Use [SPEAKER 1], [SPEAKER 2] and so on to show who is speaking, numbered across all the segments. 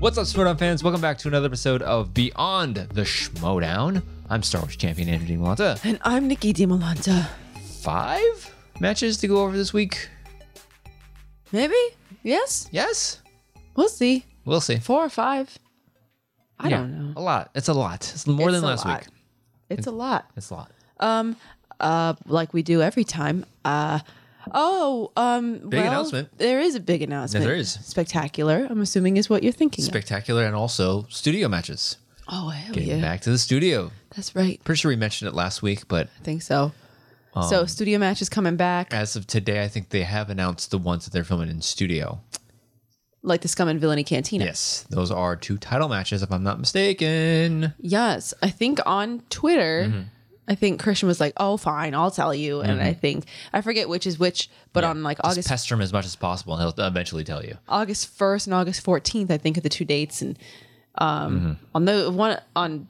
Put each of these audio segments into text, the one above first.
[SPEAKER 1] What's up, Schmodown fans? Welcome back to another episode of Beyond the Schmodown. I'm Star Wars champion Andrew Malanta.
[SPEAKER 2] And I'm Nikki DiMolanta.
[SPEAKER 1] Five matches to go over this week.
[SPEAKER 2] Maybe? Yes?
[SPEAKER 1] Yes,
[SPEAKER 2] We'll see.
[SPEAKER 1] we'll see.
[SPEAKER 2] Four or five. I
[SPEAKER 1] Yeah,
[SPEAKER 2] don't know.
[SPEAKER 1] A lot. It's a lot. It's more
[SPEAKER 2] It's
[SPEAKER 1] than
[SPEAKER 2] a
[SPEAKER 1] last
[SPEAKER 2] lot.
[SPEAKER 1] week.
[SPEAKER 2] It's a lot.
[SPEAKER 1] It's a lot.
[SPEAKER 2] Um, uh, like we do every time. Uh, oh, um, big
[SPEAKER 1] announcement.
[SPEAKER 2] There is a big announcement.
[SPEAKER 1] there is.
[SPEAKER 2] Spectacular, I'm assuming, is what you're thinking. of.
[SPEAKER 1] Spectacular and also studio matches.
[SPEAKER 2] oh, hell
[SPEAKER 1] Getting
[SPEAKER 2] yeah.
[SPEAKER 1] back to the studio.
[SPEAKER 2] That's right.
[SPEAKER 1] Pretty sure we mentioned it last week, but
[SPEAKER 2] I think so.
[SPEAKER 1] Um,
[SPEAKER 2] so, studio match is coming back,
[SPEAKER 1] as of today, I think they have announced the ones that they're filming in studio.
[SPEAKER 2] like the Scum and Villainy Cantina.
[SPEAKER 1] Yes, those are two title matches, if I'm not mistaken.
[SPEAKER 2] Yes, I think on Twitter,
[SPEAKER 1] Mm-hmm.
[SPEAKER 2] I think Christian was like, "Oh, fine, I'll tell you." And I think I forget which is which, but on like
[SPEAKER 1] Just
[SPEAKER 2] August
[SPEAKER 1] pester him as much as possible, and he'll eventually tell you.
[SPEAKER 2] August first and August fourteenth, I think are the two dates, and
[SPEAKER 1] Mm-hmm.
[SPEAKER 2] um, on the one on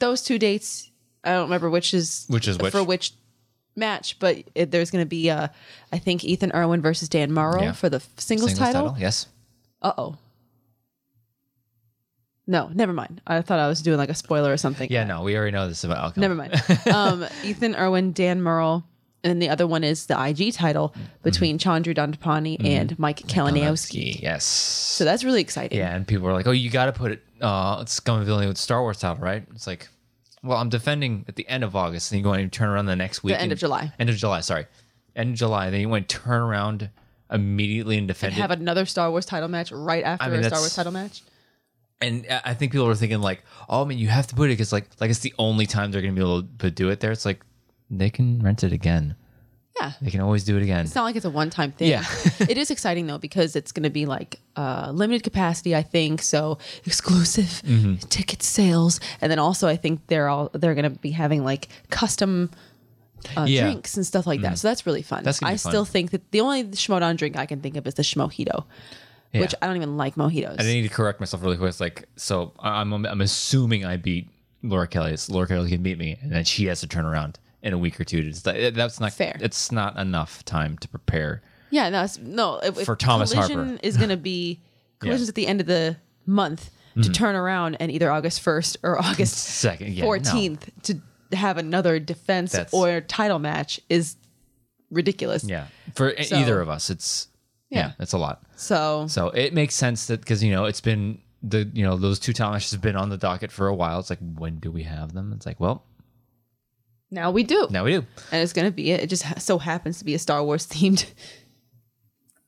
[SPEAKER 2] those two dates, I don't remember which is
[SPEAKER 1] Which is which.
[SPEAKER 2] for which match, but it, there's going to be uh, I think Ethan Irwin versus Dan Morrow
[SPEAKER 1] Yeah.
[SPEAKER 2] for the f- singles, title.
[SPEAKER 1] yes.
[SPEAKER 2] Uh oh. No, never mind. I thought I was doing like a spoiler or something.
[SPEAKER 1] Yeah, no, we already know this about Alcon.
[SPEAKER 2] Never mind. Um, Ethan Irwin, Dan Merle, and then the other one is the IG title between
[SPEAKER 1] Mm-hmm.
[SPEAKER 2] Chandru Dandapani and Mike Kalinowski.
[SPEAKER 1] Yes.
[SPEAKER 2] So that's really exciting.
[SPEAKER 1] yeah, and people were like, "Oh, you got to put it. Uh, it's coming villain with Star Wars title, right?" It's like, well, I'm defending at the end of August, and you go and you turn around the next week.
[SPEAKER 2] end
[SPEAKER 1] and-
[SPEAKER 2] of July.
[SPEAKER 1] End of July. Sorry, end of July. Then you went turn around immediately and defend
[SPEAKER 2] Have
[SPEAKER 1] it.
[SPEAKER 2] another Star Wars title match right after
[SPEAKER 1] mean,
[SPEAKER 2] a Star
[SPEAKER 1] that's-
[SPEAKER 2] Wars title match.
[SPEAKER 1] and I I think people were thinking like, "Oh, I mean, you have to put it because like, like it's the only time they're gonna be able to do it there." It's like they can rent it again.
[SPEAKER 2] Yeah.
[SPEAKER 1] They can always do it again.
[SPEAKER 2] It's not like it's a one time thing.
[SPEAKER 1] Yeah.
[SPEAKER 2] it is exciting though because it's going to be like uh, limited capacity, I think. So exclusive
[SPEAKER 1] Mm-hmm.
[SPEAKER 2] ticket sales, and then also I think they're all they're going to be having like custom. Uh,
[SPEAKER 1] Yeah. Mm.
[SPEAKER 2] Drinks and stuff like that, so that's really fun.
[SPEAKER 1] That's gonna
[SPEAKER 2] I
[SPEAKER 1] be fun.
[SPEAKER 2] still think that the only Schmodown drink I can think of is the Schmohito, which
[SPEAKER 1] Yeah.
[SPEAKER 2] I don't even like mojitos.
[SPEAKER 1] I need to correct myself really quick. It's like, so I- I'm I'm assuming I beat Laura Kelly. It's Laura Kelly can beat me, and then she has to turn around in a week or two. It's- that- that's not
[SPEAKER 2] Fair.
[SPEAKER 1] It's not enough time to prepare.
[SPEAKER 2] Yeah, no, it's, no. If, if
[SPEAKER 1] For Thomas Harper.
[SPEAKER 2] collision is going to be collisions at the end of the month to turn around and either August first or August
[SPEAKER 1] Second, Mm-hmm. yeah, no.
[SPEAKER 2] fourteenth to have another defense
[SPEAKER 1] That's-
[SPEAKER 2] or title match is ridiculous.
[SPEAKER 1] Yeah, for e-
[SPEAKER 2] So-
[SPEAKER 1] either of us, it's yeah,
[SPEAKER 2] Yeah.
[SPEAKER 1] it's a lot.
[SPEAKER 2] So
[SPEAKER 1] So it makes sense that because you know it's been the you know those two time matches have been on the docket for a while. It's like when do we have them? It's like well
[SPEAKER 2] now we do,
[SPEAKER 1] now we do. Oops.
[SPEAKER 2] and it's going to be it. It just ha- so happens to be a Star Wars themed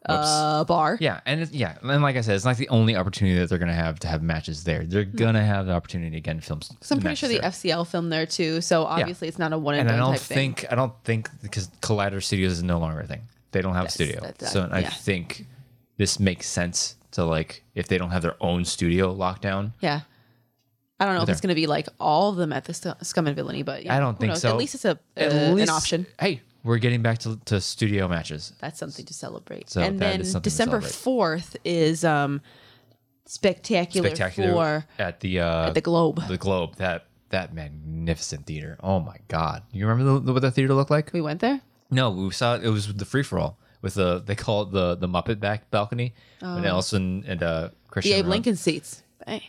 [SPEAKER 2] uh, bar.
[SPEAKER 1] Yeah, and it's, yeah, and like I said, it's not the only opportunity that they're gonna have to have matches there. They're gonna have the opportunity to again film.
[SPEAKER 2] Hmm. So I'm pretty sure the FCL filmed there too. So obviously it's not a one and,
[SPEAKER 1] and I
[SPEAKER 2] done
[SPEAKER 1] don't
[SPEAKER 2] type
[SPEAKER 1] think I don't think because Collider Studios is no longer a thing. They don't have a studio,
[SPEAKER 2] that- that-
[SPEAKER 1] so I
[SPEAKER 2] yeah.
[SPEAKER 1] think this makes sense to like if they don't have their own studio lockdown.
[SPEAKER 2] thing. Yeah. I don't know if it's
[SPEAKER 1] Either.
[SPEAKER 2] going to be like all of them at the Sc- Scum and Villainy, but yeah,
[SPEAKER 1] I don't
[SPEAKER 2] who
[SPEAKER 1] think
[SPEAKER 2] knows?
[SPEAKER 1] so.
[SPEAKER 2] At least it's a
[SPEAKER 1] At
[SPEAKER 2] uh,
[SPEAKER 1] least-
[SPEAKER 2] an option.
[SPEAKER 1] Hey, we're getting back to, to studio matches.
[SPEAKER 2] that's something to celebrate.
[SPEAKER 1] So
[SPEAKER 2] and
[SPEAKER 1] that
[SPEAKER 2] then
[SPEAKER 1] is something to
[SPEAKER 2] December
[SPEAKER 1] celebrate.
[SPEAKER 2] fourth is um, spectacular,
[SPEAKER 1] Spectacular
[SPEAKER 2] for
[SPEAKER 1] at the uh,
[SPEAKER 2] the Globe.
[SPEAKER 1] the Globe. That that magnificent theater. Oh my God! You remember the, what that theater looked like?
[SPEAKER 2] We went there.
[SPEAKER 1] No, we saw it. It was the free for all with the they call it the the Muppet back balcony. When Ellison and uh,
[SPEAKER 2] The
[SPEAKER 1] Christian
[SPEAKER 2] Abe
[SPEAKER 1] were on-
[SPEAKER 2] Oh. Lincoln seats. Eh,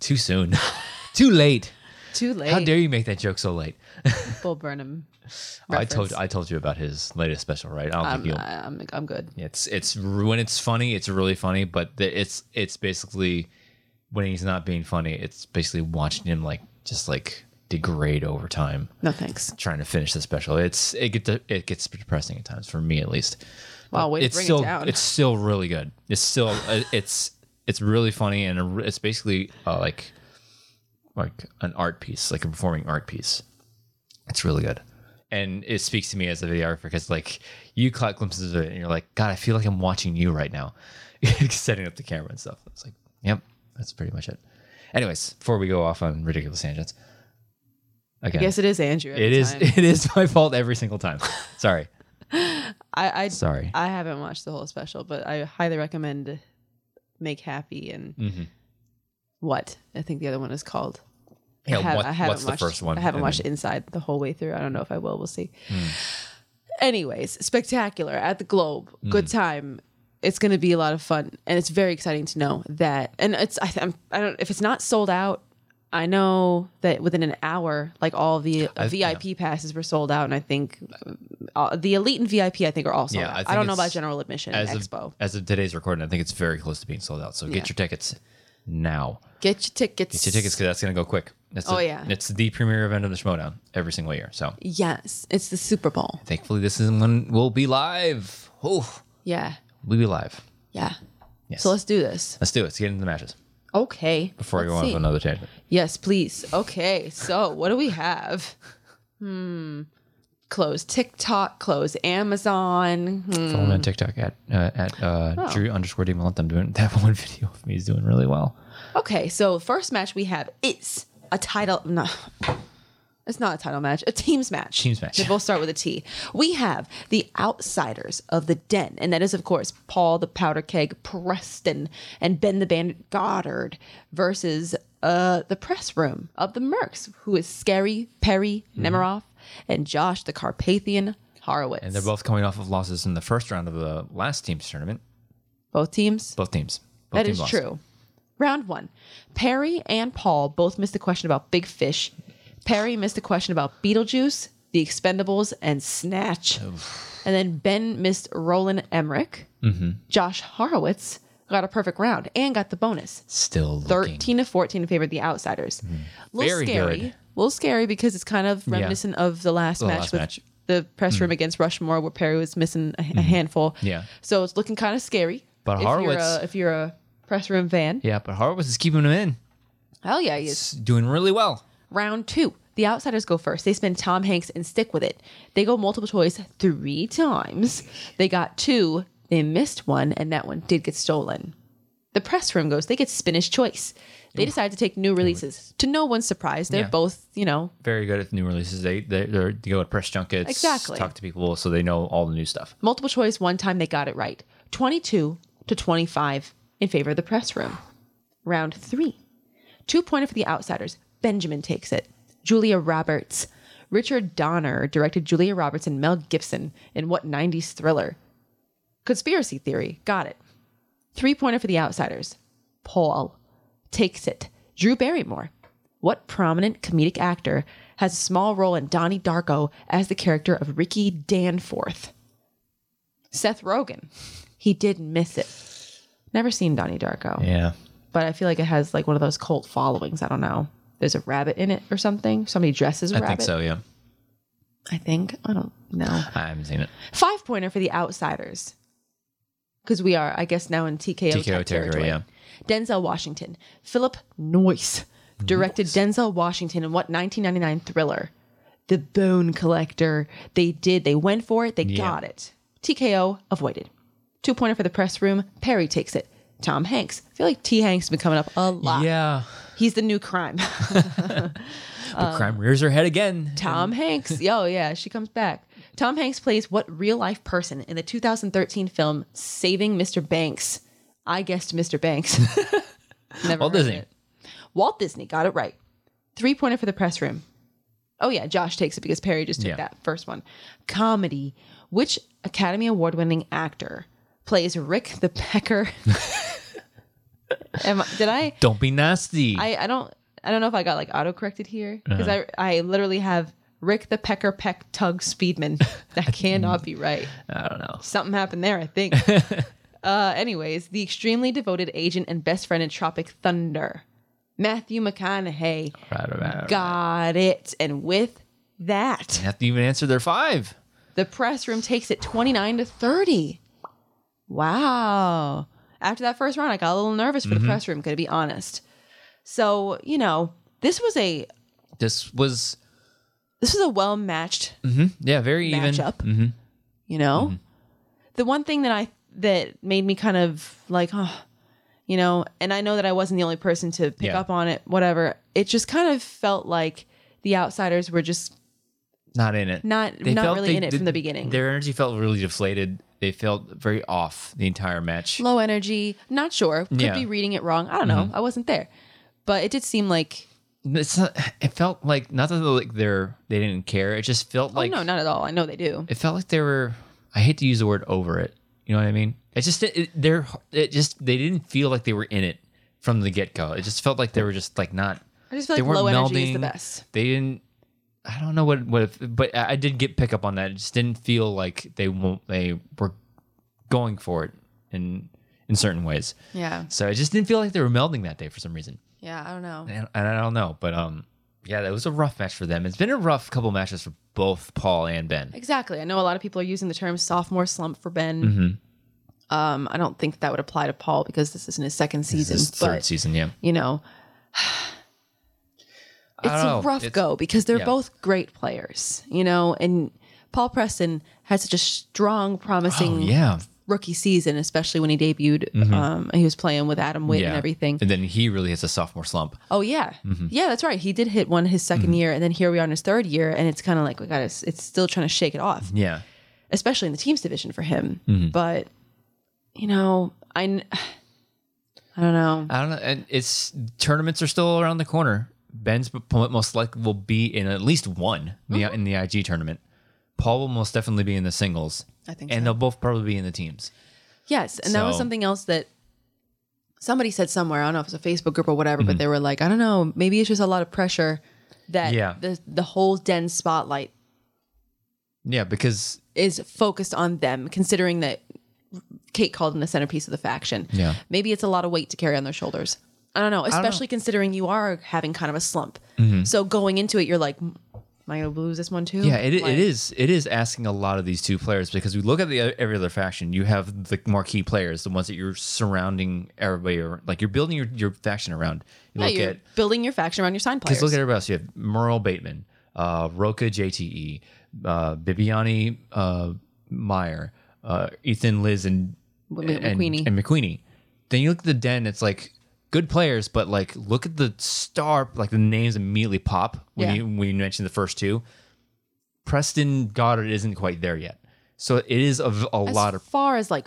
[SPEAKER 1] Too soon, too late.
[SPEAKER 2] Too late.
[SPEAKER 1] How dare you make that joke so late?
[SPEAKER 2] Bull Burnham?
[SPEAKER 1] I told
[SPEAKER 2] reference. Um, uh,
[SPEAKER 1] I told you about his latest special, right? I don't think you'll.
[SPEAKER 2] I, I'm, I'm good.
[SPEAKER 1] It's it's when it's funny, it's really funny, but the, it's it's basically when he's not being funny, it's basically watching him like just like degrade over time,
[SPEAKER 2] No thanks.
[SPEAKER 1] trying to finish the special. It's it gets it gets depressing at times for me at least.
[SPEAKER 2] Wow, way to
[SPEAKER 1] it's
[SPEAKER 2] bring it
[SPEAKER 1] still
[SPEAKER 2] down.
[SPEAKER 1] it's still really good. It's still uh, it's it's really funny and a r- it's basically uh, like like an art piece, like a performing art piece. It's really good. And it speaks to me as a videographer because like you caught glimpses of it and you're like, God, I feel like I'm watching you right now. Setting up the camera and stuff. It's like, yep, that's pretty much it. Anyways, before we go off on ridiculous tangents. Again,
[SPEAKER 2] Yes, it is Andrew. every
[SPEAKER 1] it is
[SPEAKER 2] time.
[SPEAKER 1] it is my fault every single time. Sorry.
[SPEAKER 2] I, I
[SPEAKER 1] Sorry.
[SPEAKER 2] I haven't watched the whole special, but I highly recommend Make Happy and what I think the other one is called.
[SPEAKER 1] Yeah,
[SPEAKER 2] I have-
[SPEAKER 1] what-
[SPEAKER 2] I haven't
[SPEAKER 1] what's the
[SPEAKER 2] watched-
[SPEAKER 1] first one?
[SPEAKER 2] I haven't
[SPEAKER 1] And
[SPEAKER 2] watched
[SPEAKER 1] then- Hmm.
[SPEAKER 2] Inside the whole way through. I don't know if I will. We'll see. Anyways, spectacular at the Globe.
[SPEAKER 1] Hmm.
[SPEAKER 2] Good time. It's going to be a lot of fun, and it's very exciting to know that. And it's I, I'm, I don't if it's not sold out. I know that within an hour, like all the uh, VIP passes were sold out, and I think uh, the elite and VIP, I think, are all sold
[SPEAKER 1] Yeah, I
[SPEAKER 2] out. I,
[SPEAKER 1] think
[SPEAKER 2] don't know
[SPEAKER 1] it's-
[SPEAKER 2] about general admission and
[SPEAKER 1] As
[SPEAKER 2] expo.
[SPEAKER 1] of as of today's recording, I think it's very close to being sold out. So
[SPEAKER 2] Yeah.
[SPEAKER 1] get your tickets now.
[SPEAKER 2] Get your tickets.
[SPEAKER 1] Get your tickets because that's gonna go quick. That's
[SPEAKER 2] Oh,
[SPEAKER 1] the-
[SPEAKER 2] yeah.
[SPEAKER 1] it's the premier event of the Schmodown every single year. So
[SPEAKER 2] Yes, it's the Super Bowl.
[SPEAKER 1] thankfully, this is when we'll be live. Oh,
[SPEAKER 2] Yeah,
[SPEAKER 1] we'll be live.
[SPEAKER 2] yeah.
[SPEAKER 1] Yes.
[SPEAKER 2] So let's do this.
[SPEAKER 1] Let's do it. Let's get into the matches
[SPEAKER 2] Okay.
[SPEAKER 1] before I
[SPEAKER 2] Let's
[SPEAKER 1] go on
[SPEAKER 2] see.
[SPEAKER 1] to another tangent.
[SPEAKER 2] Yes, please. Okay. So what do we have? Hmm. Close TikTok. Close Amazon. Hmm.
[SPEAKER 1] Follow me on TikTok at uh, at uh,
[SPEAKER 2] Oh.
[SPEAKER 1] Drew underscore D Malent. I'm doing that one video of me is doing really well.
[SPEAKER 2] Okay. So first match we have is a title. No. It's not a title match, a teams match.
[SPEAKER 1] Teams match.
[SPEAKER 2] They both start with a T. We have the outsiders of the den, and that is, of course, Paul the Powder Keg Preston and Ben the Bandit Goddard versus uh, the press room of the Mercs, who is Scary, Perry,
[SPEAKER 1] Mm-hmm.
[SPEAKER 2] Nemiroff, and Josh the Carpathian Horowitz.
[SPEAKER 1] And they're both coming off of losses in the first round of the last team's tournament.
[SPEAKER 2] both teams
[SPEAKER 1] Both teams. Both
[SPEAKER 2] That
[SPEAKER 1] teams
[SPEAKER 2] is
[SPEAKER 1] lost.
[SPEAKER 2] true. Round one. Perry and Paul both missed the question about Big Fish. Perry missed the question about Beetlejuice, The Expendables, and Snatch. And then Ben missed Roland Emmerich.
[SPEAKER 1] Mm-hmm.
[SPEAKER 2] Josh Horowitz got a perfect round and got the bonus.
[SPEAKER 1] Still looking
[SPEAKER 2] 13 to 14 in favor of the outsiders. A little
[SPEAKER 1] Mm-hmm. Very
[SPEAKER 2] scary.
[SPEAKER 1] good.
[SPEAKER 2] little scary because it's kind of reminiscent of the last match
[SPEAKER 1] last
[SPEAKER 2] with
[SPEAKER 1] match. Mm. Mm-hmm.
[SPEAKER 2] the press room against Rushmore where Perry was missing a, a handful.
[SPEAKER 1] Yeah.
[SPEAKER 2] So it's looking kind of scary.
[SPEAKER 1] But
[SPEAKER 2] if you're
[SPEAKER 1] Horowitz-
[SPEAKER 2] a, if you're a press room fan.
[SPEAKER 1] Yeah, but Horowitz is keeping him in.
[SPEAKER 2] Hell yeah, he is.
[SPEAKER 1] It's doing really well.
[SPEAKER 2] Round two. The outsiders go first. They spin Tom Hanks and stick with it. They go multiple choice three times. They got two. They missed one, and that one did get stolen. The press room goes. They get spinach choice. They decide to take new releases. To no one's surprise, they're
[SPEAKER 1] Yeah.
[SPEAKER 2] both, you know,
[SPEAKER 1] Very good at new releases. They they, they're, they go to press junkets.
[SPEAKER 2] Exactly.
[SPEAKER 1] Talk to people so they know all the new stuff.
[SPEAKER 2] multiple choice one time they got it right 22 to 25 in favor of the press room round three two pointer for the outsiders benjamin takes it julia roberts richard donner directed julia roberts and mel gibson in what 90s thriller conspiracy theory got it three pointer for the outsiders paul takes it drew barrymore what prominent comedic actor has a small role in donnie darko as the character of ricky danforth Seth Rogen. He did miss it. Never seen Donnie Darko,
[SPEAKER 1] Yeah.
[SPEAKER 2] but I feel like it has like one of those cult followings. I don't know. There's a rabbit in it or something. Somebody dresses a
[SPEAKER 1] I
[SPEAKER 2] rabbit.
[SPEAKER 1] think so, yeah.
[SPEAKER 2] I think. I don't know.
[SPEAKER 1] I haven't seen it.
[SPEAKER 2] Five pointer for the outsiders. Because we are, I guess, now in TKO,
[SPEAKER 1] TKO
[SPEAKER 2] type
[SPEAKER 1] territory,
[SPEAKER 2] territory.
[SPEAKER 1] yeah.
[SPEAKER 2] Denzel Washington. Philip Noyce directed Denzel Washington in what 1999 thriller? The Bone Collector. They did. They went for it. They got it. TKO avoided. Two pointer for the press room. Perry takes it. Tom Hanks. I feel like T. Hanks has been coming up a lot.
[SPEAKER 1] Yeah.
[SPEAKER 2] He's the new crime.
[SPEAKER 1] But
[SPEAKER 2] Um,
[SPEAKER 1] crime rears her head again.
[SPEAKER 2] Tom Hanks. Yo, yeah, she comes back. Tom Hanks plays what real life person in the 2013 film Saving Mr. Banks? I guessed Mr. Banks. Never
[SPEAKER 1] Walt
[SPEAKER 2] heard of
[SPEAKER 1] Disney.
[SPEAKER 2] it. Walt Disney got it right. Three pointer for the press room. Oh yeah, Josh takes it because Perry just took
[SPEAKER 1] Yeah.
[SPEAKER 2] that first one. Comedy. Which Academy Award winning actor plays Rick the Pecker? Am I, did I
[SPEAKER 1] Don't be nasty.
[SPEAKER 2] I, I don't I don't know if I got like auto corrected here because I I literally have Rick the Pecker Peck Tug Speedman. That cannot be right.
[SPEAKER 1] I don't know.
[SPEAKER 2] Something happened there, I think. uh, anyways, the extremely devoted agent and best friend in Tropic Thunder, Matthew McConaughey,
[SPEAKER 1] Right, right, right.
[SPEAKER 2] got it. And with that,
[SPEAKER 1] Have to even answer their five.
[SPEAKER 2] the press room takes it 29 to 30. Wow. After that first round, I got a little nervous for the press room, gonna be honest. So, you know, this was a
[SPEAKER 1] This was
[SPEAKER 2] this is a well matched
[SPEAKER 1] yeah, very even. Mm-hmm.
[SPEAKER 2] matchup. You know, the one thing that I that made me kind of like, oh, you know, and I know that I wasn't the only person to pick
[SPEAKER 1] Yeah.
[SPEAKER 2] up on it. Whatever, it just kind of felt like the outsiders were just
[SPEAKER 1] Not in it.
[SPEAKER 2] not
[SPEAKER 1] They
[SPEAKER 2] not
[SPEAKER 1] felt
[SPEAKER 2] really
[SPEAKER 1] they
[SPEAKER 2] in it
[SPEAKER 1] did-
[SPEAKER 2] from the beginning.
[SPEAKER 1] Their energy felt really deflated. They felt very off the entire match.
[SPEAKER 2] Low energy, not sure. Could
[SPEAKER 1] Yeah. Mm-hmm.
[SPEAKER 2] be reading it wrong. I don't know. I wasn't there, but it did seem like
[SPEAKER 1] it's not, it felt like not that like they're they didn't care. It just felt like
[SPEAKER 2] oh no, not at all. I know they do.
[SPEAKER 1] it felt like they were. I hate to use the word over it. You know what I mean? It's just it, they're it just they didn't feel like they were in it from the get go. It just felt like they were just like not.
[SPEAKER 2] I just feel
[SPEAKER 1] they
[SPEAKER 2] like low
[SPEAKER 1] weren't
[SPEAKER 2] energy is the
[SPEAKER 1] melding.
[SPEAKER 2] best.
[SPEAKER 1] They didn't. I don't know what what, if, but I I did get pick up on that. It just didn't feel like they won't. They were going for it in in certain ways.
[SPEAKER 2] Yeah,
[SPEAKER 1] So it just didn't feel like they were melding that day for some reason
[SPEAKER 2] yeah. I don't know.
[SPEAKER 1] and, and I don't know, but um, yeah, that was a rough match for them. It's been a rough couple matches for both Paul and Ben.
[SPEAKER 2] Exactly. I know a lot of people are using the term sophomore slump for Ben. Um, I don't think that would apply to Paul because this isn't his second
[SPEAKER 1] Mm-hmm. This
[SPEAKER 2] season.
[SPEAKER 1] is
[SPEAKER 2] but
[SPEAKER 1] third season, yeah.
[SPEAKER 2] you know,
[SPEAKER 1] I
[SPEAKER 2] it's
[SPEAKER 1] don't
[SPEAKER 2] a
[SPEAKER 1] know.
[SPEAKER 2] rough
[SPEAKER 1] It's-
[SPEAKER 2] go because they're
[SPEAKER 1] yeah.
[SPEAKER 2] both great players. You know, and Paul Preston had such a strong, promising
[SPEAKER 1] Oh, yeah, Mm-hmm.
[SPEAKER 2] rookie season, especially when he debuted. Um, he was playing with Adam Witt
[SPEAKER 1] yeah, Mm-hmm.
[SPEAKER 2] and everything.
[SPEAKER 1] And then he really hits a sophomore slump.
[SPEAKER 2] Oh yeah, yeah, that's right. He did hit one his 2nd
[SPEAKER 1] Mm-hmm.
[SPEAKER 2] year, and then here we are in his third year, and it's kind of like we got to. It's still trying to shake it off,
[SPEAKER 1] Yeah,
[SPEAKER 2] especially in the teams division for him.
[SPEAKER 1] Mm-hmm.
[SPEAKER 2] But you know, I, kn- I don't know.
[SPEAKER 1] I don't know. And it's tournaments are still around the corner. Ben's opponent most likely will be in at least one in
[SPEAKER 2] Oh.
[SPEAKER 1] the- in the IG tournament. Paul will most definitely be in the singles,
[SPEAKER 2] I think
[SPEAKER 1] and
[SPEAKER 2] so.
[SPEAKER 1] they'll both probably be in the teams.
[SPEAKER 2] Yes, and that was
[SPEAKER 1] So-
[SPEAKER 2] something else that somebody said somewhere. I don't know if it's a Facebook group or whatever,
[SPEAKER 1] Mm-hmm.
[SPEAKER 2] but they were like, I don't know, maybe it's just a lot of pressure that
[SPEAKER 1] Yeah.
[SPEAKER 2] the the whole den spotlight
[SPEAKER 1] Yeah, because
[SPEAKER 2] is focused on them, considering that Kate called them the centerpiece of the faction.
[SPEAKER 1] Yeah.
[SPEAKER 2] maybe it's a lot of weight to carry on their shoulders. I don't know, especially considering you are having kind of a slump. So going into it, you're like, am I gonna lose this one too?
[SPEAKER 1] Mm-hmm. Yeah, it,
[SPEAKER 2] Oh, Like-
[SPEAKER 1] it is. It is asking a lot of these two players because we look at the o- every other faction. You have the more key players, the ones that you're surrounding everybody, or like you're building your, your faction around. You
[SPEAKER 2] Yeah,
[SPEAKER 1] look
[SPEAKER 2] you're
[SPEAKER 1] at
[SPEAKER 2] building your faction around your sign players.
[SPEAKER 1] just look at everybody else. You have Merle Bateman, uh, Roka JTE, uh, Bibiani uh, Meyer, uh, Ethan Liz, and
[SPEAKER 2] Wi-
[SPEAKER 1] and
[SPEAKER 2] McQueenie.
[SPEAKER 1] and McQueenie. Then you look at the den. It's like good players, but like look at the star. Like the names immediately pop when
[SPEAKER 2] Yeah.
[SPEAKER 1] you when you mention the first two. Preston Goddard isn't quite there yet, so it is a, v- a
[SPEAKER 2] as
[SPEAKER 1] lot of
[SPEAKER 2] far as like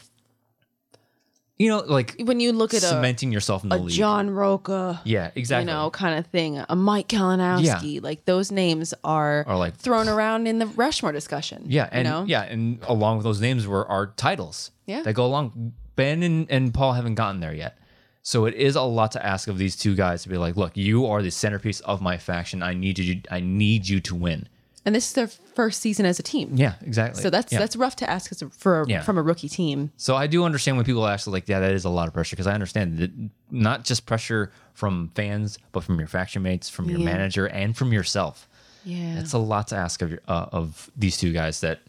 [SPEAKER 1] you know like
[SPEAKER 2] when you look at a,
[SPEAKER 1] cementing yourself in the
[SPEAKER 2] a
[SPEAKER 1] league.
[SPEAKER 2] John Roca,
[SPEAKER 1] yeah,
[SPEAKER 2] you
[SPEAKER 1] exactly.
[SPEAKER 2] know, kind of thing, a Mike Kalinowski, like those names are,
[SPEAKER 1] Are like-
[SPEAKER 2] thrown around in the Rushmore discussion.
[SPEAKER 1] Yeah, and
[SPEAKER 2] you know?
[SPEAKER 1] yeah, and along with those names were our titles.
[SPEAKER 2] Yeah.
[SPEAKER 1] that go along. Ben and, and Paul haven't gotten there yet, so it is a lot to ask of these two guys to be like, look, you are the centerpiece of my faction. I need you. I need you to win.
[SPEAKER 2] and this is their first season as a team,
[SPEAKER 1] Yeah, exactly.
[SPEAKER 2] so that's
[SPEAKER 1] Yeah.
[SPEAKER 2] that's rough to ask as a- for
[SPEAKER 1] Yeah.
[SPEAKER 2] from a rookie team.
[SPEAKER 1] So I do understand when people ask like, yeah, that is a lot of pressure because I understand that not just pressure from fans, but from your faction mates, from your
[SPEAKER 2] Yeah.
[SPEAKER 1] manager, and from yourself.
[SPEAKER 2] Yeah,
[SPEAKER 1] That's a lot to ask of your, uh, of these two guys that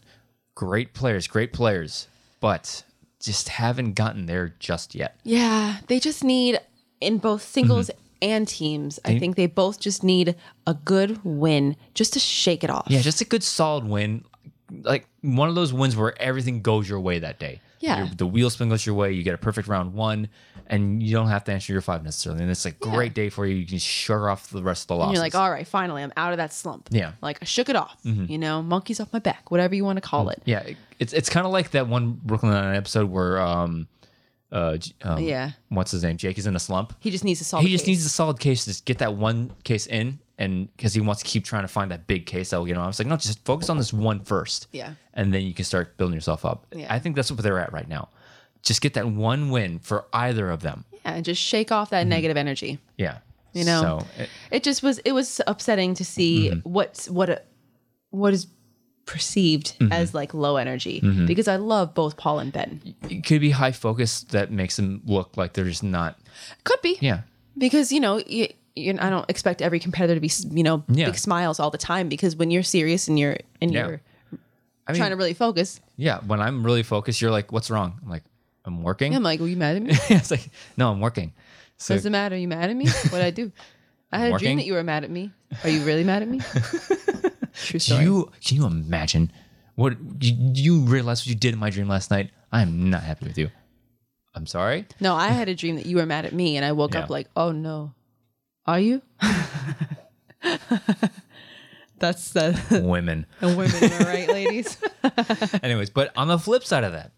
[SPEAKER 1] great players, great players, but just haven't gotten there just yet.
[SPEAKER 2] yeah, they just need in both singles.
[SPEAKER 1] Mm-hmm.
[SPEAKER 2] And teams, I think they both just need a good win just to shake it off.
[SPEAKER 1] Yeah, just a good solid win. Like one of those wins where everything goes your way that day.
[SPEAKER 2] Yeah.
[SPEAKER 1] Your- the wheel spin goes your way. You get a perfect round one, and you don't have to answer your five necessarily. And it's a great day for you. You can shut off the rest of the losses.
[SPEAKER 2] And you're like, "Oh." all right, finally, I'm out of that slump.
[SPEAKER 1] Yeah. Mm-hmm.
[SPEAKER 2] Like, I shook it off, you know, monkeys off my back, whatever you want to call it.
[SPEAKER 1] Yeah, it- it's it's kind of like that one Brooklyn Nine episode where um, uh, J- um,
[SPEAKER 2] Yeah.
[SPEAKER 1] what's his name? Jake is in a slump.
[SPEAKER 2] He just needs to solve
[SPEAKER 1] He
[SPEAKER 2] the
[SPEAKER 1] just
[SPEAKER 2] case.
[SPEAKER 1] needs a solid case to just get that one case in, and because he wants to keep trying to find that big case that will get him. I was like, no, just focus on this one first.
[SPEAKER 2] Yeah.
[SPEAKER 1] and then you can start building yourself up.
[SPEAKER 2] Yeah.
[SPEAKER 1] I think that's what they're at right now. Just get that one win for either of them.
[SPEAKER 2] Yeah, and just shake off
[SPEAKER 1] Mm-hmm.
[SPEAKER 2] that negative energy.
[SPEAKER 1] Yeah,
[SPEAKER 2] You know.
[SPEAKER 1] So it-
[SPEAKER 2] It just was it was upsetting to see
[SPEAKER 1] Mm-hmm.
[SPEAKER 2] what's what a, what is perceived
[SPEAKER 1] Mm-hmm.
[SPEAKER 2] as like low energy because I love both Paul and Ben.
[SPEAKER 1] it could be high focus that makes them look like they're just not.
[SPEAKER 2] Could be.
[SPEAKER 1] Yeah,
[SPEAKER 2] Because you know, you, you I don't expect every competitor to be, you know,
[SPEAKER 1] Yeah.
[SPEAKER 2] big smiles all the time because when you're serious and you're and
[SPEAKER 1] Yeah.
[SPEAKER 2] you're
[SPEAKER 1] I mean,
[SPEAKER 2] trying to really focus,
[SPEAKER 1] yeah. When I'm really focused, you're like, "What's wrong?" I'm like, "I'm working."
[SPEAKER 2] I'm like, "Are you mad at me?"
[SPEAKER 1] it's like, no, I'm working. So
[SPEAKER 2] Does it matter? Are you mad at me? What I do? I had a dream
[SPEAKER 1] Working?
[SPEAKER 2] that you were mad at me. Are you really mad at me? True
[SPEAKER 1] do
[SPEAKER 2] story.
[SPEAKER 1] you can you imagine what do you realize what you did in my dream last night? I am not happy with you. I'm sorry.
[SPEAKER 2] no, I had a dream that you were mad at me, and I woke
[SPEAKER 1] Yeah.
[SPEAKER 2] up like, oh no, are you? That's the
[SPEAKER 1] Women.
[SPEAKER 2] and women, am I right, ladies?
[SPEAKER 1] Anyways, but on the flip side of that,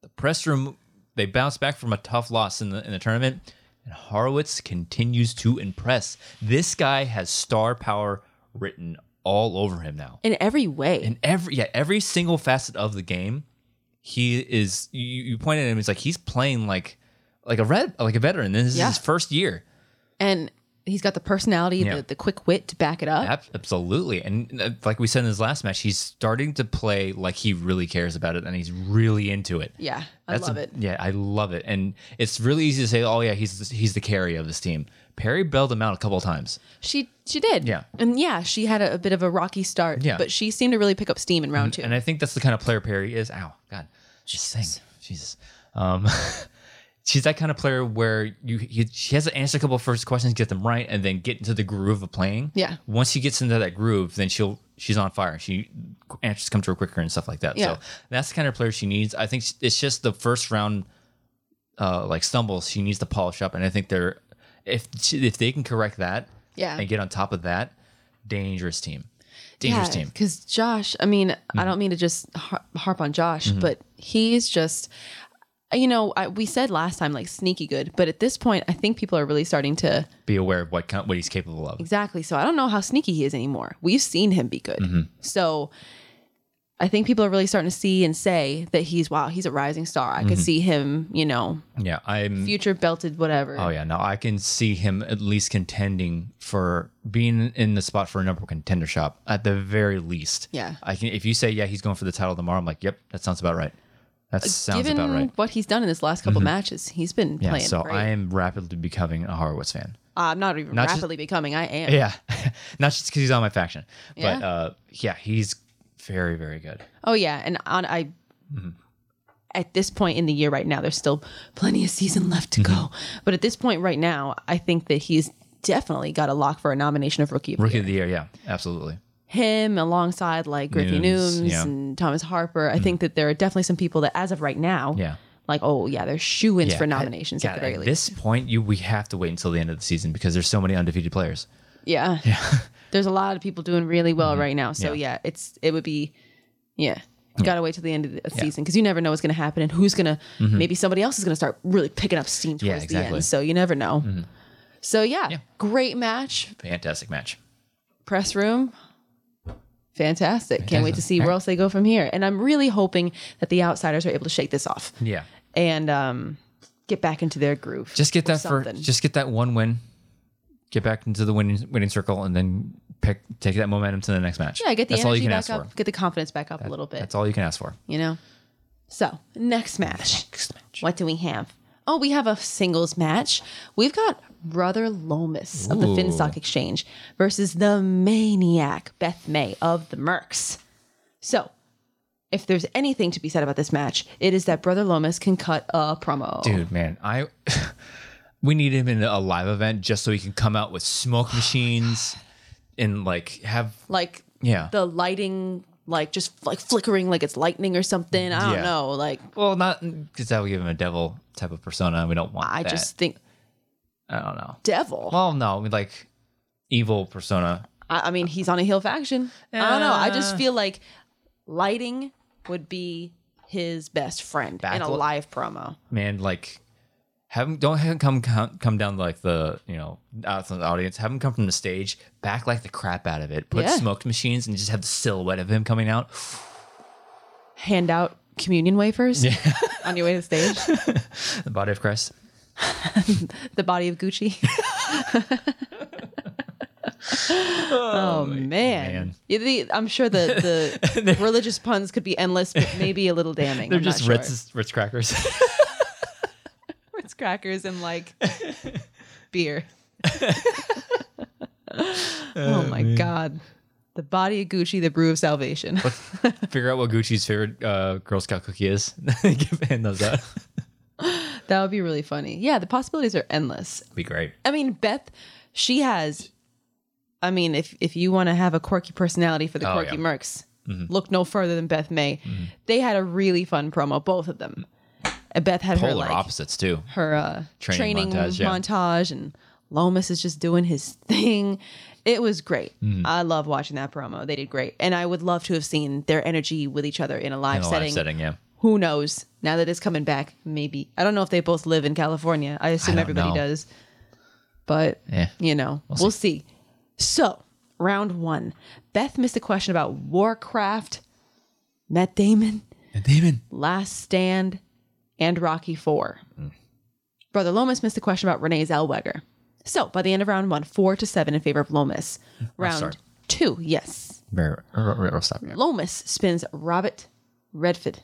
[SPEAKER 1] the press room they bounced back from a tough loss in the in the tournament. and Horowitz continues to impress. This guy has star power written all over him now.
[SPEAKER 2] in every way.
[SPEAKER 1] In every yeah, every single facet of the game, he is you, you point at him, it's like he's playing like like a red like a veteran. This is
[SPEAKER 2] Yeah.
[SPEAKER 1] his first year.
[SPEAKER 2] and he's got the personality,
[SPEAKER 1] Yeah.
[SPEAKER 2] the, the quick wit to back it up.
[SPEAKER 1] Ab- Absolutely. And uh, like we said in his last match, he's starting to play like he really cares about it and he's really into it.
[SPEAKER 2] Yeah, I
[SPEAKER 1] That's
[SPEAKER 2] love
[SPEAKER 1] a-
[SPEAKER 2] it.
[SPEAKER 1] Yeah, I love it. And it's really easy to say, "Oh yeah, he's he's the carry of this team." Perry bailed him out a couple of times.
[SPEAKER 2] She she did.
[SPEAKER 1] Yeah.
[SPEAKER 2] And yeah, she had a, a bit of a rocky start.
[SPEAKER 1] Yeah.
[SPEAKER 2] But she seemed to really pick up steam in round two.
[SPEAKER 1] And I think that's the kind of player Perry is. Ow, God, Jesus, thing. Jesus. Um, she's that kind of player where you, you she has to answer a couple of first questions, get them right, and then get into the groove of playing.
[SPEAKER 2] Yeah.
[SPEAKER 1] Once she gets into that groove, then she'll she's on fire. She answers come to her quicker and stuff like that.
[SPEAKER 2] Yeah.
[SPEAKER 1] So that's the kind of player she needs. I think it's just the first round, uh, like stumbles she needs to polish up, and I think they're if she, if they can correct that,
[SPEAKER 2] Yeah.
[SPEAKER 1] and get on top of that, dangerous team, dangerous team. Mm-hmm.
[SPEAKER 2] Because Josh, I mean, I don't mean to just har- harp on Josh, but he's just, you know, I, we said last time like sneaky good, but at this point, I think people are really starting to
[SPEAKER 1] be aware of what kind, what he's capable of.
[SPEAKER 2] exactly. So I don't know how sneaky he is anymore. We've seen him be good,
[SPEAKER 1] Mm-hmm.
[SPEAKER 2] so I think people are really starting to see and say that he's wow, he's a rising star. I
[SPEAKER 1] Mm-hmm.
[SPEAKER 2] could see him, you know,
[SPEAKER 1] Yeah, I'm.
[SPEAKER 2] future belted whatever.
[SPEAKER 1] Oh yeah, no, I can see him at least contending for being in the spot for a number one contender shop at the very least.
[SPEAKER 2] Yeah.
[SPEAKER 1] I can. If you say yeah, he's going for the title tomorrow, I'm like, yep, that sounds about right. That sounds
[SPEAKER 2] Uh, Given
[SPEAKER 1] about right. Mm-hmm.
[SPEAKER 2] what he's done in this last couple matches, he's been
[SPEAKER 1] Yeah,
[SPEAKER 2] playing
[SPEAKER 1] so
[SPEAKER 2] great.
[SPEAKER 1] I am rapidly becoming a Horowitz fan.
[SPEAKER 2] I'm not even
[SPEAKER 1] Not just-
[SPEAKER 2] rapidly becoming. I am.
[SPEAKER 1] Yeah, not just because he's on my faction, but
[SPEAKER 2] Yeah.
[SPEAKER 1] uh, yeah, he's very very good.
[SPEAKER 2] Oh yeah, and on I at this point in the year right now, there's still plenty of season left to go.
[SPEAKER 1] Mm-hmm.
[SPEAKER 2] But at this point right now, I think that he's definitely got a lock for a nomination of rookie of the
[SPEAKER 1] Rookie
[SPEAKER 2] year.
[SPEAKER 1] of the year, yeah, absolutely.
[SPEAKER 2] Him alongside like Griffey
[SPEAKER 1] Nooms,
[SPEAKER 2] Nooms,
[SPEAKER 1] yeah. Mm-hmm.
[SPEAKER 2] and Thomas Harper. I think that there are definitely some people that as of right now,
[SPEAKER 1] Yeah.
[SPEAKER 2] like oh yeah, they're shoe ins
[SPEAKER 1] Yeah,
[SPEAKER 2] for
[SPEAKER 1] at-
[SPEAKER 2] nominations at
[SPEAKER 1] God,
[SPEAKER 2] the very
[SPEAKER 1] at
[SPEAKER 2] least.
[SPEAKER 1] this point, you we have to wait until the end of the season because there's so many undefeated players.
[SPEAKER 2] yeah. there's a lot of people doing really well
[SPEAKER 1] Mm-hmm.
[SPEAKER 2] right now. So yeah. it's it would be yeah.
[SPEAKER 1] Mm-hmm.
[SPEAKER 2] You Gotta wait till the end of the season because you never know what's gonna happen and who's gonna maybe somebody else is gonna start really picking up steam towards
[SPEAKER 1] Mm-hmm. Yeah,
[SPEAKER 2] the
[SPEAKER 1] exactly. Mm-hmm.
[SPEAKER 2] end. So you never know. So yeah, great match.
[SPEAKER 1] Fantastic match.
[SPEAKER 2] Press room. Fantastic. Can't wait to
[SPEAKER 1] Fantastic.
[SPEAKER 2] see where else they go from here. And I'm really hoping that the outsiders are able to shake this off
[SPEAKER 1] Yeah.
[SPEAKER 2] and um, get back into their groove.
[SPEAKER 1] Just get that
[SPEAKER 2] something.
[SPEAKER 1] first. Just get that one win. Get back into the winning winning circle, and then pick take that momentum to the next match.
[SPEAKER 2] yeah, get the
[SPEAKER 1] That's all you
[SPEAKER 2] energy
[SPEAKER 1] can
[SPEAKER 2] back
[SPEAKER 1] ask
[SPEAKER 2] up,
[SPEAKER 1] for.
[SPEAKER 2] get the confidence back up a little bit.
[SPEAKER 1] That's all you can ask for.
[SPEAKER 2] you know. So next match,
[SPEAKER 1] Next match.
[SPEAKER 2] what do we have? Oh, we have a singles match. We've got Brother Lomas of the
[SPEAKER 1] Ooh.
[SPEAKER 2] Finstock Exchange versus the maniac Beth May of the Mercs. So, if there's anything to be said about this match, it is that Brother Lomas can cut a promo.
[SPEAKER 1] Dude, man, I we need him in a live event just so he can come out with
[SPEAKER 2] Oh
[SPEAKER 1] smoke machines and like have
[SPEAKER 2] Like
[SPEAKER 1] yeah.
[SPEAKER 2] the lighting, like just like flickering, like it's lightning or something. I don't
[SPEAKER 1] Yeah.
[SPEAKER 2] know. Like
[SPEAKER 1] well, not because that would give him a devil type of persona. and We don't want.
[SPEAKER 2] I
[SPEAKER 1] that.
[SPEAKER 2] just think
[SPEAKER 1] I don't know.
[SPEAKER 2] devil.
[SPEAKER 1] Well, no, we like evil persona.
[SPEAKER 2] I, I mean, he's on a heel faction. I don't know. I
[SPEAKER 1] Uh.
[SPEAKER 2] just feel like lighting would be his best friend in a
[SPEAKER 1] Backli-
[SPEAKER 2] live promo.
[SPEAKER 1] man, like have him don't have him come come, come down like the you know out from the audience. Have him come from the stage, back like the crap out of it. Put
[SPEAKER 2] Yeah.
[SPEAKER 1] smoked machines and just have the silhouette of him coming out.
[SPEAKER 2] Hand out communion wafers on your way to the stage.
[SPEAKER 1] The body of Christ.
[SPEAKER 2] the body of Gucci. oh man.
[SPEAKER 1] man.
[SPEAKER 2] Yeah, the- I'm sure the, the religious puns could be endless, but maybe a little damning.
[SPEAKER 1] They're
[SPEAKER 2] I'm not
[SPEAKER 1] just
[SPEAKER 2] sure.
[SPEAKER 1] Ritz Ritz crackers.
[SPEAKER 2] Ritz crackers and like beer. oh my god. The body of Gucci, the brew of salvation.
[SPEAKER 1] Figure out what Gucci's favorite uh, Girl Scout cookie is. Give hand those out.
[SPEAKER 2] that would be really funny. Yeah, the possibilities are endless.
[SPEAKER 1] Be great.
[SPEAKER 2] I mean, Beth, she has I mean, if if you want to have a quirky personality for the
[SPEAKER 1] Oh,
[SPEAKER 2] quirky
[SPEAKER 1] yeah. Mm-hmm.
[SPEAKER 2] mercs, look no further than Beth May. They had a really fun promo, both of them. And Beth had her
[SPEAKER 1] Mm-hmm. Polar
[SPEAKER 2] like
[SPEAKER 1] opposites too.
[SPEAKER 2] her uh,
[SPEAKER 1] Training
[SPEAKER 2] training,
[SPEAKER 1] montage,
[SPEAKER 2] montage,
[SPEAKER 1] yeah.
[SPEAKER 2] and Lomas is just doing his thing. It was great.
[SPEAKER 1] Mm-hmm.
[SPEAKER 2] I love watching that promo. They did great, and I would love to have seen their energy with each other in a live
[SPEAKER 1] In a live
[SPEAKER 2] setting.
[SPEAKER 1] setting, yeah.
[SPEAKER 2] Who knows? Now that it's coming back, maybe. I don't know if they both live in California. I assume
[SPEAKER 1] don't
[SPEAKER 2] everybody
[SPEAKER 1] know.
[SPEAKER 2] does. But,
[SPEAKER 1] Yeah.
[SPEAKER 2] you know, we'll, see. So, round one Beth missed a question about Warcraft, Matt Damon,
[SPEAKER 1] And Damon.
[SPEAKER 2] Last Stand, and Rocky Four. Brother Lomas missed a question about Renee Zellweger. So, by the end of round one, four to seven in favor of Lomas.
[SPEAKER 1] sorry.
[SPEAKER 2] Round two, yes.
[SPEAKER 1] Very, r- r- r- stop.
[SPEAKER 2] Lomas spins Robert Redford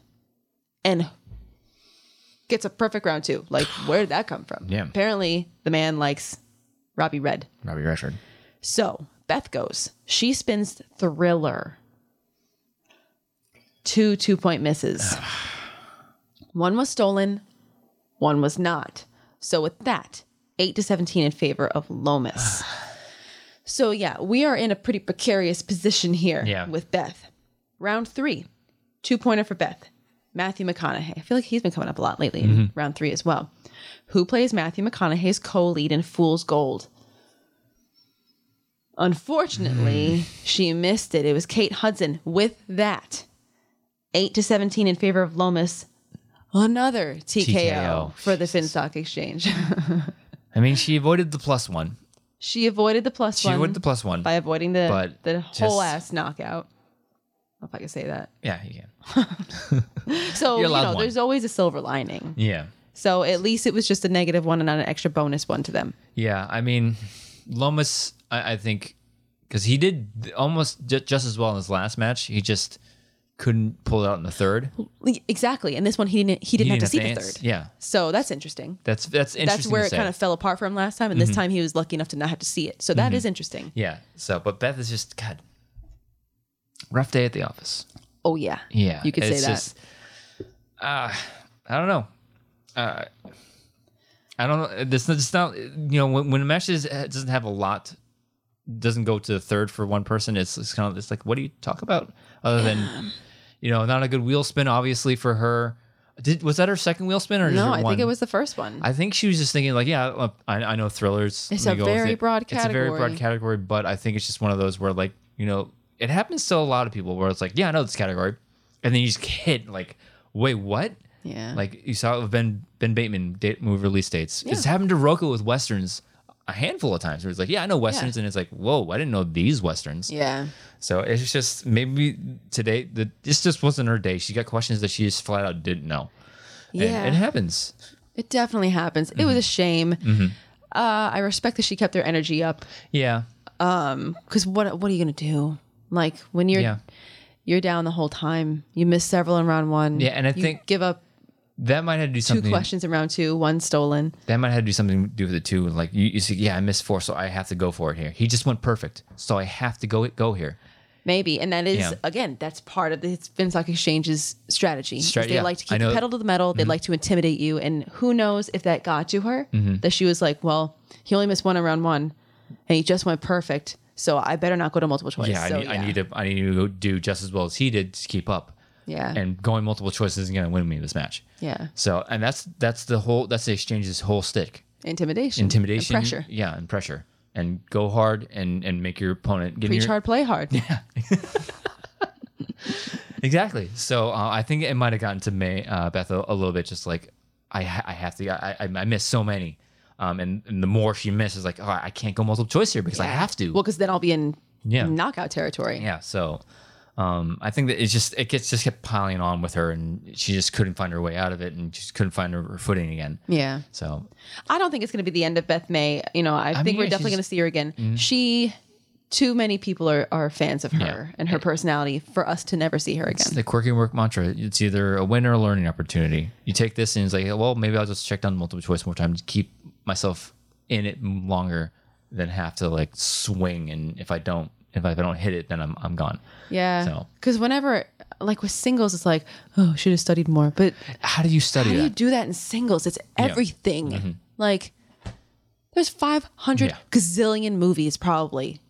[SPEAKER 2] and gets a perfect round two. Like, where did that come from?
[SPEAKER 1] Yeah.
[SPEAKER 2] Apparently, the man likes Robbie Red.
[SPEAKER 1] Robbie Rashford.
[SPEAKER 2] So Beth goes. She spins Thriller. Two two point misses. one was stolen, one was not. So with that, 8 to 17 in favor of Lomas. so yeah, we are in a pretty precarious position here
[SPEAKER 1] Yeah.
[SPEAKER 2] with Beth. Round 3. Two pointer for Beth. Matthew McConaughey. I feel like he's been coming up a lot lately in round 3 as well. Who plays Matthew McConaughey's co-lead in Fool's Gold?
[SPEAKER 1] Hmm.
[SPEAKER 2] Unfortunately, she missed it. It was Kate Hudson with that. 8 to 17 in favor of Lomas. Another TKO,
[SPEAKER 1] TKO.
[SPEAKER 2] for the Finstock Exchange.
[SPEAKER 1] I mean, she avoided the plus one.
[SPEAKER 2] she avoided the plus
[SPEAKER 1] She
[SPEAKER 2] one
[SPEAKER 1] avoided the plus one.
[SPEAKER 2] by avoiding the,
[SPEAKER 1] but
[SPEAKER 2] the whole
[SPEAKER 1] just-
[SPEAKER 2] ass knockout. I don't know if I can say that.
[SPEAKER 1] yeah, you can.
[SPEAKER 2] So, you
[SPEAKER 1] allowed
[SPEAKER 2] know,
[SPEAKER 1] one.
[SPEAKER 2] there's always a silver lining.
[SPEAKER 1] Yeah.
[SPEAKER 2] So at least it was just a negative one and not an extra bonus one to them.
[SPEAKER 1] Yeah, I mean, Lomas, I, I think, because he did almost ju- just as well in his last match. He just couldn't pull it out in the third. He
[SPEAKER 2] Exactly. And this one, he didn't, he didn't have to see the
[SPEAKER 1] ans-
[SPEAKER 2] third.
[SPEAKER 1] Yeah,
[SPEAKER 2] So that's interesting.
[SPEAKER 1] that's that's interesting.
[SPEAKER 2] that's where
[SPEAKER 1] to
[SPEAKER 2] it
[SPEAKER 1] say. Mm-hmm.
[SPEAKER 2] kind of fell apart from last time and this time he was lucky enough to not have to see it so that is interesting
[SPEAKER 1] yeah. So, but Beth is just God. Rough day at the office.
[SPEAKER 2] oh yeah
[SPEAKER 1] Yeah,
[SPEAKER 2] you could say
[SPEAKER 1] it's
[SPEAKER 2] that
[SPEAKER 1] just- I don't know. Uh, I don't know. This is not you know when when a match is, doesn't have a lot, doesn't go to the third for one person. It's, it's kind of it's like what do you talk about other than you know not a good wheel spin obviously for her. Did was that her second wheel spin or is
[SPEAKER 2] no
[SPEAKER 1] there
[SPEAKER 2] i
[SPEAKER 1] one?
[SPEAKER 2] think it was the first one
[SPEAKER 1] I think she was just thinking like, yeah, I, I know thrillers.
[SPEAKER 2] It's
[SPEAKER 1] let
[SPEAKER 2] a
[SPEAKER 1] me go with
[SPEAKER 2] very
[SPEAKER 1] it.
[SPEAKER 2] broad
[SPEAKER 1] It's a very
[SPEAKER 2] category.
[SPEAKER 1] broad category, but I think it's just one of those where like you know it happens to a lot of people where it's like, yeah, I know this category, and then you just hit like, wait, what?
[SPEAKER 2] yeah
[SPEAKER 1] Like you saw it with Ben Ben Bateman date move release dates. It's happened to Rocco with westerns a handful of times where it's like, yeah, I know westerns, and it's like, whoa, I didn't know these westerns.
[SPEAKER 2] yeah
[SPEAKER 1] So it's just maybe today the, this just wasn't her day. She got questions that she just flat out didn't know. And
[SPEAKER 2] Yeah.
[SPEAKER 1] it Mm-hmm. happens.
[SPEAKER 2] it definitely happens it was a shame uh, i respect that she kept her energy up
[SPEAKER 1] Yeah.
[SPEAKER 2] because what what are you gonna do like when you're
[SPEAKER 1] Yeah.
[SPEAKER 2] you're down the whole time you miss several in round one
[SPEAKER 1] Yeah, and I
[SPEAKER 2] you
[SPEAKER 1] think
[SPEAKER 2] give up
[SPEAKER 1] That might have to do
[SPEAKER 2] two
[SPEAKER 1] something.
[SPEAKER 2] questions in round two one stolen
[SPEAKER 1] That might have to do something to do with it too. Like you, you see, yeah, I missed four, so I have to go for it here. He just went perfect, so I have to go go here.
[SPEAKER 2] Maybe. And that is,
[SPEAKER 1] Yeah.
[SPEAKER 2] again, that's part of the Finstock Exchange's strategy. is
[SPEAKER 1] Strat-
[SPEAKER 2] they
[SPEAKER 1] yeah,
[SPEAKER 2] like to
[SPEAKER 1] I
[SPEAKER 2] keep
[SPEAKER 1] know Mm-hmm.
[SPEAKER 2] the
[SPEAKER 1] that.
[SPEAKER 2] pedal to the metal. They like to intimidate you. And who knows if that got to her,
[SPEAKER 1] Mm-hmm.
[SPEAKER 2] that she was like, well, he only missed one in round one and he just went perfect. So I better not go to multiple choice.
[SPEAKER 1] Yeah, I,
[SPEAKER 2] So,
[SPEAKER 1] need, I need to I need to go do just as well as he did to keep up.
[SPEAKER 2] Yeah.
[SPEAKER 1] and going multiple choices isn't going to win me this match.
[SPEAKER 2] Yeah.
[SPEAKER 1] So and that's that's the whole that's the exchange's whole stick
[SPEAKER 2] Intimidation. and
[SPEAKER 1] intimidation,
[SPEAKER 2] pressure.
[SPEAKER 1] yeah, and pressure, and go hard and and make your opponent give me
[SPEAKER 2] Preach
[SPEAKER 1] your,
[SPEAKER 2] hard, play hard.
[SPEAKER 1] Exactly. So uh, I think it might have gotten to May uh, Beth a, a little bit, just like I ha- I have to I I, I miss so many, um, and, and the more she misses, like oh I can't go multiple choice here because I have to.
[SPEAKER 2] Well, because then I'll be in
[SPEAKER 1] Yeah.
[SPEAKER 2] knockout territory.
[SPEAKER 1] yeah. So um, I think that it's just it gets just kept piling on with her, and she just couldn't find her way out of it, and just couldn't find her, her footing again.
[SPEAKER 2] Yeah.
[SPEAKER 1] So
[SPEAKER 2] I don't think it's going to be the end of Beth May. You know, I, think
[SPEAKER 1] mean, Mm-hmm.
[SPEAKER 2] we're
[SPEAKER 1] yeah,
[SPEAKER 2] definitely
[SPEAKER 1] she's-
[SPEAKER 2] going to see her again. She, too many people are, are fans of her and her personality for us to never see her
[SPEAKER 1] it's
[SPEAKER 2] again.
[SPEAKER 1] the quirky work mantra. It's either a win or a learning opportunity. You take this and it's like, well, maybe I'll just check down multiple choice more time to keep myself in it longer than have to like swing. And if I don't, if I don't hit it, then I'm, I'm gone.
[SPEAKER 2] Yeah.
[SPEAKER 1] So-
[SPEAKER 2] Because whenever, like with singles, it's like, oh, should have studied more. But
[SPEAKER 1] How do you study
[SPEAKER 2] how do you
[SPEAKER 1] that?
[SPEAKER 2] do that in singles? It's everything. Like, there's 500
[SPEAKER 1] Mm-hmm. Yeah.
[SPEAKER 2] gazillion movies probably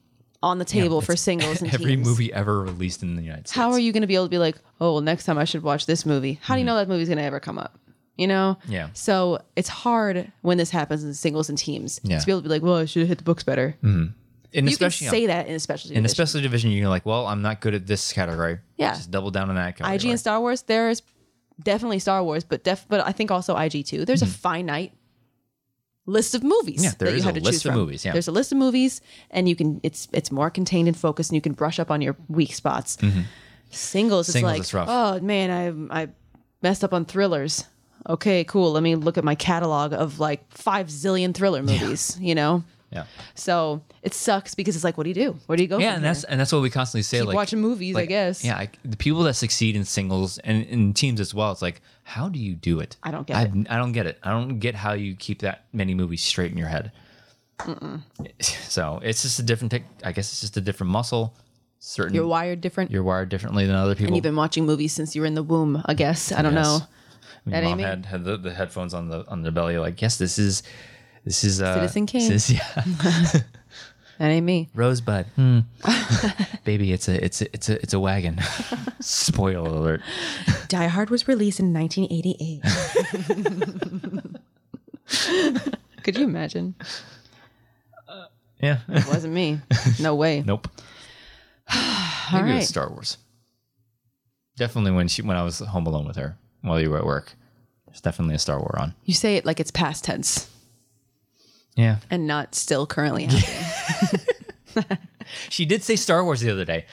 [SPEAKER 2] on the table for singles and
[SPEAKER 1] Every
[SPEAKER 2] teams.
[SPEAKER 1] movie ever released in the United States.
[SPEAKER 2] How are you going to be able to be like, oh, well, next time I should watch this movie? How do you know that movie's going to ever come up? You know?
[SPEAKER 1] Mm-hmm. Yeah.
[SPEAKER 2] So it's hard when this happens in singles and teams
[SPEAKER 1] Yeah.
[SPEAKER 2] to be able to be like, well, I should have hit the books better.
[SPEAKER 1] and
[SPEAKER 2] You can
[SPEAKER 1] especially
[SPEAKER 2] say that in a specialty.
[SPEAKER 1] in a
[SPEAKER 2] division.
[SPEAKER 1] specialty division, you're like, well, I'm not good at this category.
[SPEAKER 2] Yeah.
[SPEAKER 1] Just double down on that category.
[SPEAKER 2] IG and Star Wars, there's definitely Star Wars, but def but I think also IG two. There's a finite list of movies
[SPEAKER 1] Mm-hmm. Yeah, there
[SPEAKER 2] that you
[SPEAKER 1] is
[SPEAKER 2] had
[SPEAKER 1] a
[SPEAKER 2] to
[SPEAKER 1] list
[SPEAKER 2] choose
[SPEAKER 1] of
[SPEAKER 2] from.
[SPEAKER 1] movies, yeah.
[SPEAKER 2] There's a list of movies and you can it's it's more contained and focused and you can brush up on your weak spots. Singles,
[SPEAKER 1] Mm-hmm. Singles
[SPEAKER 2] it's
[SPEAKER 1] is
[SPEAKER 2] like
[SPEAKER 1] rough.
[SPEAKER 2] oh man, I I messed up on thrillers. Okay, cool. Let me look at my catalog of like five zillion thriller movies, you know?
[SPEAKER 1] Yeah.
[SPEAKER 2] So it sucks because it's like, what do you do? Where do you go?
[SPEAKER 1] Yeah,
[SPEAKER 2] from
[SPEAKER 1] and
[SPEAKER 2] here?
[SPEAKER 1] that's and that's what we constantly say. like
[SPEAKER 2] watching movies, I
[SPEAKER 1] like,
[SPEAKER 2] guess.
[SPEAKER 1] Yeah, I, the people that succeed in singles and in teams as well. It's like, how do you do it?
[SPEAKER 2] I don't get
[SPEAKER 1] I've, I don't get it. I don't get how you keep that many movies straight in your head. So it's just a different. Tech, I guess it's just a different muscle. Certain
[SPEAKER 2] you're wired different.
[SPEAKER 1] you're wired differently than other people.
[SPEAKER 2] and you've been watching movies since you were in the womb, I guess. I don't
[SPEAKER 1] Yes.
[SPEAKER 2] know.
[SPEAKER 1] My
[SPEAKER 2] that
[SPEAKER 1] mom
[SPEAKER 2] Amy?
[SPEAKER 1] had, had the, the headphones on the on the belly. Like, yes, this is this is uh,
[SPEAKER 2] Citizen Kane.
[SPEAKER 1] this- yeah.
[SPEAKER 2] That ain't me.
[SPEAKER 1] Rosebud, Hmm. baby, it's a it's a it's a it's a wagon. Spoiler alert.
[SPEAKER 2] Die Hard was released in 1988. Could you imagine?
[SPEAKER 1] Yeah.
[SPEAKER 2] It wasn't me. No way.
[SPEAKER 1] Nope.
[SPEAKER 2] All
[SPEAKER 1] Maybe it
[SPEAKER 2] right.
[SPEAKER 1] was Star Wars. Definitely when she when I was home alone with her while you were at work. There's definitely a Star Wars on.
[SPEAKER 2] You say it like it's past tense
[SPEAKER 1] Yeah.
[SPEAKER 2] and not still currently happening.
[SPEAKER 1] She did say Star Wars the other day,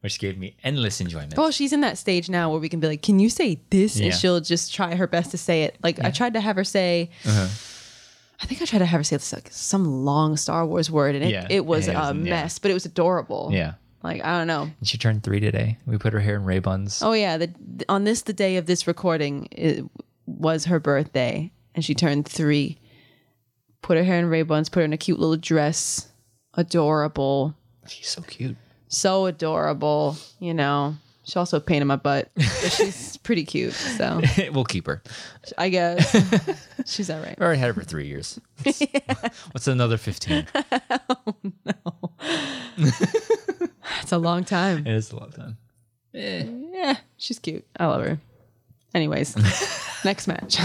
[SPEAKER 1] which gave me endless enjoyment.
[SPEAKER 2] well, she's in that stage now where we can be like, "Can you say this?"
[SPEAKER 1] Yeah.
[SPEAKER 2] And she'll just try her best to say it. Like I tried to have her say.
[SPEAKER 1] Uh-huh.
[SPEAKER 2] I think I tried to have her say this, like, some long Star Wars word, and it,
[SPEAKER 1] Yeah.
[SPEAKER 2] it was
[SPEAKER 1] It
[SPEAKER 2] a
[SPEAKER 1] isn't, yeah.
[SPEAKER 2] mess, but it was adorable.
[SPEAKER 1] Yeah.
[SPEAKER 2] Like I don't know.
[SPEAKER 1] And she turned three today. We put her hair in ray buns.
[SPEAKER 2] Oh yeah, the, on this the day of this recording it was her birthday, and she turned three. Put her hair in ray buns. Put her in a cute little dress. Adorable,
[SPEAKER 1] She's so cute.
[SPEAKER 2] so adorable. You know, she's also a pain in my butt, but she's pretty cute. So
[SPEAKER 1] we'll keep her.
[SPEAKER 2] I guess she's all right.
[SPEAKER 1] We already had her for three years. What's, what's another fifteen?
[SPEAKER 2] It's a long time.
[SPEAKER 1] It is a lot of time.
[SPEAKER 2] Yeah, she's cute. I love her. Anyways, next match.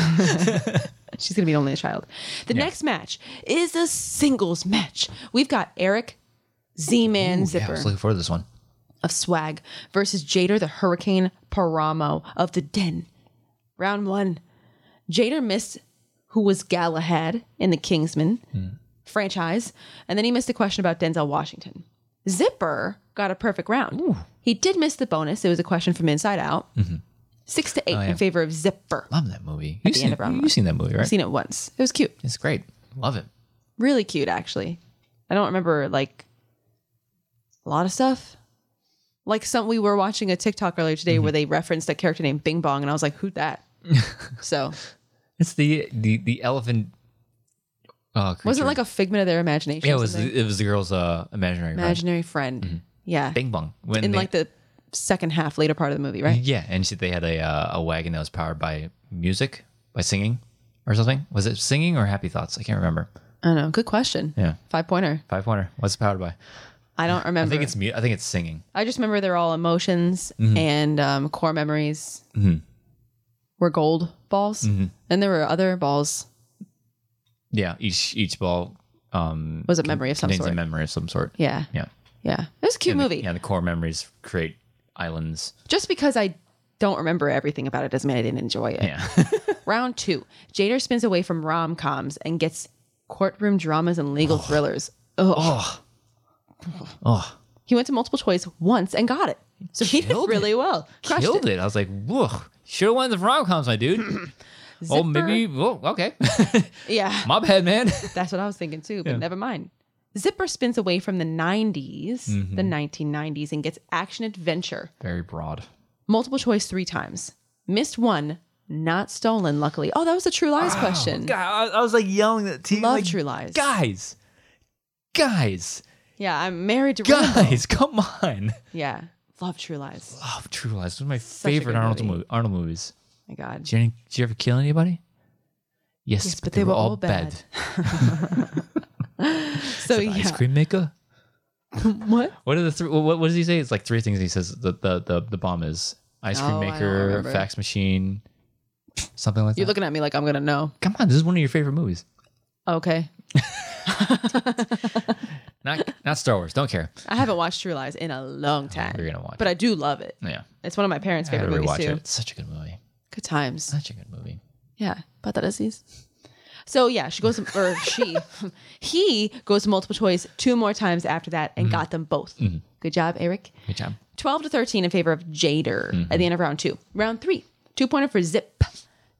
[SPEAKER 2] she's gonna be only a child. The next match is a singles match. We've got Eric Z-Man
[SPEAKER 1] Yeah, I
[SPEAKER 2] Zipper
[SPEAKER 1] was looking forward to this one.
[SPEAKER 2] of Swag versus Jader the Hurricane Paramo of the Den. Round one. Jader missed who was Galahad in the Kingsman franchise, and then he missed a question about Denzel Washington. Zipper got a perfect round. He did miss the bonus. It was a question from Inside Out. Six to eight in favor of Zipper.
[SPEAKER 1] Love that movie. You've
[SPEAKER 2] the
[SPEAKER 1] seen,
[SPEAKER 2] end of round
[SPEAKER 1] you've seen that movie, right?
[SPEAKER 2] I've seen it once. It was cute.
[SPEAKER 1] it's great. Love it.
[SPEAKER 2] Really cute, actually. I don't remember like a lot of stuff. Like some we were watching a TikTok earlier today
[SPEAKER 1] Mm-hmm.
[SPEAKER 2] where they referenced a character named Bing Bong and I was like, who'd that? so
[SPEAKER 1] It's the the the elephant. Uh,
[SPEAKER 2] was
[SPEAKER 1] creature.
[SPEAKER 2] it like a figment of their imagination?
[SPEAKER 1] Yeah,
[SPEAKER 2] or
[SPEAKER 1] it was
[SPEAKER 2] something?
[SPEAKER 1] the, it was the girl's uh, imaginary friend.
[SPEAKER 2] imaginary friend. Yeah.
[SPEAKER 1] Bing bong. When
[SPEAKER 2] In
[SPEAKER 1] they-
[SPEAKER 2] like the second half, later part of the movie, right?
[SPEAKER 1] yeah, and she, they had a uh, a wagon that was powered by music, by singing, or something. Was it singing or happy thoughts? I can't remember.
[SPEAKER 2] I don't know. Good question.
[SPEAKER 1] Mm-hmm. Yeah,
[SPEAKER 2] Five pointer.
[SPEAKER 1] five pointer. What's it powered by?
[SPEAKER 2] I don't
[SPEAKER 1] I
[SPEAKER 2] remember. I,
[SPEAKER 1] think it's Mm-hmm. mu- I think it's singing.
[SPEAKER 2] just remember they're all emotions and um, core memories
[SPEAKER 1] Mm-hmm.
[SPEAKER 2] were gold balls. And there were other balls.
[SPEAKER 1] Yeah, each each ball um,
[SPEAKER 2] Was it memory of some
[SPEAKER 1] contains a
[SPEAKER 2] sort?
[SPEAKER 1] memory of some sort.
[SPEAKER 2] Yeah.
[SPEAKER 1] Yeah,
[SPEAKER 2] Yeah. It was a cute movie.
[SPEAKER 1] yeah. The core memories create islands.
[SPEAKER 2] Just because I don't remember everything about it doesn't mean I didn't enjoy it.
[SPEAKER 1] Yeah,
[SPEAKER 2] Round two. Jader spins away from rom coms and gets courtroom dramas and legal thrillers. Ugh.
[SPEAKER 1] oh,
[SPEAKER 2] He went to multiple choice once and got it. So he
[SPEAKER 1] Killed
[SPEAKER 2] did really well. Crushed
[SPEAKER 1] killed
[SPEAKER 2] it.
[SPEAKER 1] it. I was like, whoa, should have won the rom coms, my dude. oh,
[SPEAKER 2] Zipper.
[SPEAKER 1] maybe. Oh, okay.
[SPEAKER 2] Yeah.
[SPEAKER 1] My bad, man.
[SPEAKER 2] That's what I was thinking too, but never mind. Zipper spins away from the 90s,
[SPEAKER 1] Mm-hmm.
[SPEAKER 2] the 1990s, and gets action adventure.
[SPEAKER 1] Very broad.
[SPEAKER 2] Multiple choice three times. Missed one, not stolen, luckily. Oh, that was a true lies question.
[SPEAKER 1] God, I, I was like yelling at team.
[SPEAKER 2] Love
[SPEAKER 1] like,
[SPEAKER 2] True Lies.
[SPEAKER 1] Guys, guys,
[SPEAKER 2] Yeah, I'm married to Rambo.
[SPEAKER 1] guys, come on.
[SPEAKER 2] Yeah. Love True Lies. Oh
[SPEAKER 1] Love True Lies. One of my
[SPEAKER 2] a
[SPEAKER 1] favorite
[SPEAKER 2] good
[SPEAKER 1] Arnold,
[SPEAKER 2] movie.
[SPEAKER 1] movie. Arnold movies.
[SPEAKER 2] my God.
[SPEAKER 1] Did you, did you ever kill anybody? Yes,
[SPEAKER 2] Yes, but they were all bad. So
[SPEAKER 1] Ice
[SPEAKER 2] yeah.
[SPEAKER 1] cream maker.
[SPEAKER 2] What?
[SPEAKER 1] What are the three? What, what does he say? It's like three things. He says the the the, the bomb is ice cream
[SPEAKER 2] Oh, I don't
[SPEAKER 1] maker,
[SPEAKER 2] remember.
[SPEAKER 1] fax machine, something like
[SPEAKER 2] You're
[SPEAKER 1] that.
[SPEAKER 2] looking at me like I'm gonna know.
[SPEAKER 1] Come on, this is one of your favorite movies.
[SPEAKER 2] Okay.
[SPEAKER 1] Not not Star Wars. Don't care.
[SPEAKER 2] I haven't watched True Lies in a long time.
[SPEAKER 1] You're gonna watch
[SPEAKER 2] But I do love it.
[SPEAKER 1] Yeah,
[SPEAKER 2] It's one of my parents'
[SPEAKER 1] I gotta
[SPEAKER 2] favorite movies
[SPEAKER 1] rewatch
[SPEAKER 2] too.
[SPEAKER 1] it. It's such a good movie.
[SPEAKER 2] Good times.
[SPEAKER 1] Such a good movie.
[SPEAKER 2] Yeah, about that disease. So yeah, she goes or she he goes to multiple choice two more times after that
[SPEAKER 1] Mm-hmm.
[SPEAKER 2] and got them both. Good job, Eric.
[SPEAKER 1] Good job.
[SPEAKER 2] 12 to 13 in favor of Jader
[SPEAKER 1] Mm-hmm.
[SPEAKER 2] at the end of round two. Round three, two pointer for Zip.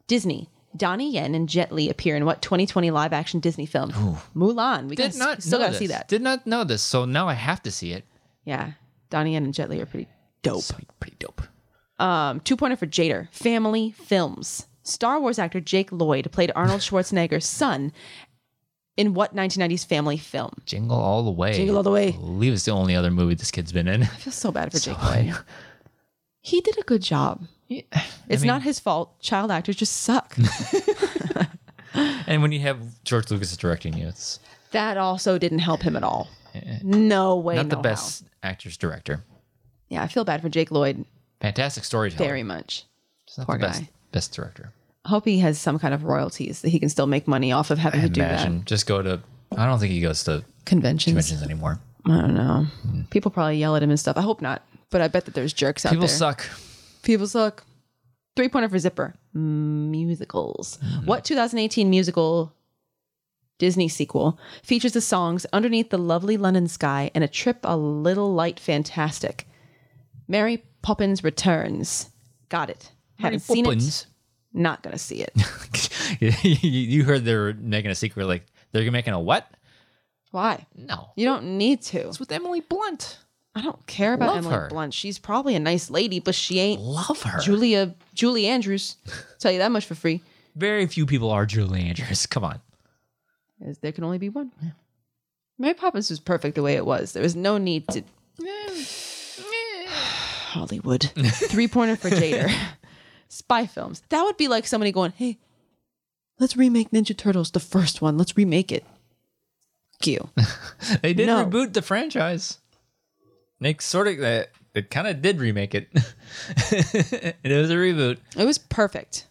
[SPEAKER 2] Disney. Donnie Yen and Jet Li appear in what 2020 live action Disney film? Mulan. We
[SPEAKER 1] Did
[SPEAKER 2] gotta-
[SPEAKER 1] not
[SPEAKER 2] still
[SPEAKER 1] know
[SPEAKER 2] got to
[SPEAKER 1] this.
[SPEAKER 2] see that.
[SPEAKER 1] Did not know this, so now I have to see it.
[SPEAKER 2] Yeah. Donnie Yen and Jet Li are pretty dope.
[SPEAKER 1] It's pretty dope.
[SPEAKER 2] Um, two pointer for Jader. Family films. Star Wars actor Jake Lloyd played Arnold Schwarzenegger's son in what 1990s family film?
[SPEAKER 1] Jingle all the way.
[SPEAKER 2] Jingle All the Way.
[SPEAKER 1] I believe it's the only other movie this kid's been in.
[SPEAKER 2] I feel so bad for Jake Lloyd. He did a good job. It's not his fault. Child actors just suck.
[SPEAKER 1] And when you have George Lucas directing you, it's
[SPEAKER 2] that also didn't help him at all. No way.
[SPEAKER 1] not the
[SPEAKER 2] no how.
[SPEAKER 1] best actress director.
[SPEAKER 2] Yeah, I feel bad for Jake Lloyd
[SPEAKER 1] Fantastic storyteller.
[SPEAKER 2] very much.
[SPEAKER 1] It's not
[SPEAKER 2] poor
[SPEAKER 1] the best
[SPEAKER 2] guy.
[SPEAKER 1] best director.
[SPEAKER 2] I hope he has some kind of royalties that he can still make money off of having to do that.
[SPEAKER 1] Imagine just go to. I don't think he goes to
[SPEAKER 2] Conventions.
[SPEAKER 1] conventions anymore.
[SPEAKER 2] I don't know.
[SPEAKER 1] Hmm.
[SPEAKER 2] People probably yell at him and stuff. I hope not. But I bet that there's jerks out
[SPEAKER 1] People
[SPEAKER 2] there.
[SPEAKER 1] suck.
[SPEAKER 2] People suck. Three pointer for Zipper. Musicals.
[SPEAKER 1] Hmm.
[SPEAKER 2] What 2018 musical Disney sequel features the songs Underneath the Lovely London Sky and A Trip a Little Light Fantastic? Mary Poppins Returns. Got it. Haven't seen it. Not going to see it.
[SPEAKER 1] you heard they're making a secret. Like they're making a what?
[SPEAKER 2] Why?
[SPEAKER 1] No,
[SPEAKER 2] You don't need to.
[SPEAKER 1] it's with Emily Blunt.
[SPEAKER 2] I don't care about
[SPEAKER 1] Love
[SPEAKER 2] Emily
[SPEAKER 1] her.
[SPEAKER 2] Blunt. She's probably a nice lady, but she ain't
[SPEAKER 1] Love her.
[SPEAKER 2] Julia Julie Andrews. Tell you that much for free.
[SPEAKER 1] Very few people are Julie Andrews. Come on.
[SPEAKER 2] as there can only be one. Mary Poppins was perfect the way it was. There was no need to Hollywood. Three pointer for Jader. Spy films. That would be like somebody going, "Hey, let's remake Ninja Turtles, the first one. Let's remake it." Fuck you.
[SPEAKER 1] They did
[SPEAKER 2] No.
[SPEAKER 1] reboot the franchise. Nick sort of that. It kind of did remake it. it was a reboot.
[SPEAKER 2] It was perfect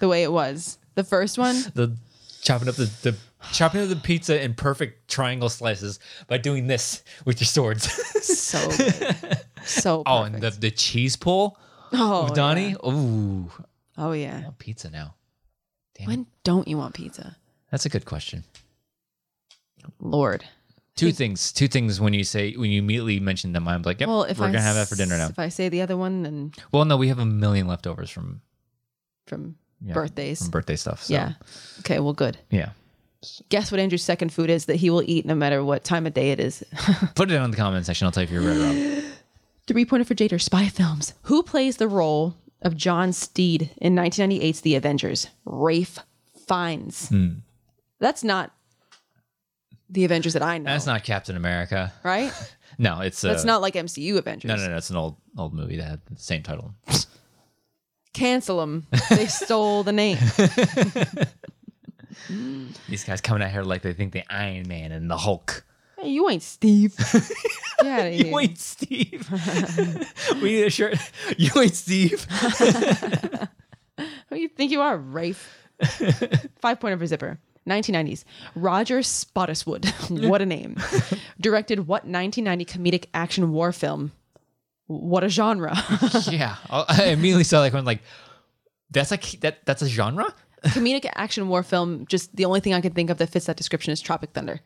[SPEAKER 2] the way it was. The first one,
[SPEAKER 1] The chopping up the, the chopping up the pizza in perfect triangle slices by doing this with your swords.
[SPEAKER 2] so good. so perfect.
[SPEAKER 1] oh, and the, the cheese pull
[SPEAKER 2] oh,
[SPEAKER 1] with Donnie. Ooh,
[SPEAKER 2] Yeah. Oh yeah.
[SPEAKER 1] I want pizza now.
[SPEAKER 2] When don't you want pizza?
[SPEAKER 1] That's a good question.
[SPEAKER 2] Lord.
[SPEAKER 1] Two things. Two things. When you say when you immediately mention them, I'm like, yep,
[SPEAKER 2] Well, if
[SPEAKER 1] we're
[SPEAKER 2] I
[SPEAKER 1] gonna have that for dinner now.
[SPEAKER 2] s- If I say the other one, then
[SPEAKER 1] Well, no, we have a million leftovers from,
[SPEAKER 2] from
[SPEAKER 1] yeah,
[SPEAKER 2] birthdays.
[SPEAKER 1] from birthday stuff. So,
[SPEAKER 2] Yeah. Okay. Well, good.
[SPEAKER 1] yeah.
[SPEAKER 2] Guess what Andrew's second food is that he will eat no matter what time of day it is.
[SPEAKER 1] Put it in the comment section. I'll tell you if you're right or wrong.
[SPEAKER 2] Three pointer for Jader. Spy films. Who plays the role of John Steed in 1998's The Avengers? Rafe Fiennes.
[SPEAKER 1] Hmm.
[SPEAKER 2] That's not the Avengers that I know.
[SPEAKER 1] That's not Captain America.
[SPEAKER 2] right.
[SPEAKER 1] No, it's uh,
[SPEAKER 2] That's not like MCU Avengers.
[SPEAKER 1] No, no, no. It's an old old movie that had the same title.
[SPEAKER 2] Cancel them. They stole the name.
[SPEAKER 1] These guys coming out here like they think the Iron Man and the Hulk.
[SPEAKER 2] Hey, you ain't Steve. Get out of here.
[SPEAKER 1] You ain't Steve. we need a shirt. You ain't Steve.
[SPEAKER 2] Who you think you are, Rafe? Five pointer for Zipper. 1990s. Roger Spottiswood. what a name. Directed what 1990 comedic action war film? What a genre.
[SPEAKER 1] yeah, I I immediately saw that one. Like that's like that. That's a genre.
[SPEAKER 2] comedic action war film. Just the only thing I can think of that fits that description is Tropic Thunder.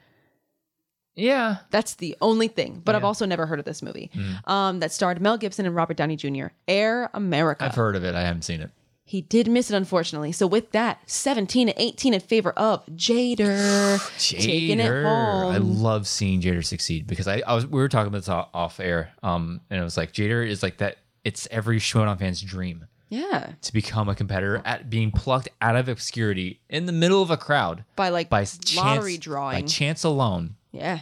[SPEAKER 1] Yeah,
[SPEAKER 2] That's the only thing. But I've also never heard of this movie.
[SPEAKER 1] Hmm.
[SPEAKER 2] Um, that starred Mel Gibson and Robert Downey Jr. Air America.
[SPEAKER 1] I've heard of it. I haven't seen it.
[SPEAKER 2] He did miss it, unfortunately. So with that, 17 and 18 in favor of Jader. Taking it home.
[SPEAKER 1] I love seeing Jader succeed because I, I was we were talking about this off, off air, um, and it was like Jader is like that. It's every Shimodan fan's dream
[SPEAKER 2] yeah.
[SPEAKER 1] to become a competitor at being plucked out of obscurity in the middle of a crowd
[SPEAKER 2] By like
[SPEAKER 1] by s-
[SPEAKER 2] lottery
[SPEAKER 1] chance,
[SPEAKER 2] drawing.
[SPEAKER 1] by chance alone,
[SPEAKER 2] yeah.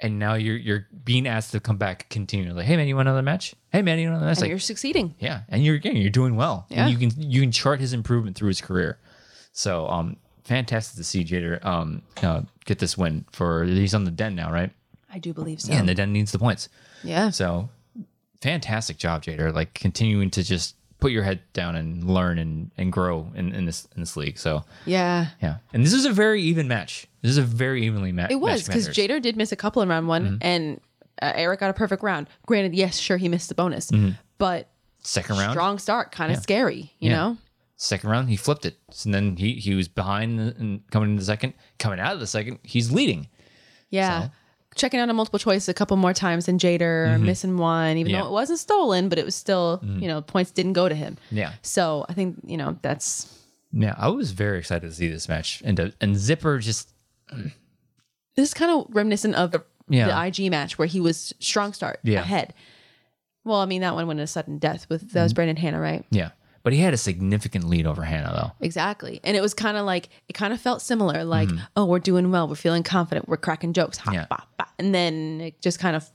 [SPEAKER 1] and now you're you're being asked to come back continually. Hey man, you want another match? Hey man, you want another match?
[SPEAKER 2] and
[SPEAKER 1] Like,
[SPEAKER 2] you're succeeding.
[SPEAKER 1] yeah, and you're again, you're doing well,
[SPEAKER 2] Yeah.
[SPEAKER 1] and you can you can chart his improvement through his career. So, um, fantastic to see Jader um uh, get this win for he's on the den now, right?
[SPEAKER 2] I do believe so.
[SPEAKER 1] Yeah, and the den needs the points.
[SPEAKER 2] Yeah.
[SPEAKER 1] So, fantastic job, Jader. Like continuing to just put your head down and learn and and grow in in this in this league. So,
[SPEAKER 2] Yeah.
[SPEAKER 1] yeah, and this is a very even match. This is a very evenly match. Mm-hmm.
[SPEAKER 2] It was because Jader did miss a couple in round one, and uh, Eric got a perfect round. Granted, yes, sure, he missed the bonus, but
[SPEAKER 1] second Mm-hmm. round.
[SPEAKER 2] strong start, kind of scary, you
[SPEAKER 1] Yeah.
[SPEAKER 2] know?
[SPEAKER 1] Second round, he flipped it. And then he, he was behind and coming into the second, coming out of the second, he's leading.
[SPEAKER 2] Yeah.
[SPEAKER 1] So- Mm-hmm.
[SPEAKER 2] Checking out a multiple choice a couple more times and Jader missing one, even
[SPEAKER 1] Yeah. Mm-hmm.
[SPEAKER 2] though it wasn't stolen, but it was still, you know, points didn't go to him.
[SPEAKER 1] Yeah.
[SPEAKER 2] So I think, you know, that's
[SPEAKER 1] Yeah, I was very excited to see this match. And to, and Zipper just
[SPEAKER 2] this is kind of reminiscent of
[SPEAKER 1] Yeah.
[SPEAKER 2] the IG match where he was strong start
[SPEAKER 1] Yeah.
[SPEAKER 2] ahead. Well, I mean that one went a sudden death with
[SPEAKER 1] Mm-hmm.
[SPEAKER 2] that was Brandon Hannah, right?
[SPEAKER 1] yeah. But he had a significant lead over Hannah though.
[SPEAKER 2] Exactly. And it was kind of like it kind of felt similar, like, oh, we're doing well, we're feeling confident, we're cracking jokes, ha,
[SPEAKER 1] Mm-hmm. Yeah.
[SPEAKER 2] ba, ba. and then it just kind of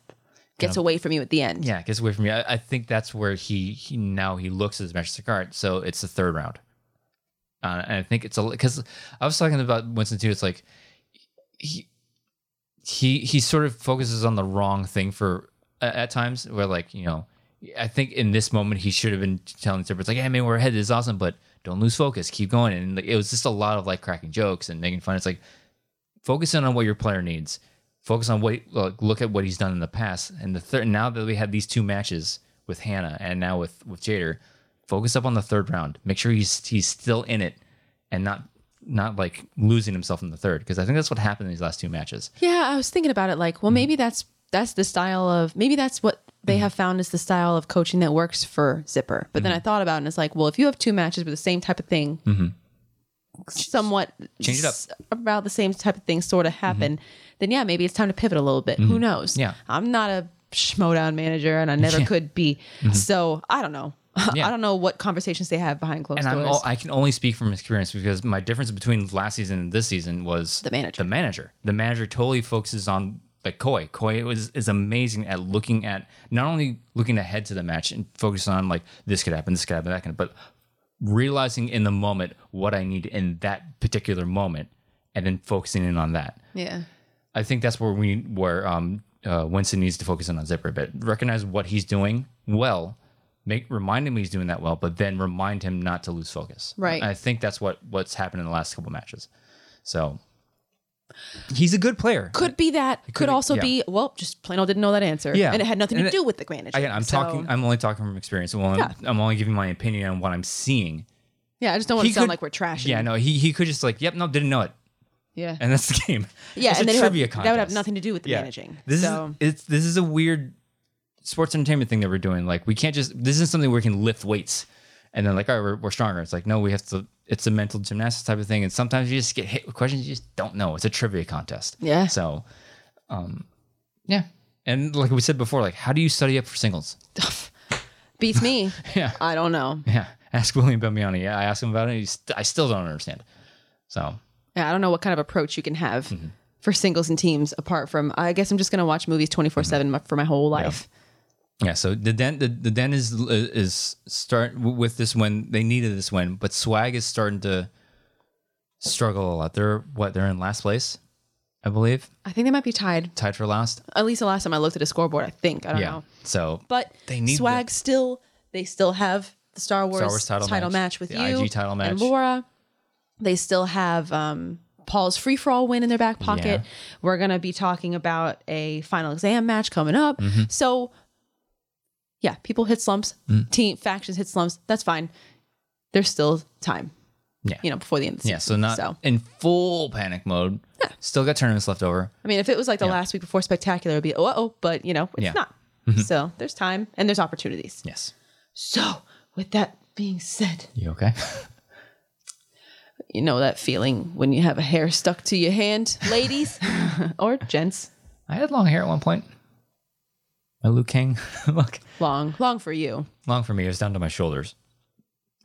[SPEAKER 2] gets away from you at the end.
[SPEAKER 1] Yeah, it gets away from me. I, I think that's where he, he now he looks at his match like, all right, so it's the third round. Uh, and I think it's a because I was talking about Winston too. It's like he he he sort of focuses on the wrong thing for at, at times where like you know I think in this moment he should have been telling Zipper it's like hey man we're ahead this is awesome but don't lose focus keep going and like, it was just a lot of like cracking jokes and making fun. It's like focus in on what your player needs. Focus on what look, look at what he's done in the past. And the third now that we had these two matches with Hannah and now with with Jader, focus up on the third round. Make sure he's he's still in it and not not like losing himself in the third because I think that's what happened in these last two matches.
[SPEAKER 2] Yeah, I was thinking about it like, well, maybe
[SPEAKER 1] Mm-hmm.
[SPEAKER 2] that's that's the style of maybe that's what they have found is the style of coaching that works for Zipper. But
[SPEAKER 1] Mm-hmm.
[SPEAKER 2] then I thought about it and it's like, well, if you have two matches with the same type of thing, somewhat
[SPEAKER 1] Change it up. Mm-hmm.
[SPEAKER 2] s- about the same type of thing sort of happen, then yeah, maybe it's time to pivot a little bit. Who knows?
[SPEAKER 1] Yeah.
[SPEAKER 2] I'm not a schmodown manager and I never could be. So I don't know.
[SPEAKER 1] Mm-hmm. Yeah.
[SPEAKER 2] I don't know what conversations they have behind closed
[SPEAKER 1] And I'm
[SPEAKER 2] doors.
[SPEAKER 1] all, I can only speak from experience because my difference between last season and this season was
[SPEAKER 2] The manager.
[SPEAKER 1] The manager. The manager totally focuses on like Koi. Koi was is amazing at looking at not only looking ahead to the match and focus on like this could happen, this could happen, that could, but realizing in the moment what I need in that particular moment, and then focusing in on that.
[SPEAKER 2] yeah.
[SPEAKER 1] I think that's where we where um uh, Winston needs to focus in on Zipper a bit. Recognize what he's doing well. Make remind him he's doing that well, but then remind him not to lose focus.
[SPEAKER 2] Right.
[SPEAKER 1] I think that's what what's happened in the last couple matches. So he's a good player.
[SPEAKER 2] Could be that. Could,
[SPEAKER 1] be-
[SPEAKER 2] also
[SPEAKER 1] yeah.
[SPEAKER 2] be, well, just plain old didn't know that answer.
[SPEAKER 1] Yeah.
[SPEAKER 2] And it had nothing
[SPEAKER 1] And
[SPEAKER 2] to
[SPEAKER 1] it-
[SPEAKER 2] do with the manager.
[SPEAKER 1] Again, I'm
[SPEAKER 2] So-
[SPEAKER 1] talking. uh, I'm only talking from experience. Well, I'm, I'm only giving my opinion on what I'm seeing.
[SPEAKER 2] Yeah, I just don't want to sound
[SPEAKER 1] could-
[SPEAKER 2] like we're trashing.
[SPEAKER 1] Yeah, no, he he could just like, yep, no, didn't know it,
[SPEAKER 2] yeah,
[SPEAKER 1] and that's the game.
[SPEAKER 2] yeah,
[SPEAKER 1] It's
[SPEAKER 2] and
[SPEAKER 1] a
[SPEAKER 2] then it would-
[SPEAKER 1] trivia
[SPEAKER 2] that would have
[SPEAKER 1] contest.
[SPEAKER 2] nothing to do with the
[SPEAKER 1] Yeah.
[SPEAKER 2] managing.
[SPEAKER 1] This
[SPEAKER 2] so
[SPEAKER 1] is it's this is a weird sports entertainment thing that we're doing. Like we can't just this isn't something where we can lift weights and then like all right we're, we're stronger. It's like no, we have to. It's a mental gymnastics type of thing, and sometimes you just get hit with questions you just don't know. It's a trivia contest.
[SPEAKER 2] Yeah.
[SPEAKER 1] So, um, yeah, and like we said before, like how do you study up for singles?
[SPEAKER 2] beats me.
[SPEAKER 1] Yeah.
[SPEAKER 2] I don't know.
[SPEAKER 1] Yeah. Ask William Bamiani. Yeah, I asked him about it. He's, I still don't understand. So
[SPEAKER 2] Yeah, I don't know what kind of approach you can have
[SPEAKER 1] Mm-hmm.
[SPEAKER 2] for singles and teams apart from. I guess I'm just gonna watch movies
[SPEAKER 1] Mm-hmm.
[SPEAKER 2] 24 seven for my whole life.
[SPEAKER 1] Yeah, so the den the, the den is uh, is start with this win. They needed this win, but Swag is starting to struggle a lot. They're what they're in last place, I believe,
[SPEAKER 2] I think they might be tied.
[SPEAKER 1] tied for last.
[SPEAKER 2] At least the last time I looked at a scoreboard, I think I don't
[SPEAKER 1] yeah,
[SPEAKER 2] know.
[SPEAKER 1] so
[SPEAKER 2] But
[SPEAKER 1] They need
[SPEAKER 2] swag still. They still have the Star Wars,
[SPEAKER 1] Star Wars title match,
[SPEAKER 2] match, with
[SPEAKER 1] the
[SPEAKER 2] you,
[SPEAKER 1] IG title match.
[SPEAKER 2] and Laura. They still have um, Paul's free for all win in their back pocket.
[SPEAKER 1] Yeah.
[SPEAKER 2] We're gonna be talking about a final exam match coming up.
[SPEAKER 1] Mm-hmm.
[SPEAKER 2] So, yeah, people hit slumps.
[SPEAKER 1] Mm.
[SPEAKER 2] Team factions hit slumps. That's fine. There's still time.
[SPEAKER 1] Yeah.
[SPEAKER 2] you know, before the end. Of the
[SPEAKER 1] yeah, so
[SPEAKER 2] season.
[SPEAKER 1] not in full panic mode. Still got tournaments left over.
[SPEAKER 2] I mean, if it was like the last week before spectacular, it'd be oh, oh, but you know, it's
[SPEAKER 1] Yeah. Mm-hmm.
[SPEAKER 2] not. So there's time and there's opportunities.
[SPEAKER 1] Yes,
[SPEAKER 2] So, with that being said,
[SPEAKER 1] you okay?
[SPEAKER 2] you know that feeling when you have a hair stuck to your hand, ladies or gents.
[SPEAKER 1] I had long hair at one point. My Liu Kang look
[SPEAKER 2] Long, long for you.
[SPEAKER 1] long for me. It was down to my shoulders,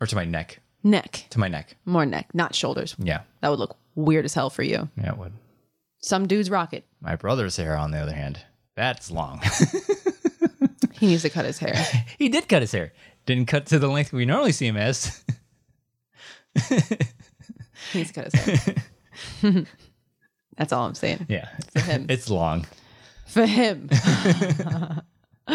[SPEAKER 1] or to my neck,
[SPEAKER 2] Neck,
[SPEAKER 1] to my neck.
[SPEAKER 2] more neck, not shoulders.
[SPEAKER 1] Yeah,
[SPEAKER 2] That would look weird as hell for you.
[SPEAKER 1] yeah, it would.
[SPEAKER 2] Some dudes rock it.
[SPEAKER 1] My brother's hair, on the other hand, that's long.
[SPEAKER 2] He needs to cut his hair.
[SPEAKER 1] he did cut his hair. Didn't cut to the length we normally see him as.
[SPEAKER 2] He needs to cut his hair. That's all I'm saying.
[SPEAKER 1] Yeah.
[SPEAKER 2] him.
[SPEAKER 1] It's long.
[SPEAKER 2] for him.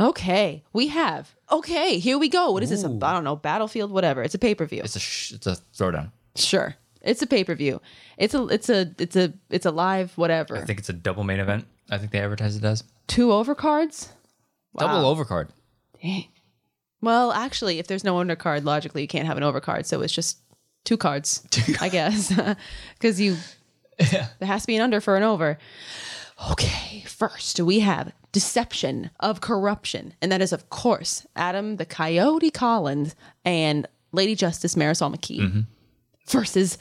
[SPEAKER 2] okay, we have. Okay, here we go. What is this? I I don't know. Battlefield, whatever. It's a pay per view.
[SPEAKER 1] It's a sh- it's a throwdown.
[SPEAKER 2] Sure, it's a pay per view. It's a it's a it's a it's a live whatever.
[SPEAKER 1] I think it's a double main event. I think they advertise it as
[SPEAKER 2] Two overcards.
[SPEAKER 1] double overcard.
[SPEAKER 2] Dang. Well, actually, if there's no undercard, logically you can't have an overcard. So it's just two cards, I guess, because you there has to be an under for an over. Okay, first we have deception of corruption, and that is of course Adam the Coyote Collins and Lady Justice Marisol McKee versus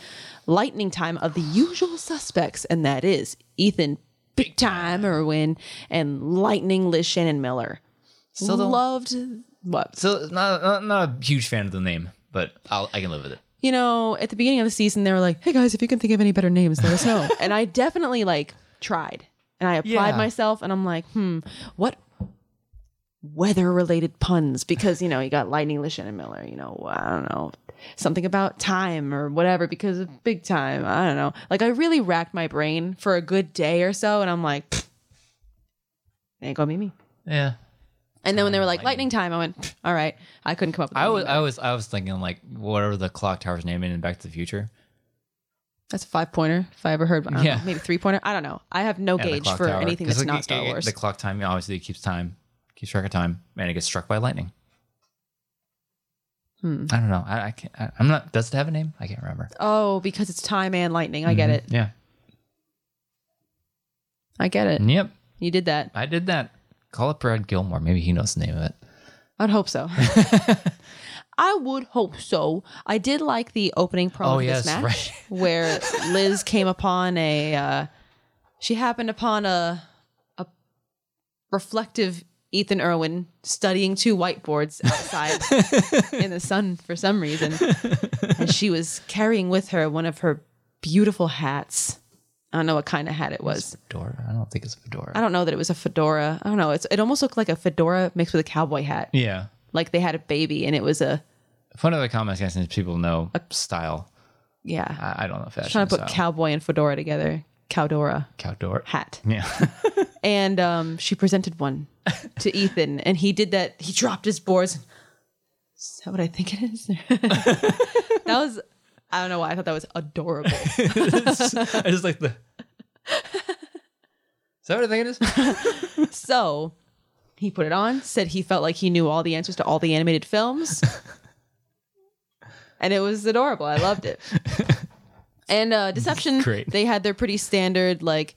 [SPEAKER 2] Lightning Time of the usual suspects, and that is Ethan Big Time Irwin and Lightning Liz Shannon Miller.
[SPEAKER 1] Still don't-
[SPEAKER 2] Loved what
[SPEAKER 1] So not, not not a huge fan of the name, but I'll, I can live with it.
[SPEAKER 2] you know, at the beginning of the season, they were like, hey guys, if you can think of any better names, let us know. and I definitely like tried and I applied
[SPEAKER 1] Yeah.
[SPEAKER 2] myself and I'm like, hmm, what weather related puns? Because, you know, you got Lightning Lish and Miller, you know, I don't know, something about time or whatever because of big time. I don't know. Like I really racked my brain for a good day or so and I'm like, "Pfft, ain't gonna be me.
[SPEAKER 1] Yeah.
[SPEAKER 2] And then when they were like, lightning time, I went, "Pfft, all right. I couldn't come up with
[SPEAKER 1] I
[SPEAKER 2] that.
[SPEAKER 1] was I was I was thinking like whatever the clock tower's name in Back to the Future.
[SPEAKER 2] That's a five pointer if I ever heard. I don't
[SPEAKER 1] Yeah.
[SPEAKER 2] know, maybe three pointer. I don't know. I have no
[SPEAKER 1] and the
[SPEAKER 2] gauge
[SPEAKER 1] clock
[SPEAKER 2] for
[SPEAKER 1] tower.
[SPEAKER 2] anything
[SPEAKER 1] 'Cause,
[SPEAKER 2] that's
[SPEAKER 1] like,
[SPEAKER 2] not
[SPEAKER 1] it-
[SPEAKER 2] Star
[SPEAKER 1] it-
[SPEAKER 2] Wars.
[SPEAKER 1] The clock time obviously it keeps time, keeps track of time, and it gets struck by lightning.
[SPEAKER 2] Hmm.
[SPEAKER 1] I don't know. I, I can't. I, I'm not. Does it have a name? I can't remember.
[SPEAKER 2] oh, because it's time and lightning. I get it.
[SPEAKER 1] Mm-hmm. Yeah.
[SPEAKER 2] I get it.
[SPEAKER 1] Yep.
[SPEAKER 2] You did that.
[SPEAKER 1] I did that. Call up Brad Gilmore. Maybe he knows the name of it.
[SPEAKER 2] I'd hope so. I would hope so. I did like the opening promo
[SPEAKER 1] Oh,
[SPEAKER 2] of
[SPEAKER 1] yes,
[SPEAKER 2] this match
[SPEAKER 1] right.
[SPEAKER 2] where Liz came upon a. Uh, she happened upon a a reflective Ethan Irwin studying two whiteboards outside in the sun for some reason, and she was carrying with her one of her beautiful hats. I don't know what kind of hat it was.
[SPEAKER 1] Fedora. I don't think it's Fedora.
[SPEAKER 2] I don't know that it was a fedora. I don't know. It's it almost looked like a fedora mixed with a cowboy hat.
[SPEAKER 1] yeah.
[SPEAKER 2] Like they had a baby and it was a
[SPEAKER 1] One of the comments guys, since people know style.
[SPEAKER 2] yeah.
[SPEAKER 1] I, I don't know fashion.
[SPEAKER 2] trying to put
[SPEAKER 1] style.
[SPEAKER 2] cowboy and fedora together. Cowdora
[SPEAKER 1] Cowdor.
[SPEAKER 2] hat.
[SPEAKER 1] Yeah.
[SPEAKER 2] And um, she presented one to Ethan, and he did that. He dropped his boards. Is that what I think it is? that was, I don't know why I thought that was adorable.
[SPEAKER 1] I just like the. Is that what I think it is?
[SPEAKER 2] So he put it on, said he felt like he knew all the answers to all the animated films. and it was adorable. I loved it. And uh, Deception,
[SPEAKER 1] Great.
[SPEAKER 2] they had their pretty standard, like,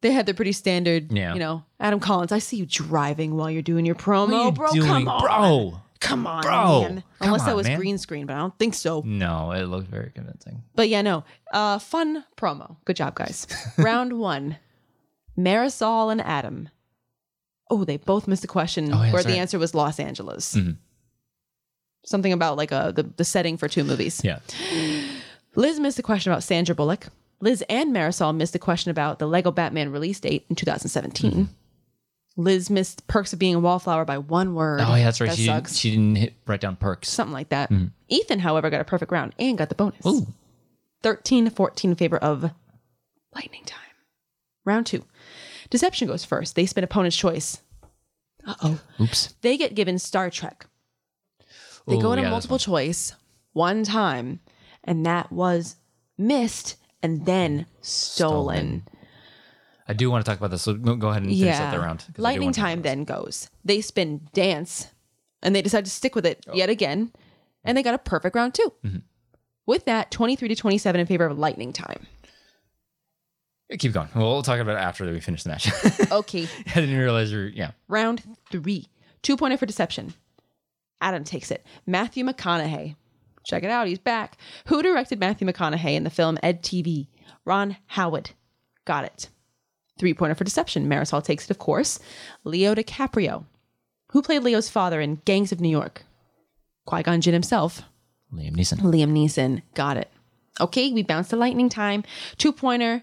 [SPEAKER 2] they had their pretty standard,
[SPEAKER 1] Yeah.
[SPEAKER 2] you know, Adam Collins, I see you driving while you're doing your promo.
[SPEAKER 1] What are you
[SPEAKER 2] bro,
[SPEAKER 1] doing,
[SPEAKER 2] come on.
[SPEAKER 1] bro?
[SPEAKER 2] Come on,
[SPEAKER 1] Bro,
[SPEAKER 2] man.
[SPEAKER 1] come
[SPEAKER 2] Unless
[SPEAKER 1] on,
[SPEAKER 2] that was
[SPEAKER 1] man.
[SPEAKER 2] green screen, but I don't think so.
[SPEAKER 1] No, it looked very convincing.
[SPEAKER 2] But yeah, no. Uh, fun promo. Good job, guys. Round one Marisol and Adam. Oh, they both missed a question
[SPEAKER 1] Oh, yeah, that's
[SPEAKER 2] where the
[SPEAKER 1] right. Mm-hmm.
[SPEAKER 2] answer was Los Angeles. Something about like a, the, the setting for two movies.
[SPEAKER 1] Yeah.
[SPEAKER 2] Liz missed a question about Sandra Bullock. Liz and Marisol missed a question about the Lego Batman release date in 2017. Liz missed Perks of Being a Wallflower by one word.
[SPEAKER 1] Mm-hmm. Oh, yeah, that's right.
[SPEAKER 2] That
[SPEAKER 1] she didn't,
[SPEAKER 2] sucks.
[SPEAKER 1] she didn't hit write down perks.
[SPEAKER 2] Something like that. Ethan, however, got a perfect round and got the bonus.
[SPEAKER 1] Mm-hmm. Ooh.
[SPEAKER 2] 13 to 14 in favor of lightning time. Round two. Deception goes first. They spin opponent's choice. Uh oh.
[SPEAKER 1] Oops.
[SPEAKER 2] They get given Star Trek. They
[SPEAKER 1] Ooh,
[SPEAKER 2] go into
[SPEAKER 1] yeah, this
[SPEAKER 2] multiple choice one time, and that was missed and then stolen.
[SPEAKER 1] one. I do want to talk about this. So go go ahead and finish up
[SPEAKER 2] Yeah.
[SPEAKER 1] the round. 'cause I do
[SPEAKER 2] Lightning
[SPEAKER 1] want to talk
[SPEAKER 2] time
[SPEAKER 1] about
[SPEAKER 2] then goes. They spin dance and they decide to stick with
[SPEAKER 1] Oh.
[SPEAKER 2] it yet again. And they got a perfect round two.
[SPEAKER 1] Mm-hmm.
[SPEAKER 2] With that, 23 to 27 in favor of lightning time.
[SPEAKER 1] this. Keep going. We'll we'll talk about it after we finish the match.
[SPEAKER 2] Okay.
[SPEAKER 1] I didn't realize you're. Yeah.
[SPEAKER 2] Round three. Two pointer for deception. Adam takes it. Matthew McConaughey. Check it out. He's back. Who directed Matthew McConaughey in the film Ed TV? Ron Howard. Got it. Three pointer for deception. Marisol takes it, of course. Leo DiCaprio. Who played Leo's father in Gangs of New York? Qui Gon Jinn himself.
[SPEAKER 1] Liam Neeson.
[SPEAKER 2] Liam Neeson. Got it. Okay, we bounce to lightning time. Two pointer.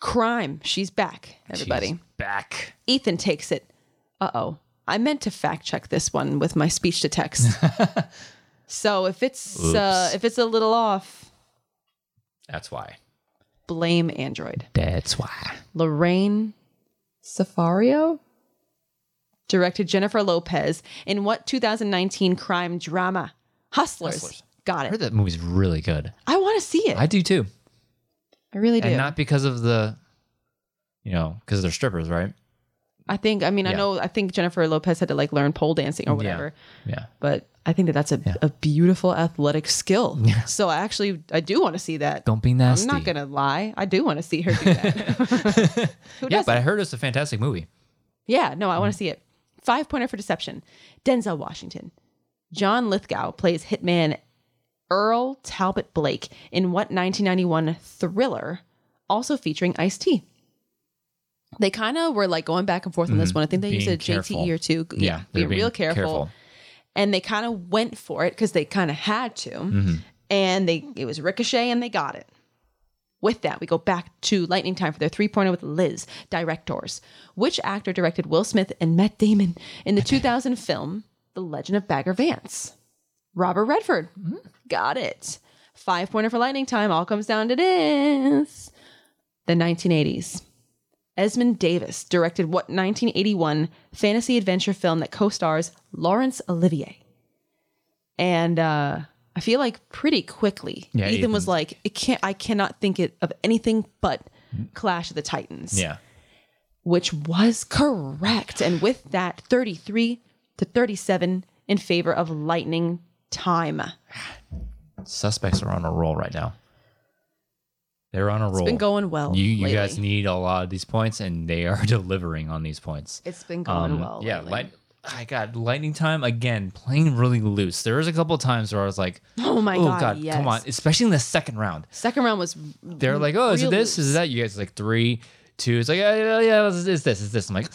[SPEAKER 2] Crime. She's back, everybody.
[SPEAKER 1] She's back.
[SPEAKER 2] Ethan takes it. Uh oh. I meant to fact check this one with my speech to text. so if it's uh,
[SPEAKER 1] Oops.
[SPEAKER 2] if it's a little off,
[SPEAKER 1] That's why.
[SPEAKER 2] blame Android.
[SPEAKER 1] That's why.
[SPEAKER 2] Lorraine Safario directed Jennifer Lopez in what 2019 crime drama? Hustlers.
[SPEAKER 1] Hustlers.
[SPEAKER 2] Got
[SPEAKER 1] I
[SPEAKER 2] it.
[SPEAKER 1] heard that movie's really good.
[SPEAKER 2] I want to see it.
[SPEAKER 1] I
[SPEAKER 2] I,
[SPEAKER 1] do too.
[SPEAKER 2] really do.
[SPEAKER 1] And not because of the, you know, because they're strippers, right?
[SPEAKER 2] I think. I mean, I
[SPEAKER 1] Yeah.
[SPEAKER 2] know. I think Jennifer Lopez had to like learn pole dancing or whatever.
[SPEAKER 1] Yeah.
[SPEAKER 2] But I think that that's a, a beautiful athletic skill. So I actually I do want to see that.
[SPEAKER 1] Don't be nasty.
[SPEAKER 2] I'm not gonna lie. I do want to see her do that. Who
[SPEAKER 1] Yeah,
[SPEAKER 2] does?
[SPEAKER 1] but I heard it's a fantastic movie.
[SPEAKER 2] yeah, no, I want to see it. Five pointer for deception. Denzel Washington. John Lithgow plays hitman Earl Talbot Blake in what 1991 thriller, also featuring Ice T. They kind of were like going back and forth on this one. I think they used a
[SPEAKER 1] Mm-hmm. Being careful.
[SPEAKER 2] JTE or two.
[SPEAKER 1] Yeah,
[SPEAKER 2] be
[SPEAKER 1] they're being
[SPEAKER 2] real careful and they kind of went for it because they kind of had to
[SPEAKER 1] Mm-hmm.
[SPEAKER 2] and they it was ricochet and they got it with that we go back to lightning time for their three-pointer with liz directors which actor directed will smith and matt damon in the 2000 film the legend of bagger vance robert redford got it five-pointer for lightning time all comes down to this the 1980s Esmond Davis directed what 1981 fantasy adventure film that co stars Laurence Olivier. And uh, I feel like pretty quickly,
[SPEAKER 1] Yeah,
[SPEAKER 2] Ethan, was
[SPEAKER 1] Ethan's-
[SPEAKER 2] like, it can't, I cannot think it, of anything but Clash of the Titans,
[SPEAKER 1] Yeah.
[SPEAKER 2] which was correct. And with that, 33 to 37 in favor of Lightning Time.
[SPEAKER 1] Suspects are on a roll right now. They're on a roll.
[SPEAKER 2] Been going well.
[SPEAKER 1] you you
[SPEAKER 2] lately.
[SPEAKER 1] guys need a lot of these points, and they are delivering on these points.
[SPEAKER 2] It's been going
[SPEAKER 1] Um,
[SPEAKER 2] well.
[SPEAKER 1] yeah,
[SPEAKER 2] lately.
[SPEAKER 1] light, I got lightning time again, playing really loose. There was a couple of times where I was like,
[SPEAKER 2] Oh my
[SPEAKER 1] "Oh
[SPEAKER 2] god,
[SPEAKER 1] God,
[SPEAKER 2] yes. Mm,
[SPEAKER 1] come on!" Especially in the second round,
[SPEAKER 2] Second round was
[SPEAKER 1] they're like, "Oh, is
[SPEAKER 2] Real
[SPEAKER 1] it this? Is it that?" You guys are like three, two. It's like, "Oh, "Yeah, yeah, yeah, it's it's this? Is this?" I'm like,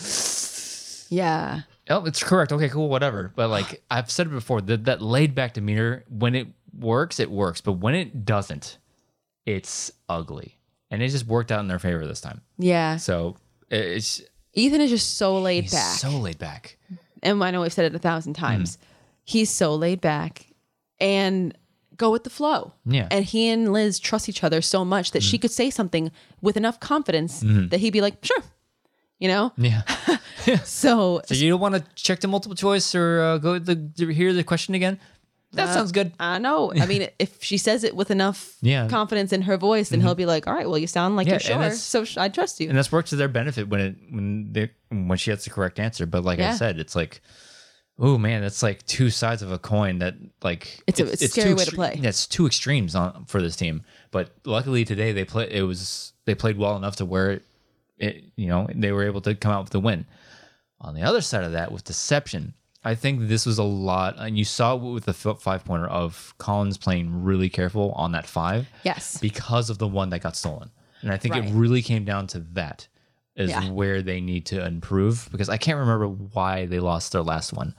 [SPEAKER 2] yeah.
[SPEAKER 1] "Oh, it's correct. Okay, cool, whatever." But like I've said it before, that that laid back demeanor when it works, it works, but when it doesn't, it's ugly, and it just worked out in their favor this time.
[SPEAKER 2] Yeah.
[SPEAKER 1] So it- it's
[SPEAKER 2] Ethan is just so laid
[SPEAKER 1] he's
[SPEAKER 2] back.
[SPEAKER 1] so laid back.
[SPEAKER 2] and I know we've said it a thousand
[SPEAKER 1] Hmm.
[SPEAKER 2] times. He's so laid back and go with the flow.
[SPEAKER 1] Yeah. Hmm.
[SPEAKER 2] And he and Liz trust each other so much that she could say something with enough confidence that he'd be like, sure. You know?
[SPEAKER 1] Yeah.
[SPEAKER 2] So
[SPEAKER 1] So you don't want to check the multiple choice or uh, go the hear the question again? That sounds good.
[SPEAKER 2] I know. I mean, if she says it with enough
[SPEAKER 1] Yeah. Mm-hmm.
[SPEAKER 2] confidence in her voice, then he'll be like, all right, well, you sound like
[SPEAKER 1] Yeah,
[SPEAKER 2] you're
[SPEAKER 1] and
[SPEAKER 2] sure.
[SPEAKER 1] that's-
[SPEAKER 2] So sh- I trust you.
[SPEAKER 1] and that's worked to their benefit when it when they when she gets the correct answer. But like
[SPEAKER 2] Yeah.
[SPEAKER 1] I said, it's like, oh man, that's like two sides of a coin. That like
[SPEAKER 2] It's a- it's a scary
[SPEAKER 1] two
[SPEAKER 2] way to play.
[SPEAKER 1] That's two extremes on for this team. But luckily today they play. It was they played well enough to where it, it you know they were able to come out with the win. On the other side of that, with deception, I think this was a lot, and you saw it with the five pointer of Collins playing really careful on that five
[SPEAKER 2] yes.
[SPEAKER 1] because of the one that got stolen. And I think
[SPEAKER 2] Right.
[SPEAKER 1] it really came down to that is
[SPEAKER 2] Yeah.
[SPEAKER 1] where they need to improve because I can't remember why they lost their last one.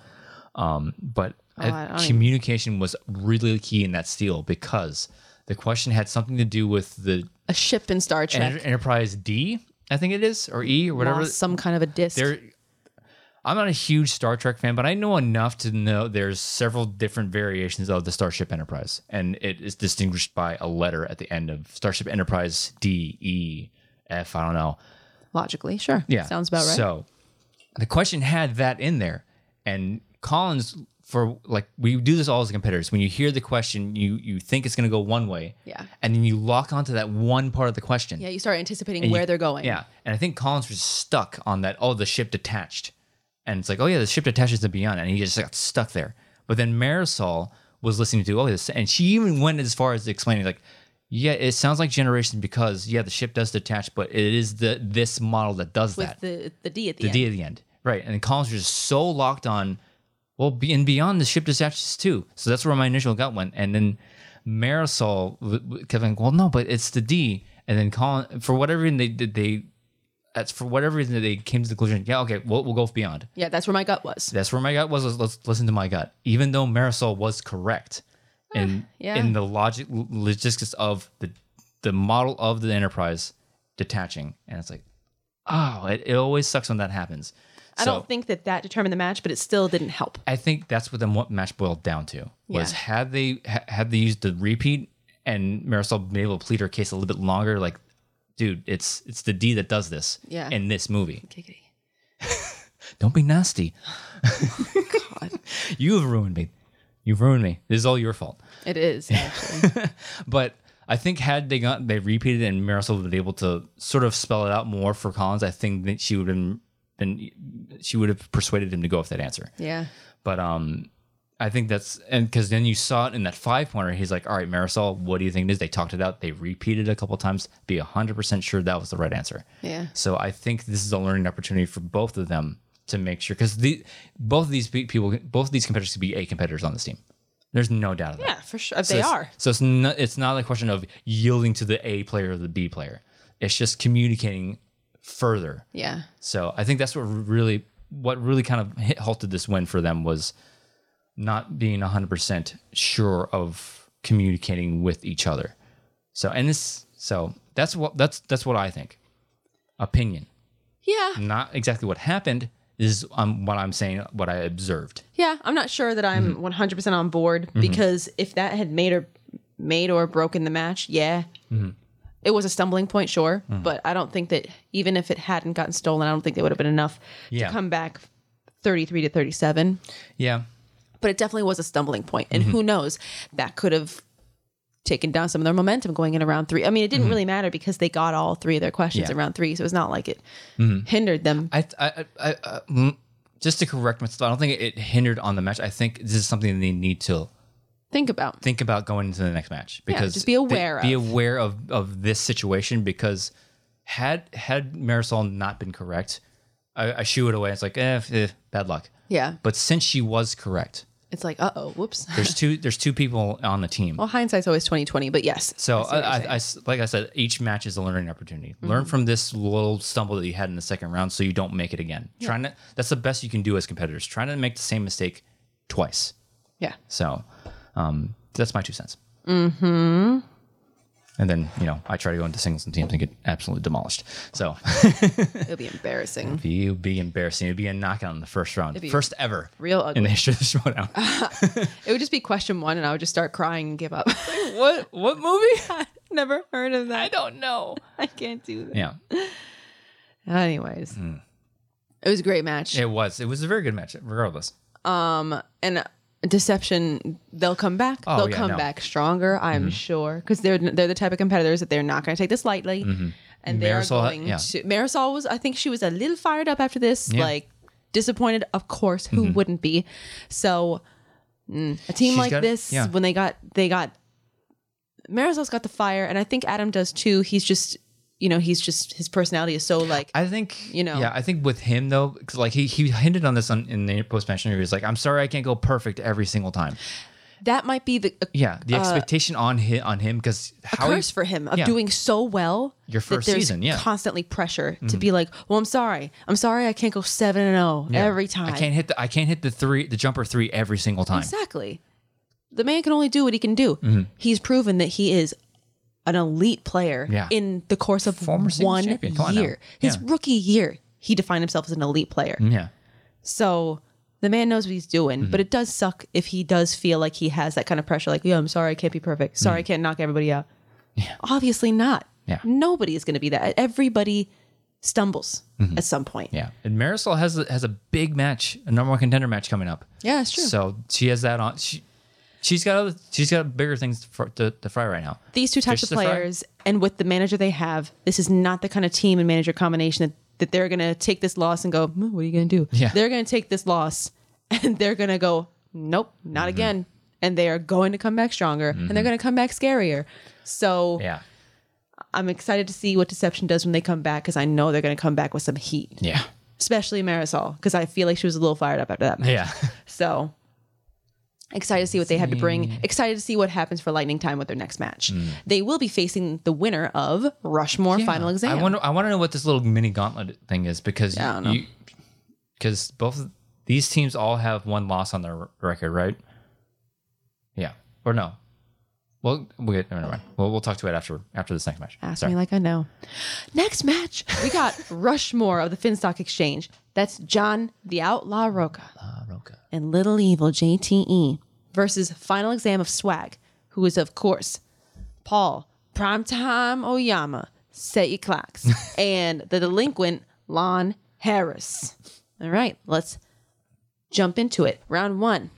[SPEAKER 1] Um, but I-
[SPEAKER 2] Oh, I don't even-
[SPEAKER 1] communication was really key in that steal because the question had something to do with the
[SPEAKER 2] A ship in Star Trek.
[SPEAKER 1] Enter- Enterprise D, I think it is, or E, or whatever.
[SPEAKER 2] lost some kind of a disc.
[SPEAKER 1] There, I'm not a huge Star Trek fan, but I know enough to know there's several different variations of the Starship Enterprise, and it is distinguished by a letter at the end of Starship Enterprise D E F. I don't know.
[SPEAKER 2] Logically, sure.
[SPEAKER 1] Yeah,
[SPEAKER 2] Sounds about right.
[SPEAKER 1] So the question had that in there, and Collins for like we do this all as competitors. When you hear the question, you you think it's going to go one way,
[SPEAKER 2] Yeah.
[SPEAKER 1] and then you lock onto that one part of the question,
[SPEAKER 2] yeah, you start anticipating
[SPEAKER 1] and
[SPEAKER 2] where
[SPEAKER 1] you-
[SPEAKER 2] they're going.
[SPEAKER 1] Yeah. And I think Collins was stuck on that, oh, the ship detached. And it's like, oh, yeah, the ship detaches to beyond. And he just got stuck there. But then Marisol was listening to, oh, this. And she even went as far as explaining, like, yeah, it sounds like generation because, yeah, the ship does detach, but it is the this model that does
[SPEAKER 2] With
[SPEAKER 1] that.
[SPEAKER 2] the the D at the,
[SPEAKER 1] The
[SPEAKER 2] end.
[SPEAKER 1] D at the end. Right. And Collins was just so locked on, well, be- and beyond the ship detaches too. So that's where my initial gut went. And then Marisol w- w- kept going, well, no, but it's the D. And then Colin, for whatever reason, they did, they, that's for whatever reason, they came to the conclusion, yeah, okay, we'll, we'll go beyond.
[SPEAKER 2] Yeah, that's where my gut was.
[SPEAKER 1] That's where my gut was. Let's, let's listen to my gut. Even though Marisol was correct in,
[SPEAKER 2] Ah, yeah.
[SPEAKER 1] in the logic, l- logistics of the, the model of the enterprise detaching. And it's like, oh, it, it always sucks when that happens.
[SPEAKER 2] I
[SPEAKER 1] So-
[SPEAKER 2] don't think that that determined the match, but it still didn't help.
[SPEAKER 1] I think that's what the mo- match boiled down to was
[SPEAKER 2] Yeah.
[SPEAKER 1] had they ha- had they used the repeat and Marisol been able to plead her case a little bit longer, like, dude, it's it's the D that does this
[SPEAKER 2] Yeah.
[SPEAKER 1] in this movie.
[SPEAKER 2] Giggity.
[SPEAKER 1] Don't be nasty. you have ruined me. You've ruined me. This is all your fault.
[SPEAKER 2] It is actually.
[SPEAKER 1] But I think had they got they repeated it and Marisol been able to sort of spell it out more for Collins, I think that she would have been been she would have persuaded him to go with that answer.
[SPEAKER 2] Yeah.
[SPEAKER 1] But um, I think that's and because then you saw it in that five pointer. He's like, "All right, Marisol, what do you think it is?" They talked it out. They repeated it a couple times. Be hundred percent sure that was the right answer.
[SPEAKER 2] Yeah.
[SPEAKER 1] So I think this is a learning opportunity for both of them to make sure because the both of these pe- people, both of these competitors, could be A competitors on this team. There's no doubt of that.
[SPEAKER 2] Yeah, for sure. They
[SPEAKER 1] So it's-
[SPEAKER 2] are.
[SPEAKER 1] So it's not it's not a question of yielding to the A player or the B player. It's just communicating further.
[SPEAKER 2] Yeah.
[SPEAKER 1] So I think that's what really what really kind of hit, halted this win for them was not being 100% sure of communicating with each other. So and this so that's what that's that's what I think. Opinion.
[SPEAKER 2] Yeah.
[SPEAKER 1] Not exactly what happened is um, what I'm saying what I observed.
[SPEAKER 2] Yeah, I'm not sure that I'm
[SPEAKER 1] Mm-hmm.
[SPEAKER 2] 100% on board because if that had made or made or broken the match, yeah.
[SPEAKER 1] Mm-hmm.
[SPEAKER 2] It was a stumbling point, sure, but I don't think that even if it hadn't gotten stolen, I don't think that would have been enough
[SPEAKER 1] Yeah.
[SPEAKER 2] to come back 33 to 37.
[SPEAKER 1] Yeah.
[SPEAKER 2] But it definitely was a stumbling point,
[SPEAKER 1] Mm-hmm.
[SPEAKER 2] and who knows, that could have taken down some of their momentum going into round 3. I mean, it didn't really matter because they got all three of their questions
[SPEAKER 1] Mm-hmm. Yeah. Mm-hmm.
[SPEAKER 2] in round 3, so it's not like it hindered them.
[SPEAKER 1] I, I, I, I mm, just to correct myself, I don't think it hindered on the match. I think this is something they need to
[SPEAKER 2] Think about.
[SPEAKER 1] think about going into the next match because
[SPEAKER 2] just be
[SPEAKER 1] they-
[SPEAKER 2] aware
[SPEAKER 1] be
[SPEAKER 2] of.
[SPEAKER 1] aware of of this situation because had had Marisol not been correct, I, I shoo it away. It's like eh, eh, bad luck.
[SPEAKER 2] Yeah.
[SPEAKER 1] But since she was correct,
[SPEAKER 2] It's like, "Uh-oh, whoops."
[SPEAKER 1] there's two there's two people on the team.
[SPEAKER 2] Well, hindsight's always 2020, but yes.
[SPEAKER 1] So I, I, I s- like I said, each match is a learning opportunity. Learn
[SPEAKER 2] Mm-hmm.
[SPEAKER 1] from this little stumble that you had in the second round, so you don't make it again. Trying to that's the best you can do as competitors. Trying to make the same mistake twice.
[SPEAKER 2] Yeah.
[SPEAKER 1] So um, that's my two cents. Mm-hmm. And then you know I try to go into singles and teams and get absolutely demolished. So
[SPEAKER 2] It'll be embarrassing.
[SPEAKER 1] you'd be embarrassing. It'd be a knockout in the first round,
[SPEAKER 2] be
[SPEAKER 1] first ever
[SPEAKER 2] Real
[SPEAKER 1] in the
[SPEAKER 2] ugly.
[SPEAKER 1] history of the showdown.
[SPEAKER 2] It would just be question one, and I would just start crying and give up.
[SPEAKER 1] what what movie?
[SPEAKER 2] Never heard of that. I,
[SPEAKER 1] don't know.
[SPEAKER 2] can't do that.
[SPEAKER 1] Yeah,
[SPEAKER 2] Anyways, it was a great match.
[SPEAKER 1] Mm-hmm. it was. It was a very good match, regardless.
[SPEAKER 2] And uh, deception, they'll come back.
[SPEAKER 1] Oh,
[SPEAKER 2] they'll
[SPEAKER 1] yeah,
[SPEAKER 2] come
[SPEAKER 1] no. Mm-hmm.
[SPEAKER 2] back stronger, I'm 'Cause sure, because they're they're the type of competitors that they're not going to take this lightly, and they
[SPEAKER 1] Mm-hmm. Marisol
[SPEAKER 2] are
[SPEAKER 1] had-
[SPEAKER 2] going
[SPEAKER 1] yeah.
[SPEAKER 2] to. Marisol was, I think, she was a little fired up after this,
[SPEAKER 1] Yeah. Mm-hmm.
[SPEAKER 2] like disappointed. Of course, who wouldn't be? So, mm, a team
[SPEAKER 1] She's
[SPEAKER 2] like
[SPEAKER 1] got-
[SPEAKER 2] this,
[SPEAKER 1] yeah.
[SPEAKER 2] when they got they got Marisol's got the fire, and I think Adam does too. He's just, you know, he's just his personality is so like
[SPEAKER 1] I think
[SPEAKER 2] You know.
[SPEAKER 1] Yeah, I think with him though, 'cause, like he he hinted on this on, in the post match interview. He's like, "I'm sorry, I can't go perfect every single time."
[SPEAKER 2] that might be the a,
[SPEAKER 1] Yeah, the expectation on him on him because how
[SPEAKER 2] curse for him of
[SPEAKER 1] yeah.
[SPEAKER 2] doing so well.
[SPEAKER 1] Your first
[SPEAKER 2] that there's
[SPEAKER 1] season, yeah. Mm-hmm.
[SPEAKER 2] constantly pressure to be like, well, I'm sorry, I'm sorry, I can't go seven and zero every time.
[SPEAKER 1] I can't hit the I can't hit the three the jumper three every single time.
[SPEAKER 2] Exactly. The man can only do what he can do.
[SPEAKER 1] Mm-hmm.
[SPEAKER 2] He's proven that he is an elite player
[SPEAKER 1] Yeah.
[SPEAKER 2] in the course of
[SPEAKER 1] Former singles
[SPEAKER 2] one
[SPEAKER 1] champion. Come on now.
[SPEAKER 2] year. His
[SPEAKER 1] Yeah.
[SPEAKER 2] rookie year, he defined himself as an elite player.
[SPEAKER 1] Mm-hmm. Yeah,
[SPEAKER 2] So the man knows what he's doing,
[SPEAKER 1] Mm-hmm.
[SPEAKER 2] but it does suck if he does feel like he has that kind of pressure. Like, yeah, I'm sorry, I can't be perfect. Sorry, I can't knock everybody out. Obviously not.
[SPEAKER 1] Mm-hmm. Yeah.
[SPEAKER 2] Nobody is going to be that. Everybody stumbles at some point.
[SPEAKER 1] Mm-hmm. yeah. And Marisol has a, has a big match, a number one contender match coming up.
[SPEAKER 2] Yeah, it's true.
[SPEAKER 1] So she has that on. She she's got other, she's got bigger things to, fr- to, to fry right now.
[SPEAKER 2] These two types
[SPEAKER 1] Fish
[SPEAKER 2] of
[SPEAKER 1] to fry.
[SPEAKER 2] players, and with the manager they have, this is not the kind of team and manager combination that, that they're going to take this loss and go, "Hmm, what are you going to do?
[SPEAKER 1] Yeah.
[SPEAKER 2] They're going to take this loss and they're going to go, nope, not
[SPEAKER 1] Mm-hmm.
[SPEAKER 2] again. And they are going to come back stronger and they're going to come back scarier. So
[SPEAKER 1] Yeah,
[SPEAKER 2] I'm excited to see what Deception does when they come back because I know they're going to come back with some heat,
[SPEAKER 1] yeah,
[SPEAKER 2] especially Marisol because I feel like she was a little fired up after that. match.
[SPEAKER 1] yeah.
[SPEAKER 2] So excited to see what they have to bring. Excited to see what happens for Lightning Time with their next match.
[SPEAKER 1] Hmm.
[SPEAKER 2] They will be facing the winner of Rushmore Final Exam.
[SPEAKER 1] I wonder. I want to know what this little mini gauntlet thing is because
[SPEAKER 2] Yeah, I don't know.
[SPEAKER 1] you because both of these teams all have one loss on their record, right? Yeah, or no? Well, we'll get never mind. We'll, we'll talk to it after after this next match.
[SPEAKER 2] Ask me like I know. Next match, we got Rushmore of the Finstock Exchange. That's John the Outlaw Roca.
[SPEAKER 1] Ah, Roka.
[SPEAKER 2] and Little Evil JTE versus Final Exam of Swag, who is, of course, Paul Primetime Oyama, Set Your Clocks, and the delinquent Lon Harris. All right, let's jump into it. Round one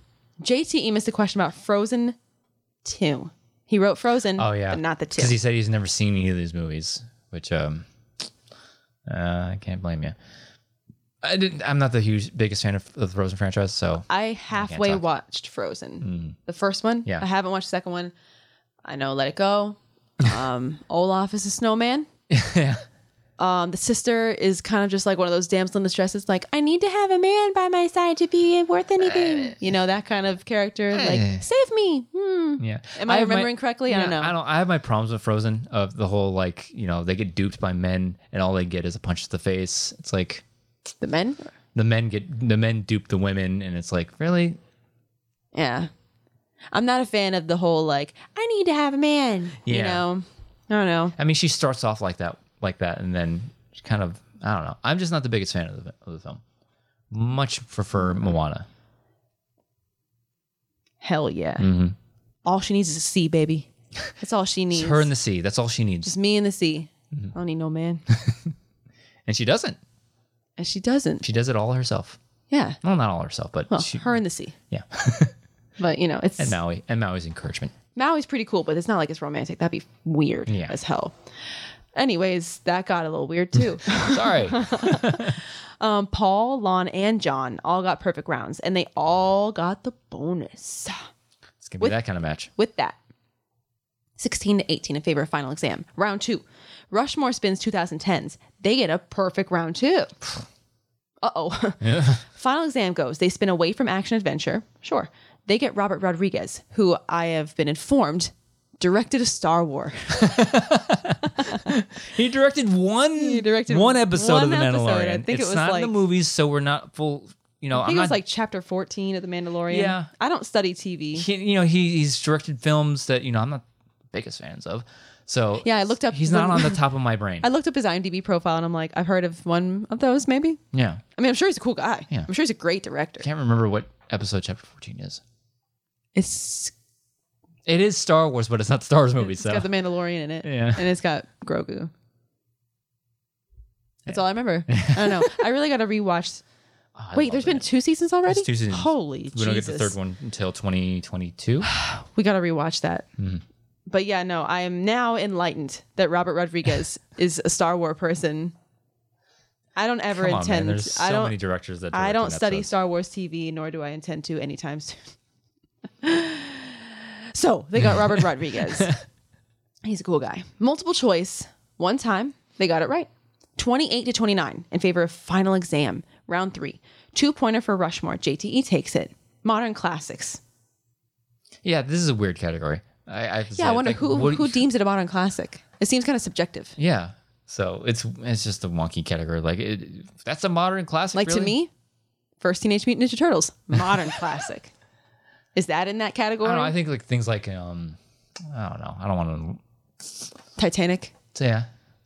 [SPEAKER 2] JTE missed a question about Frozen 2. He wrote Frozen,
[SPEAKER 1] Oh yeah,
[SPEAKER 2] but not the 2.
[SPEAKER 1] Because he said he's never seen any of these movies, which um, uh, I can't blame you. I didn't. I'm not the huge biggest fan of, of the Frozen franchise, so
[SPEAKER 2] I halfway
[SPEAKER 1] talk. Mm.
[SPEAKER 2] watched Frozen, the first one.
[SPEAKER 1] Yeah.
[SPEAKER 2] I haven't watched the second one. I know Let It Go. Um, Olaf is a snowman.
[SPEAKER 1] yeah,
[SPEAKER 2] Um, the sister is kind of just like one of those damsel in distress. It's like I need to have a man by my side to be worth anything. You know that kind of character.
[SPEAKER 1] Eh.
[SPEAKER 2] Like save me. Hmm.
[SPEAKER 1] yeah.
[SPEAKER 2] Am I,
[SPEAKER 1] have my-
[SPEAKER 2] remembering correctly? I don't
[SPEAKER 1] Yeah,
[SPEAKER 2] know.
[SPEAKER 1] I don't. I have my problems with Frozen of the whole like you know they get duped by men and all they get is a punch to the face. It's like
[SPEAKER 2] the men.
[SPEAKER 1] the men get the men dupe the women and it's like really
[SPEAKER 2] Yeah. I'm not a fan of the whole like I need to have a man. You
[SPEAKER 1] Yeah.
[SPEAKER 2] know. I don't know.
[SPEAKER 1] I mean, she starts off like that, like that, and then she kind of I don't know. I'm just not the biggest fan of the, of the film. Much prefer Moana.
[SPEAKER 2] Hell yeah.
[SPEAKER 1] Mm-hmm.
[SPEAKER 2] All she needs is a sea, baby. That's all she needs.
[SPEAKER 1] It's her Mm-hmm. in the sea. That's all she needs,
[SPEAKER 2] Just me and the sea. I don't need no man.
[SPEAKER 1] and she doesn't.
[SPEAKER 2] And she doesn't.
[SPEAKER 1] She does it all herself.
[SPEAKER 2] yeah.
[SPEAKER 1] Well, not all herself, but
[SPEAKER 2] Well,
[SPEAKER 1] she,
[SPEAKER 2] her and the sea.
[SPEAKER 1] yeah.
[SPEAKER 2] But you know, it's
[SPEAKER 1] and Maui and Maui's encouragement.
[SPEAKER 2] Maui's pretty cool, but it's not like it's romantic. That'd be weird
[SPEAKER 1] Yeah.
[SPEAKER 2] as hell. Anyways, that got a little weird too.
[SPEAKER 1] Sorry,
[SPEAKER 2] um, Paul, Lon, and John all got perfect rounds, and they all got the bonus.
[SPEAKER 1] it's gonna be that kind of match.
[SPEAKER 2] With that, 16 to 18 in favor of final exam. Round two. Rushmore spins 2010s. They get a perfect round two. Uh oh. Final exam goes. They spin away from action adventure. Sure. They get Robert Rodriguez, who I have been informed directed a Star Wars.
[SPEAKER 1] He directed one. He
[SPEAKER 2] directed
[SPEAKER 1] one episode
[SPEAKER 2] one
[SPEAKER 1] of The
[SPEAKER 2] episode.
[SPEAKER 1] Mandalorian.
[SPEAKER 2] I think it
[SPEAKER 1] it's
[SPEAKER 2] was
[SPEAKER 1] not in
[SPEAKER 2] like-
[SPEAKER 1] the movies, so we're not full. You know,
[SPEAKER 2] I think
[SPEAKER 1] am
[SPEAKER 2] it was
[SPEAKER 1] not
[SPEAKER 2] like chapter 14 of The Mandalorian.
[SPEAKER 1] Yeah.
[SPEAKER 2] I don't study TV.
[SPEAKER 1] he, you know he, he's directed films that you know I'm not the biggest fans of. So
[SPEAKER 2] Yeah, I looked up
[SPEAKER 1] He's
[SPEAKER 2] the-
[SPEAKER 1] not on the top of my brain.
[SPEAKER 2] I looked up his IMDb profile and I'm like, I've heard of one of those, maybe.
[SPEAKER 1] yeah,
[SPEAKER 2] I mean, I'm sure he's a cool guy.
[SPEAKER 1] Yeah.
[SPEAKER 2] I'm sure he's a great director.
[SPEAKER 1] can't remember what episode chapter 14 is.
[SPEAKER 2] It's
[SPEAKER 1] It is Star Wars, but it's not Star Wars movie.
[SPEAKER 2] It's
[SPEAKER 1] So
[SPEAKER 2] got the Mandalorian in it.
[SPEAKER 1] Yeah.
[SPEAKER 2] And it's got Grogu. That's all I remember. I don't know. I really got to rewatch.
[SPEAKER 1] Oh, I
[SPEAKER 2] Wait,
[SPEAKER 1] love
[SPEAKER 2] there's
[SPEAKER 1] it.
[SPEAKER 2] been two seasons already?
[SPEAKER 1] It's two seasons.
[SPEAKER 2] Holy
[SPEAKER 1] We don't get the third
[SPEAKER 2] one.
[SPEAKER 1] one until 2022.
[SPEAKER 2] We got to rewatch that.
[SPEAKER 1] Mm-hmm.
[SPEAKER 2] But yeah, no, I am now enlightened that Robert Rodriguez is a Star Wars person. I don't ever
[SPEAKER 1] Come on, man.
[SPEAKER 2] intend.
[SPEAKER 1] There's so
[SPEAKER 2] I don't.
[SPEAKER 1] many directors that
[SPEAKER 2] I
[SPEAKER 1] direct
[SPEAKER 2] don't
[SPEAKER 1] an
[SPEAKER 2] study
[SPEAKER 1] episode.
[SPEAKER 2] Star Wars TV, nor do I intend to anytime soon. so they got Robert Rodriguez. He's a cool guy. Multiple choice. One time, they got it right. 28 to 29 in favor of final exam, round three. Two pointer for Rushmore. JTE takes it. Modern classics.
[SPEAKER 1] Yeah, this is a weird category. I, I have to say,
[SPEAKER 2] Yeah, I wonder
[SPEAKER 1] like,
[SPEAKER 2] who
[SPEAKER 1] what-
[SPEAKER 2] who deems it a modern classic. It seems kind of subjective.
[SPEAKER 1] Yeah, so it's it's just a wonky category. Like it, that's a modern classic.
[SPEAKER 2] Like to
[SPEAKER 1] really?
[SPEAKER 2] me, first Teenage Mutant Ninja Turtles, modern classic. Is that in that category?
[SPEAKER 1] I don't know. I think like things like um, I don't know. I don't want
[SPEAKER 2] Titanic.
[SPEAKER 1] to. Yeah. Uh,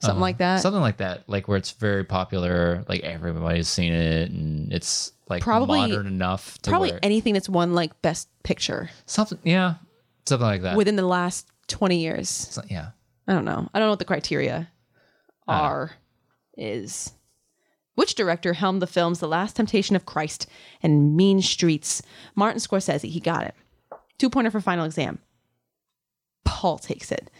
[SPEAKER 2] Uh-huh. Something like that.
[SPEAKER 1] Something like that, like where it's very popular, like everybody's seen it, and it's like
[SPEAKER 2] Probably-
[SPEAKER 1] modern enough to
[SPEAKER 2] probably
[SPEAKER 1] where-
[SPEAKER 2] anything that's won like best picture
[SPEAKER 1] something, yeah, something like that.
[SPEAKER 2] within the last 20 years.
[SPEAKER 1] So- yeah,
[SPEAKER 2] I don't know. I don't know what the criteria
[SPEAKER 1] know.
[SPEAKER 2] are is. Which director helmed the films The Last Temptation of Christ and Mean Streets? Martin Scorsese, he got it. Two pointer for final exam. Paul takes it.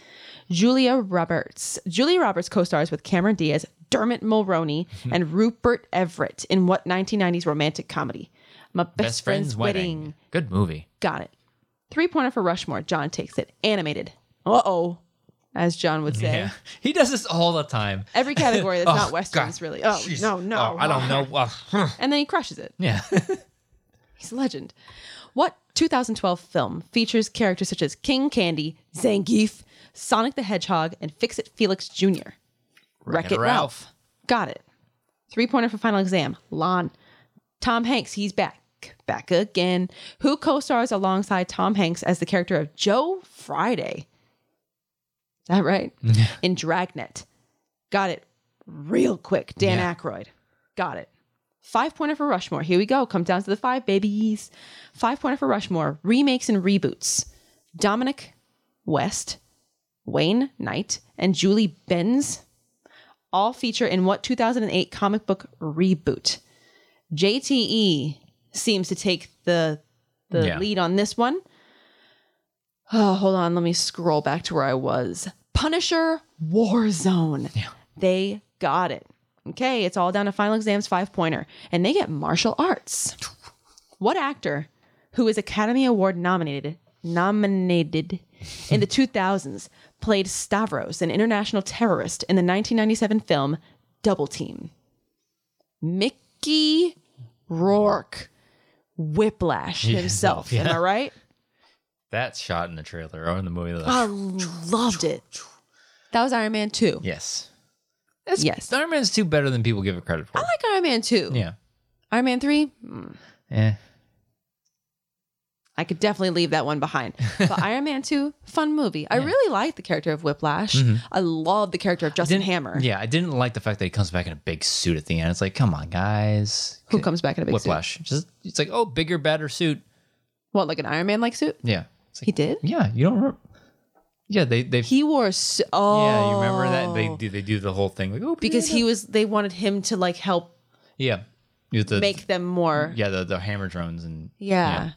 [SPEAKER 2] Julia Roberts. Julia Roberts co stars with Cameron Diaz, Dermot Mulroney, and Rupert Everett in what 1990s romantic comedy? My Best,
[SPEAKER 1] best friend's wedding. Good movie.
[SPEAKER 2] Got it. Three pointer for Rushmore. John takes it. Animated. Uh oh, as John would say.
[SPEAKER 1] Yeah, he does this all the time.
[SPEAKER 2] Every category that's
[SPEAKER 1] Oh,
[SPEAKER 2] not westerns,
[SPEAKER 1] God.
[SPEAKER 2] really. Oh
[SPEAKER 1] Jeez.
[SPEAKER 2] no, no.
[SPEAKER 1] Oh, I don't know. Well, huh.
[SPEAKER 2] And then he crushes it.
[SPEAKER 1] yeah,
[SPEAKER 2] He's a legend. What 2012 film features characters such as King Candy, Zangief, Sonic the Hedgehog, and Fix It Felix Jr. Wreck It Ralph. Got it. Three pointer for final exam. Lon. Tom Hanks, he's back. Back again. Who co stars alongside Tom Hanks as the character of Joe Friday? Is that right? In Dragnet. Got it. Real quick. Dan
[SPEAKER 1] Yeah.
[SPEAKER 2] Aykroyd. Got it. Five pointer for Rushmore. Here we go. Come down to the five babies. Five pointer for Rushmore. Remakes and reboots. Dominic West, Wayne Knight, and Julie Benz all feature in what 2008 comic book reboot? JTE seems to take the the
[SPEAKER 1] Yeah.
[SPEAKER 2] lead on this one. Oh, hold on, let me scroll back to where I was. Punisher Warzone. They got it. Okay, it's all down to final exams five pointer. And they get martial arts. What actor who is Academy Award nominated nominated in the 2000s played Stavros, an international terrorist in the 1997 film Double Team? Mickey Rourke. Whiplash himself.
[SPEAKER 1] yeah.
[SPEAKER 2] Am I right?
[SPEAKER 1] That shot in the trailer or in the movie. Like,
[SPEAKER 2] I loved it. That was Iron Man 2.
[SPEAKER 1] yes. That's,
[SPEAKER 2] Yes. Oh.
[SPEAKER 1] Iron Man's 2 better than people give it credit for.
[SPEAKER 2] I like Iron Man 2.
[SPEAKER 1] yeah. Eh.
[SPEAKER 2] Iron Man 3,
[SPEAKER 1] Yeah.
[SPEAKER 2] I could definitely leave that one behind. But Iron Man 2, fun movie. I really liked the character of Whiplash. I love the character of Justin Hammer,
[SPEAKER 1] Yeah, I didn't like the fact that he comes back in a big suit at the end. It's like, come on, guys.
[SPEAKER 2] who comes back in a big suit.
[SPEAKER 1] Whiplash. Just it's like, oh, bigger, better suit.
[SPEAKER 2] What, like an Iron Man like suit?
[SPEAKER 1] Yeah. It's like,
[SPEAKER 2] He did?
[SPEAKER 1] yeah, you don't remember. Yeah, they they
[SPEAKER 2] He wore a su- oh
[SPEAKER 1] Yeah, you remember that they do they do the whole thing like oh
[SPEAKER 2] because he was they wanted him to like help
[SPEAKER 1] yeah You the,
[SPEAKER 2] make them more
[SPEAKER 1] yeah the the hammer drones and
[SPEAKER 2] yeah.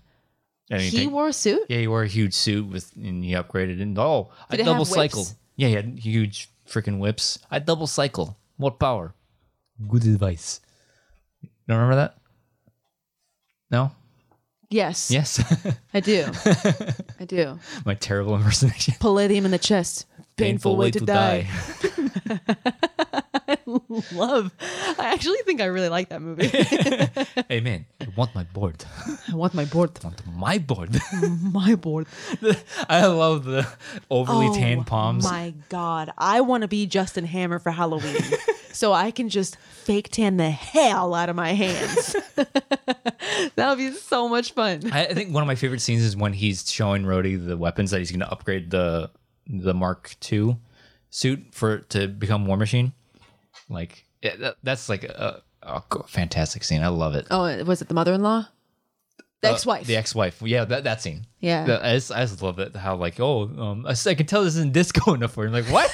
[SPEAKER 1] and he,
[SPEAKER 2] He
[SPEAKER 1] take-
[SPEAKER 2] wore a suit?
[SPEAKER 1] yeah he wore a huge suit with and he upgraded and oh
[SPEAKER 2] Did
[SPEAKER 1] I
[SPEAKER 2] it have
[SPEAKER 1] double cycled
[SPEAKER 2] whips?
[SPEAKER 1] yeah he had huge freaking whips I double cycle more power good advice don't remember that no
[SPEAKER 2] Yes.
[SPEAKER 1] yes
[SPEAKER 2] I do. I do.
[SPEAKER 1] my terrible impersonation
[SPEAKER 2] Palladium in the chest. Painful, way, to, die. Love. I actually think I really like that movie.
[SPEAKER 1] die. hey man I want my board
[SPEAKER 2] I want my board.
[SPEAKER 1] I want my board.
[SPEAKER 2] My board.
[SPEAKER 1] I love the
[SPEAKER 2] Oh,
[SPEAKER 1] overly tan palms.
[SPEAKER 2] My God, I want to be Justin Hammer for Halloween, so I can just fake tan the hell out of my hands. that would be so much fun.
[SPEAKER 1] I I think one of my favorite scenes is when he's showing Rhodey the weapons that he's going to upgrade the the Mark II suit for to become War Machine. Like yeah, that, that's like a, a go- fantastic scene. I love it.
[SPEAKER 2] Oh, was it the mother-in-law, the ex-wife?
[SPEAKER 1] The ex-wife. Uh, Yeah, that, that scene.
[SPEAKER 2] Yeah.
[SPEAKER 1] The- I, just, I just love it. How like oh um, I, s- I can tell this isn't disco enough for him. Like what?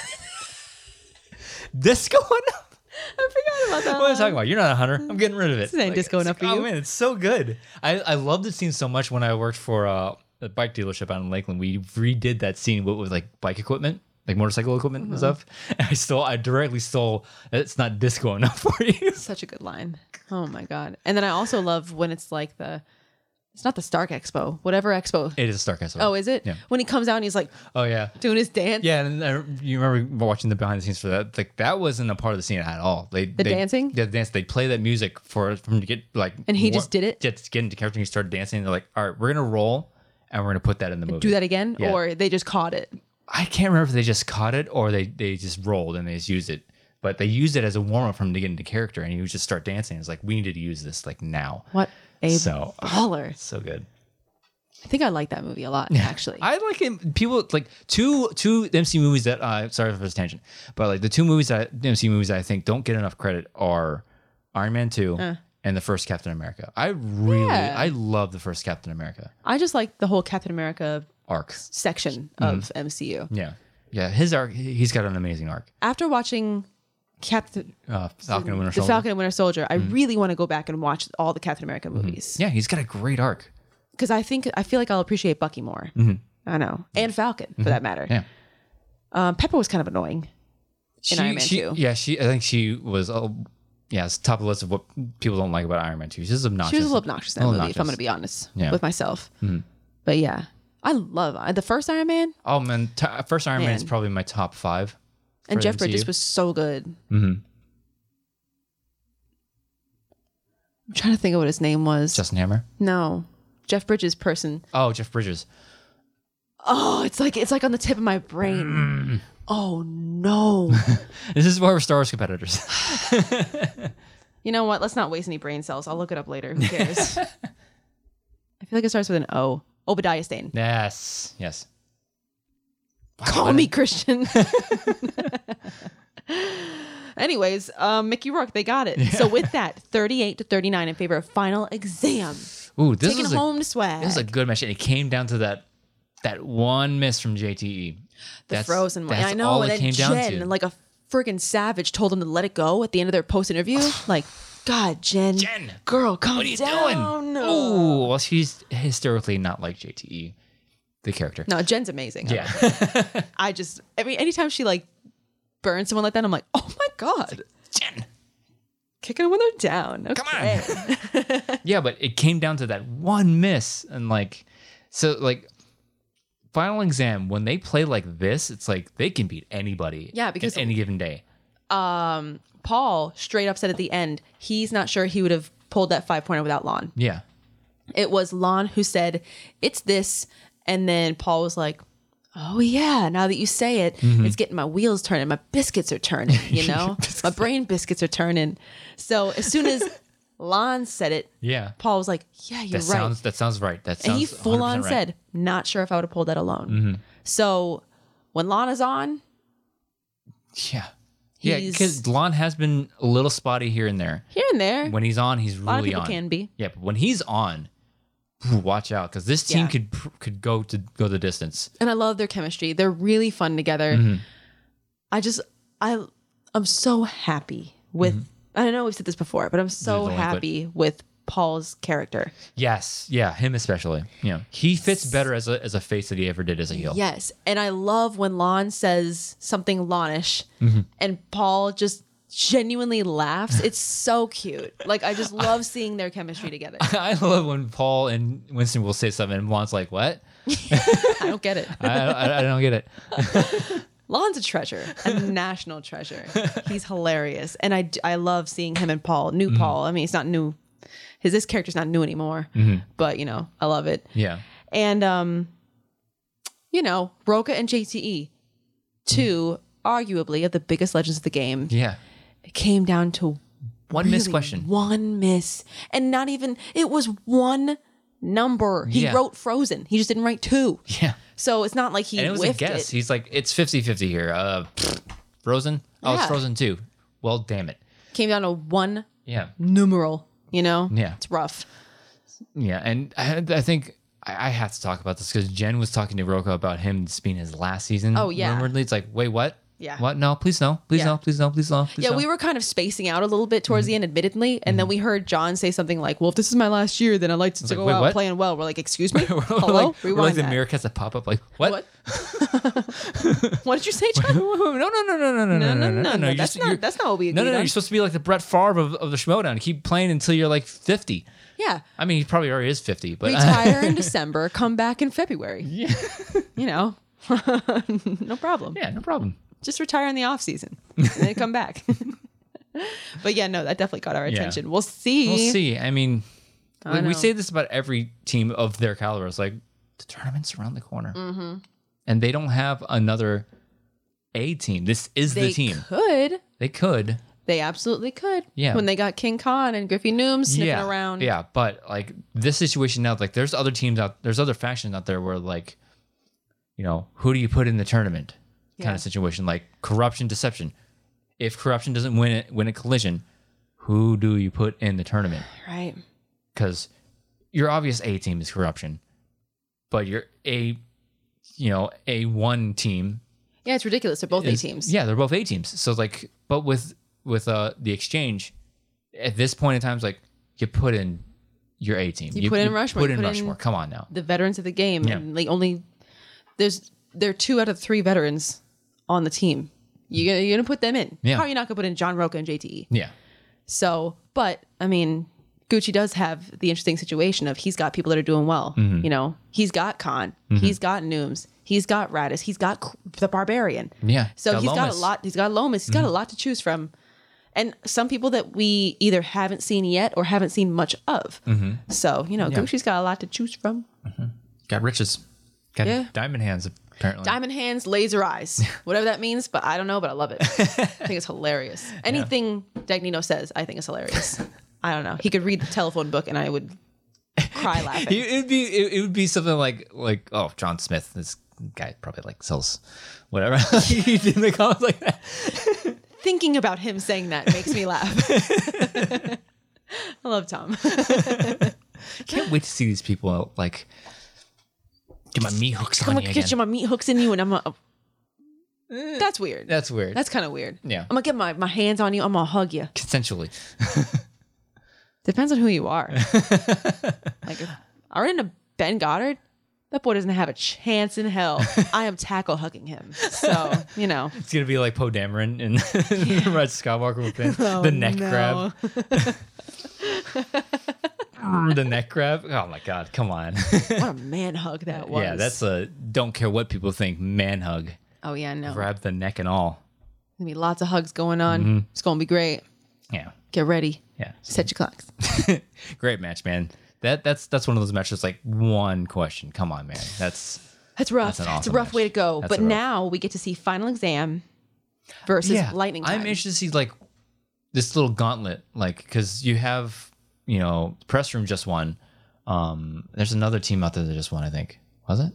[SPEAKER 1] disco enough.
[SPEAKER 2] I forgot about that.
[SPEAKER 1] What am I talking about? You're not a hunter. I'm getting rid of it.
[SPEAKER 2] Um, This ain't disco
[SPEAKER 1] it's
[SPEAKER 2] enough for
[SPEAKER 1] oh,
[SPEAKER 2] you.
[SPEAKER 1] man, it's so good. I, I love this scene so much. When I worked for uh, a bike dealership out in Lakeland, we redid that scene with, with like bike equipment, like motorcycle equipment
[SPEAKER 2] Mm-hmm.
[SPEAKER 1] and stuff. And I stole, I directly stole. It's not disco enough for you.
[SPEAKER 2] Such a good line. Oh my God! And then I also love when it's like the, it's not the Stark Expo, whatever Expo.
[SPEAKER 1] It is Stark Castle.
[SPEAKER 2] Oh, is it?
[SPEAKER 1] Yeah.
[SPEAKER 2] When he comes out and he's like
[SPEAKER 1] Oh yeah.
[SPEAKER 2] doing his dance.
[SPEAKER 1] Yeah, and I, you remember watching the behind the scenes for that. Like that wasn't a part of the scene at all. They the
[SPEAKER 2] dancing?
[SPEAKER 1] yeah, the dance. They play that music for from to get like,
[SPEAKER 2] And he just did it?
[SPEAKER 1] Just get into character. and He started dancing. And they're like, all right, we're gonna roll, and we're gonna put that in the movie.
[SPEAKER 2] Do that again,
[SPEAKER 1] Yeah.
[SPEAKER 2] or they just caught it.
[SPEAKER 1] I can't remember if they just caught it or they they just rolled and they just used it. But they used it as a warm up for him to get into character, and he would just start dancing. It's like we needed to use this like now.
[SPEAKER 2] What a
[SPEAKER 1] So uh,
[SPEAKER 2] baller!
[SPEAKER 1] so good.
[SPEAKER 2] I think I like that movie a lot, actually.
[SPEAKER 1] I like him. People like two two MC movies that uh, sorry for this tangent, but like the two movies that MC movies that I think don't get enough credit are Iron Man two and the first Captain America. I really
[SPEAKER 2] Uh. Yeah.
[SPEAKER 1] I love the first Captain America
[SPEAKER 2] I just like the whole Captain America
[SPEAKER 1] arc.
[SPEAKER 2] section of
[SPEAKER 1] Mm-hmm.
[SPEAKER 2] MCU.
[SPEAKER 1] Yeah, yeah. His arc. He's got an amazing arc.
[SPEAKER 2] After watching Captain
[SPEAKER 1] Uh, Falcon and Winter
[SPEAKER 2] The
[SPEAKER 1] Soldier. Mm-hmm.
[SPEAKER 2] Falcon and Winter Soldier, I really want to go back and watch all the Captain America movies
[SPEAKER 1] Yeah, he's got a great arc.
[SPEAKER 2] because I think I feel like I'll appreciate Bucky more. I know, and Falcon for that matter.
[SPEAKER 1] Mm-hmm. Yeah.
[SPEAKER 2] Um, Pepper was kind of annoying.
[SPEAKER 1] she,
[SPEAKER 2] Iron Man
[SPEAKER 1] she-
[SPEAKER 2] 2.
[SPEAKER 1] Yeah, she. I think she was. Oh, yeah, it's top of the list of what people don't like about Iron Man Two. She's just obnoxious.
[SPEAKER 2] She was a little obnoxious in that
[SPEAKER 1] Oh,
[SPEAKER 2] movie, if I'm
[SPEAKER 1] obnoxious.
[SPEAKER 2] going to be honest
[SPEAKER 1] Yeah. Mm-hmm.
[SPEAKER 2] with myself. But yeah, I love I- the first Iron Man,
[SPEAKER 1] Oh man, t- first Iron Man. is
[SPEAKER 2] Man.
[SPEAKER 1] probably my top five.
[SPEAKER 2] and
[SPEAKER 1] For
[SPEAKER 2] Jeff
[SPEAKER 1] MCU.
[SPEAKER 2] Bridges was so good.
[SPEAKER 1] Mm-hmm.
[SPEAKER 2] I'm trying to think of what his name was.
[SPEAKER 1] Justin Hammer.
[SPEAKER 2] no, Jeff Bridges person.
[SPEAKER 1] Oh, Jeff Bridges.
[SPEAKER 2] Oh, it's like it's like on the tip of my brain.
[SPEAKER 1] Mm.
[SPEAKER 2] Oh no.
[SPEAKER 1] This is why we're Star Wars competitors.
[SPEAKER 2] You know what? Let's not waste any brain cells. I'll look it up later. Who cares? I feel like it starts with an O. Obadiah Stane.
[SPEAKER 1] yes, yes.
[SPEAKER 2] Call me Christian. Anyways, um, Mickey Rourke, they got it. So with that, 38 to 39 in favor of final exam.
[SPEAKER 1] Ooh, this
[SPEAKER 2] Taking
[SPEAKER 1] is a,
[SPEAKER 2] home to swag.
[SPEAKER 1] this is a good match, and it came down to that that one miss from JTE.
[SPEAKER 2] the frozen one.
[SPEAKER 1] That's
[SPEAKER 2] I know.
[SPEAKER 1] All
[SPEAKER 2] and
[SPEAKER 1] it
[SPEAKER 2] then
[SPEAKER 1] came down
[SPEAKER 2] Jen,
[SPEAKER 1] to.
[SPEAKER 2] like a freaking savage, told him to let it go at the end of their post interview. like, God, Jen.
[SPEAKER 1] Jen,
[SPEAKER 2] Girl, calm
[SPEAKER 1] what are you
[SPEAKER 2] down.
[SPEAKER 1] doing? Ooh, well, she's hysterically not like JTE, the character.
[SPEAKER 2] No, Jen's amazing.
[SPEAKER 1] Yeah.
[SPEAKER 2] I just, I mean, anytime she like burns someone like that, I'm like, oh my God.
[SPEAKER 1] Jen.
[SPEAKER 2] Kicking when they're down.
[SPEAKER 1] Come on.
[SPEAKER 2] Okay.
[SPEAKER 1] Yeah, but it came down to that one miss and like so like final exam when they play like this, it's like they can beat anybody.
[SPEAKER 2] Yeah, because-
[SPEAKER 1] in any given day.
[SPEAKER 2] Paul straight up said at the end, he's not sure he would have pulled that five pointer without Lon.
[SPEAKER 1] Yeah.
[SPEAKER 2] It was Lon who said, It's this. And then Paul was like, Oh, yeah, now that you say it,
[SPEAKER 1] Mm-hmm.
[SPEAKER 2] it's getting my wheels turning. My biscuits are turning, you know? my brain biscuits are turning. So as soon as Lon said it,
[SPEAKER 1] Yeah.
[SPEAKER 2] Paul was like, Yeah,
[SPEAKER 1] That
[SPEAKER 2] you're right.
[SPEAKER 1] sounds that sounds right. That sounds
[SPEAKER 2] and he full on
[SPEAKER 1] 100% right. Mm-hmm.
[SPEAKER 2] said, Not sure if I would have pulled that alone. So when Lon is on,
[SPEAKER 1] Yeah. Yeah,
[SPEAKER 2] He's-
[SPEAKER 1] because Lon has been a little spotty here and there.
[SPEAKER 2] here and there,
[SPEAKER 1] When he's on, he's really
[SPEAKER 2] a lot of people
[SPEAKER 1] on.
[SPEAKER 2] can be.
[SPEAKER 1] Yeah, but when he's on, ooh, watch out because this team
[SPEAKER 2] Yeah.
[SPEAKER 1] could pr- could go to go the distance.
[SPEAKER 2] and I love their chemistry. They're really fun together. I just I I'm so happy with I don't know we've said this before, but I'm so
[SPEAKER 1] Delinquent.
[SPEAKER 2] happy with Paul's character.
[SPEAKER 1] Yes, yeah, him especially. Yeah, he fits better as a as a face than he ever did as a heel.
[SPEAKER 2] Yes, and I love when Lon says something Lonish, and Paul just genuinely laughs. It's so cute. Like I just love seeing their chemistry together.
[SPEAKER 1] I love when Paul and Winston will say something, and Lon's like, "What?
[SPEAKER 2] I don't get it.
[SPEAKER 1] I, I, I don't get it."
[SPEAKER 2] Lon's a treasure, a national treasure. He's hilarious, and I, I love seeing him and Paul,
[SPEAKER 1] Mm-hmm.
[SPEAKER 2] new Paul. I mean, it's not new. His this character's not new anymore,
[SPEAKER 1] Mm-hmm.
[SPEAKER 2] but you know, I love it.
[SPEAKER 1] Yeah,
[SPEAKER 2] And um, you know, Roca and JTE, two arguably of the biggest legends of the game,
[SPEAKER 1] yeah.
[SPEAKER 2] it came down to
[SPEAKER 1] One missed
[SPEAKER 2] really
[SPEAKER 1] question.
[SPEAKER 2] one miss, and not even it was one number. He
[SPEAKER 1] Yeah.
[SPEAKER 2] wrote Frozen. He just didn't write two.
[SPEAKER 1] Yeah,
[SPEAKER 2] So it's not like he
[SPEAKER 1] and it was a
[SPEAKER 2] whiffed
[SPEAKER 1] guess.
[SPEAKER 2] it.
[SPEAKER 1] He's like, "It's 50-50 here." Uh, frozen. Oh, it's
[SPEAKER 2] Yeah.
[SPEAKER 1] Frozen too. Well, damn it.
[SPEAKER 2] Came down to one
[SPEAKER 1] Yeah,
[SPEAKER 2] numeral. You know,
[SPEAKER 1] Yeah.
[SPEAKER 2] it's rough.
[SPEAKER 1] yeah, and I, I think. I I have to talk about this because Jen was talking to Roko about him this being his last season.
[SPEAKER 2] Oh, yeah.
[SPEAKER 1] rumoredly. It's like, wait, what?
[SPEAKER 2] Yeah.
[SPEAKER 1] What? No, please no, please
[SPEAKER 2] Yeah.
[SPEAKER 1] no, please no, please no. Please
[SPEAKER 2] Yeah,
[SPEAKER 1] no.
[SPEAKER 2] we were kind of spacing out a little bit towards
[SPEAKER 1] Mm-hmm.
[SPEAKER 2] the end, admittedly, and then we heard John say something like, "Well, if this is my last year, then I'd like to
[SPEAKER 1] like,
[SPEAKER 2] go
[SPEAKER 1] wait,
[SPEAKER 2] out
[SPEAKER 1] what?
[SPEAKER 2] playing well." We're like, "Excuse me,
[SPEAKER 1] We're
[SPEAKER 2] hello,
[SPEAKER 1] like, we're
[SPEAKER 2] Oh, rewind
[SPEAKER 1] like the
[SPEAKER 2] that.
[SPEAKER 1] mirror has to pop up. Like what?
[SPEAKER 2] What? what did you say, John?
[SPEAKER 1] no, no, no, no, no, no,
[SPEAKER 2] No, no, no, no.
[SPEAKER 1] You're
[SPEAKER 2] that's
[SPEAKER 1] just-
[SPEAKER 2] not.
[SPEAKER 1] you're-
[SPEAKER 2] That's not what we.
[SPEAKER 1] no, no,
[SPEAKER 2] agreed
[SPEAKER 1] no.
[SPEAKER 2] on.
[SPEAKER 1] You're supposed to be like the Brett Favre of, of the Schmodown. Keep playing until you're like 50.
[SPEAKER 2] yeah,
[SPEAKER 1] I mean, he probably already is 50, but uh,
[SPEAKER 2] retire in December, come back in February. Yeah, you know, no problem.
[SPEAKER 1] yeah, no problem.
[SPEAKER 2] Just retire in the off season and then come back. but yeah, no, that definitely got our attention. We'll see.
[SPEAKER 1] We'll see. I mean, we, we
[SPEAKER 2] know.
[SPEAKER 1] say this about every team of their caliber. It's like the tournament's around the corner,
[SPEAKER 2] Mm-hmm.
[SPEAKER 1] and they don't have another A team. This is
[SPEAKER 2] They
[SPEAKER 1] the team.
[SPEAKER 2] could.
[SPEAKER 1] They could.
[SPEAKER 2] They absolutely could.
[SPEAKER 1] Yeah.
[SPEAKER 2] When they got King Khan and Griffey Noom sniffing
[SPEAKER 1] yeah,
[SPEAKER 2] around.
[SPEAKER 1] Yeah, but like this situation now, like there's other teams out, there's other factions out there where like, you know, who do you put in the tournament kind
[SPEAKER 2] Yeah.
[SPEAKER 1] of situation? Like corruption, deception. If corruption doesn't win it, win a collision, who do you put in the tournament?
[SPEAKER 2] Right.
[SPEAKER 1] Because your obvious A team is corruption, but your A, you know, A one team
[SPEAKER 2] Yeah, it's ridiculous. They're both A
[SPEAKER 1] is-
[SPEAKER 2] teams.
[SPEAKER 1] Yeah, they're both A teams. So like, but with with uh the exchange, at this point in time, it's like you put in your A team.
[SPEAKER 2] You put in Rushmore,
[SPEAKER 1] Put
[SPEAKER 2] you
[SPEAKER 1] in
[SPEAKER 2] put in-
[SPEAKER 1] Rushmore. Come on now.
[SPEAKER 2] The veterans of the game.
[SPEAKER 1] Yeah.
[SPEAKER 2] And like only there's there are two out of three veterans on the team. You, you're going to put them in.
[SPEAKER 1] Yeah.
[SPEAKER 2] How are you not going to put in John Roca and E? JTE?
[SPEAKER 1] Yeah,
[SPEAKER 2] So, but I mean, Gucci does have the interesting situation of he's got people that are doing well. You know, he's got Khan, he's got Nooms, he's got Radis, he's got K- the Barbarian.
[SPEAKER 1] yeah.
[SPEAKER 2] So he's got a
[SPEAKER 1] Lomas.
[SPEAKER 2] lot. He's got Lomas. He's got a lot to choose from, and some people that we either haven't seen yet or haven't seen much of. So you know, Gucci's got a lot to choose from.
[SPEAKER 1] Got riches. Got
[SPEAKER 2] Yeah.
[SPEAKER 1] diamond hands apparently.
[SPEAKER 2] Diamond hands, laser eyes, whatever that means, but I don't know, but I love it. I think it's hilarious. Anything Dagnino says, I think is hilarious. I don't know. He could read the telephone book, and I would cry laughing.
[SPEAKER 1] it would be it, it would be something like like oh John Smith this guy probably like sells whatever he did in the comments like that
[SPEAKER 2] Thinking about him saying that makes me laugh. I love Tom.
[SPEAKER 1] can't wait to see these people like get my meat hooks
[SPEAKER 2] I'm
[SPEAKER 1] on you
[SPEAKER 2] gonna
[SPEAKER 1] again
[SPEAKER 2] get you my meat hooks in you, and I'm gonna. That's weird.
[SPEAKER 1] that's weird
[SPEAKER 2] That's kind of weird.
[SPEAKER 1] Yeah.
[SPEAKER 2] I'm gonna get my, my hands on you. I'm gonna hug you.
[SPEAKER 1] consensually
[SPEAKER 2] Depends on who you are. like, if I ran into Ben Goddard. That boy doesn't have a chance in hell. I am tackle hugging him. So, you know.
[SPEAKER 1] It's gonna be like Poe Dameron and Red Skywalker with the,
[SPEAKER 2] Oh,
[SPEAKER 1] the neck
[SPEAKER 2] no.
[SPEAKER 1] grab. Grr, the neck grab. Oh my god, come on.
[SPEAKER 2] What a man hug that was.
[SPEAKER 1] yeah, that's a don't care what people think, man hug.
[SPEAKER 2] Oh, yeah, no. There's
[SPEAKER 1] Grab the neck and all.
[SPEAKER 2] going to be lots of hugs going on.
[SPEAKER 1] Mm-hmm.
[SPEAKER 2] It's going to be great.
[SPEAKER 1] Yeah.
[SPEAKER 2] Get ready.
[SPEAKER 1] Yeah.
[SPEAKER 2] Set your clocks.
[SPEAKER 1] Great match, man. That that's that's one of those matches like one question. Come on, man. That's
[SPEAKER 2] That's rough. That's,
[SPEAKER 1] an
[SPEAKER 2] a
[SPEAKER 1] awesome
[SPEAKER 2] rough
[SPEAKER 1] match.
[SPEAKER 2] way to go.
[SPEAKER 1] That's
[SPEAKER 2] but
[SPEAKER 1] a rough-
[SPEAKER 2] now we get to see Final Exam versus Lightning
[SPEAKER 1] I'm
[SPEAKER 2] Time.
[SPEAKER 1] interested to see like this little gauntlet, like because you have you know press room just won. Um, there's another team out there that just won. I think was it?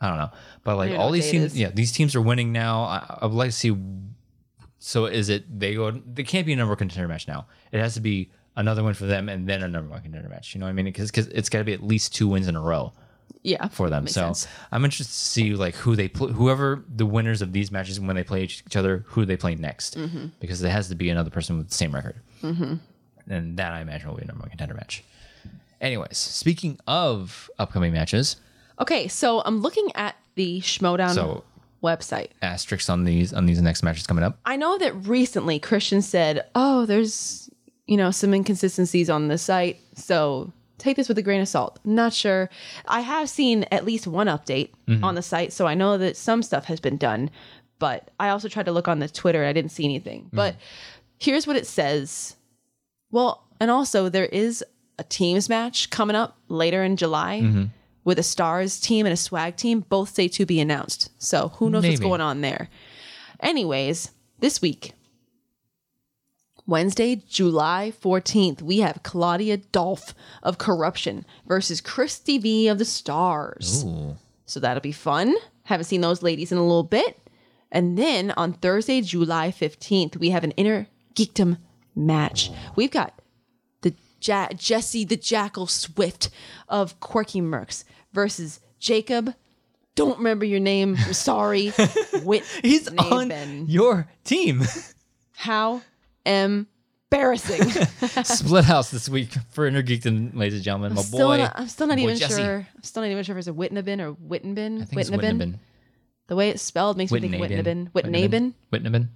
[SPEAKER 1] I don't know, but like
[SPEAKER 2] don't know
[SPEAKER 1] all
[SPEAKER 2] what
[SPEAKER 1] these
[SPEAKER 2] day it
[SPEAKER 1] teams,
[SPEAKER 2] is.
[SPEAKER 1] yeah, these teams are winning now. I, I would like to see. So is it they go? They can't be a number one contender match now. It has to be another win for them and then a number one contender match. You know what I mean? Because it's got to be at least two wins in a row
[SPEAKER 2] yeah.
[SPEAKER 1] for them.
[SPEAKER 2] Makes
[SPEAKER 1] so
[SPEAKER 2] sense.
[SPEAKER 1] I'm interested to see like who they play, whoever the winners of these matches when they play each each other, who they play next,
[SPEAKER 2] Mm-hmm.
[SPEAKER 1] because it has to be another person with the same record, and that I imagine will be a number one contender match. Anyways, speaking of upcoming matches,
[SPEAKER 2] Okay, so I'm looking at the Schmodown
[SPEAKER 1] So-
[SPEAKER 2] website.
[SPEAKER 1] asterisks on these on these next matches coming up.
[SPEAKER 2] I know that recently Christian said, "Oh, there's you know some inconsistencies on the site, so take this with a grain of salt." Not sure. I have seen at least one update on the site, so I know that some stuff has been done. But I also tried to look on the Twitter, and I didn't see anything. But here's what it says. Well, and also there is a teams match coming up later in July.
[SPEAKER 1] Mm-hmm.
[SPEAKER 2] With a stars team and a swag team, both say to be announced. So who knows what's
[SPEAKER 1] Maybe.
[SPEAKER 2] going on there? Anyways, this week, Wednesday, July 14th, we have Claudia Dolph of Corruption versus Christy V of the Stars.
[SPEAKER 1] Ooh,
[SPEAKER 2] So that'll be fun. Haven't seen those ladies in a little bit. And then on Thursday, July 15th, we have an inner geekdom match. We've got the ja- Jesse the Jackal Swift of Quirky Mercs versus Jacob. Don't remember your name. I'm sorry. Whit
[SPEAKER 1] he's
[SPEAKER 2] Nathan.
[SPEAKER 1] on your team.
[SPEAKER 2] How embarrassing.
[SPEAKER 1] Split house this week for Inner Geekdom, ladies and gentlemen. My
[SPEAKER 2] Still
[SPEAKER 1] boy,
[SPEAKER 2] not- I'm still not
[SPEAKER 1] my boy
[SPEAKER 2] even
[SPEAKER 1] Jesse.
[SPEAKER 2] sure. I'm still not even sure if it's a Whitnabin or Wittenbin.
[SPEAKER 1] I think it's Whitnabin.
[SPEAKER 2] The way it's spelled makes me think Whitnabin.
[SPEAKER 1] Whitnabin.
[SPEAKER 2] Whitnabin.
[SPEAKER 1] Whitnabin.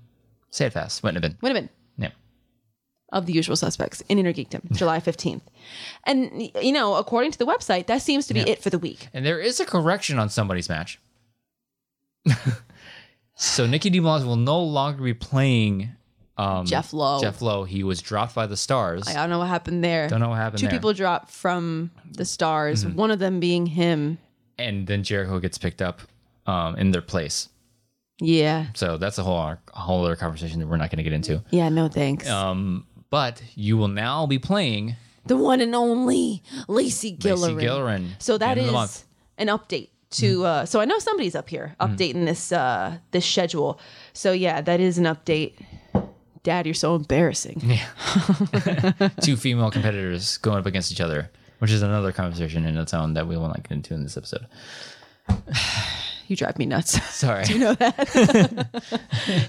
[SPEAKER 1] Say it fast. Whitnabin.
[SPEAKER 2] Whitnabin.
[SPEAKER 1] Yeah.
[SPEAKER 2] of the usual suspects in Inner Geekdom,
[SPEAKER 1] Mm.
[SPEAKER 2] July 15th. And, y- you know, according to the website, that seems to be
[SPEAKER 1] Yeah.
[SPEAKER 2] it for the week.
[SPEAKER 1] And there is a correction on somebody's match. so Nikki DeMoss will no longer be playing um,
[SPEAKER 2] Jeff Lowe.
[SPEAKER 1] Jeff Lowe. He was dropped by the stars.
[SPEAKER 2] I don't know what happened there.
[SPEAKER 1] Don't know what happened
[SPEAKER 2] Two
[SPEAKER 1] there. Mm-hmm.
[SPEAKER 2] people dropped from the stars, one of them being him.
[SPEAKER 1] and then Jericho gets picked up um, in their place.
[SPEAKER 2] Yeah.
[SPEAKER 1] So that's a whole a whole other conversation that we're not going to get into.
[SPEAKER 2] Yeah, no thanks.
[SPEAKER 1] Um, but you will now be playing
[SPEAKER 2] the one and only
[SPEAKER 1] Lacey
[SPEAKER 2] Lacey Gillerin.
[SPEAKER 1] Gillerin.
[SPEAKER 2] So that
[SPEAKER 1] end of
[SPEAKER 2] is
[SPEAKER 1] the month. Mm-hmm.
[SPEAKER 2] an update to. Uh, so I know somebody's up here updating this uh, this schedule. So yeah, that is an update. Dad, you're so embarrassing.
[SPEAKER 1] two female competitors going up against each other, which is another conversation in its own that we will not get into in this episode.
[SPEAKER 2] You drive me nuts.
[SPEAKER 1] Sorry.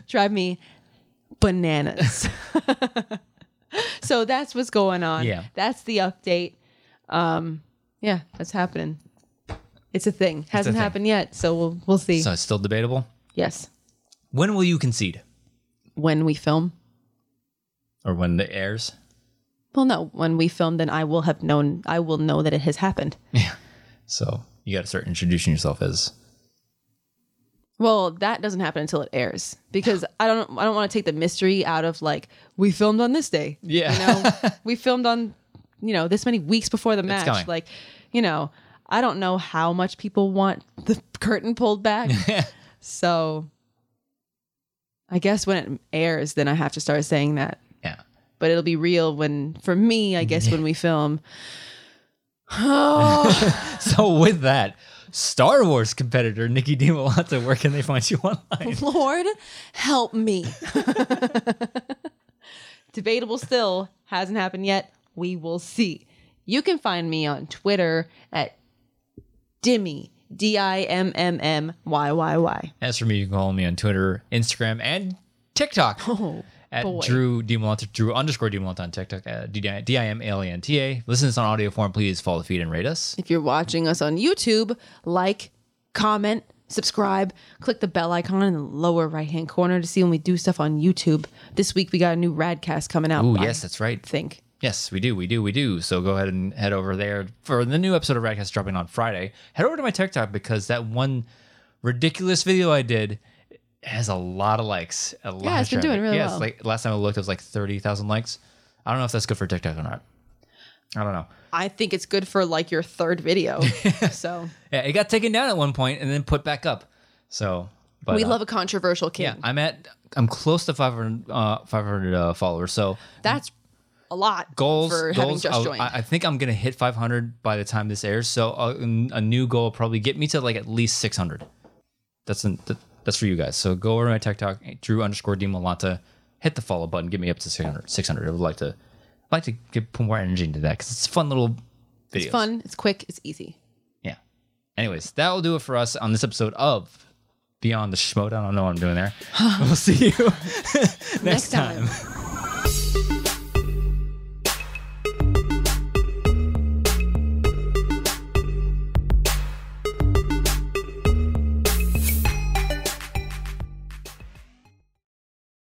[SPEAKER 2] drive me bananas. so that's what's going on.
[SPEAKER 1] Yeah.
[SPEAKER 2] That's the update. Um, yeah, that's happening. It's a thing. Hasn't
[SPEAKER 1] thing.
[SPEAKER 2] happened yet, so we'll we'll see.
[SPEAKER 1] so it's still debatable.
[SPEAKER 2] yes.
[SPEAKER 1] When will you concede?
[SPEAKER 2] When we film.
[SPEAKER 1] Or when it airs?
[SPEAKER 2] Well, no, when we film, then I will have known I will know that it has happened.
[SPEAKER 1] So you got to start introducing yourself as
[SPEAKER 2] Well, that doesn't happen until it airs because I don't I don't want to take the mystery out of like we filmed on this day.
[SPEAKER 1] Yeah.
[SPEAKER 2] You know, we filmed on you know this many weeks before the match
[SPEAKER 1] coming.
[SPEAKER 2] like you know, I don't know how much people want the curtain pulled back. so I guess when it airs then I have to start saying that.
[SPEAKER 1] yeah.
[SPEAKER 2] But it'll be real when for me, I guess when we film.
[SPEAKER 1] So with that, Star Wars competitor Nikki DiMolanta, where can they find you online?
[SPEAKER 2] Lord, help me. Debatable still hasn't happened yet. We will see. You can find me on Twitter at Dimmy D I M M M Y Y Y.
[SPEAKER 1] As for me, you can follow me on Twitter, Instagram, and TikTok
[SPEAKER 2] Oh,
[SPEAKER 1] at
[SPEAKER 2] boy.
[SPEAKER 1] Drew DiMolta, Drew underscore DiMolta on TikTok, uh, D- D-I-M-A-L-E-N-T-A. Listen to this on audio form. Please follow the feed and rate us.
[SPEAKER 2] If you're watching us on YouTube, like, comment, subscribe, click the bell icon in the lower right hand corner to see when we do stuff on YouTube. This week we got a new Radcast coming out.
[SPEAKER 1] Ooh,
[SPEAKER 2] I
[SPEAKER 1] yes, that's right.
[SPEAKER 2] think.
[SPEAKER 1] Yes, we do, we do, we do. So go ahead and head over there for the new episode of Radcast dropping on Friday. Head over to my TikTok because that one ridiculous video I did has a lot of likes. A lot
[SPEAKER 2] Yeah,
[SPEAKER 1] of
[SPEAKER 2] it's been
[SPEAKER 1] traffic.
[SPEAKER 2] doing really
[SPEAKER 1] yeah, it's
[SPEAKER 2] well.
[SPEAKER 1] Like last time I looked, it was like thirty thousand likes. I don't know if that's good for TikTok or not. I don't know.
[SPEAKER 2] I think it's good for like your third video. so
[SPEAKER 1] Yeah, it got taken down at one point and then put back up. So, but
[SPEAKER 2] we
[SPEAKER 1] uh,
[SPEAKER 2] love a controversial king.
[SPEAKER 1] Yeah, I'm at. I'm close to 500, uh, 500 uh, followers. So
[SPEAKER 2] That's a lot
[SPEAKER 1] goals
[SPEAKER 2] for
[SPEAKER 1] goals
[SPEAKER 2] having just
[SPEAKER 1] I'll-
[SPEAKER 2] joined.
[SPEAKER 1] I, I think i'm gonna hit 500 by the time this airs so a, a new goal will probably get me to like at least 600 that's an, th- that's for you guys so go over to my tiktok drew underscore demolanta hit the follow button get me up to 600 600 i would like to like to get put more energy into that because it's a fun little video
[SPEAKER 2] it's fun, it's quick, it's easy.
[SPEAKER 1] yeah anyways that will do it for us on this episode of beyond the schmodown i don't know what i'm doing there we'll see you next,
[SPEAKER 2] Next time.
[SPEAKER 1] time.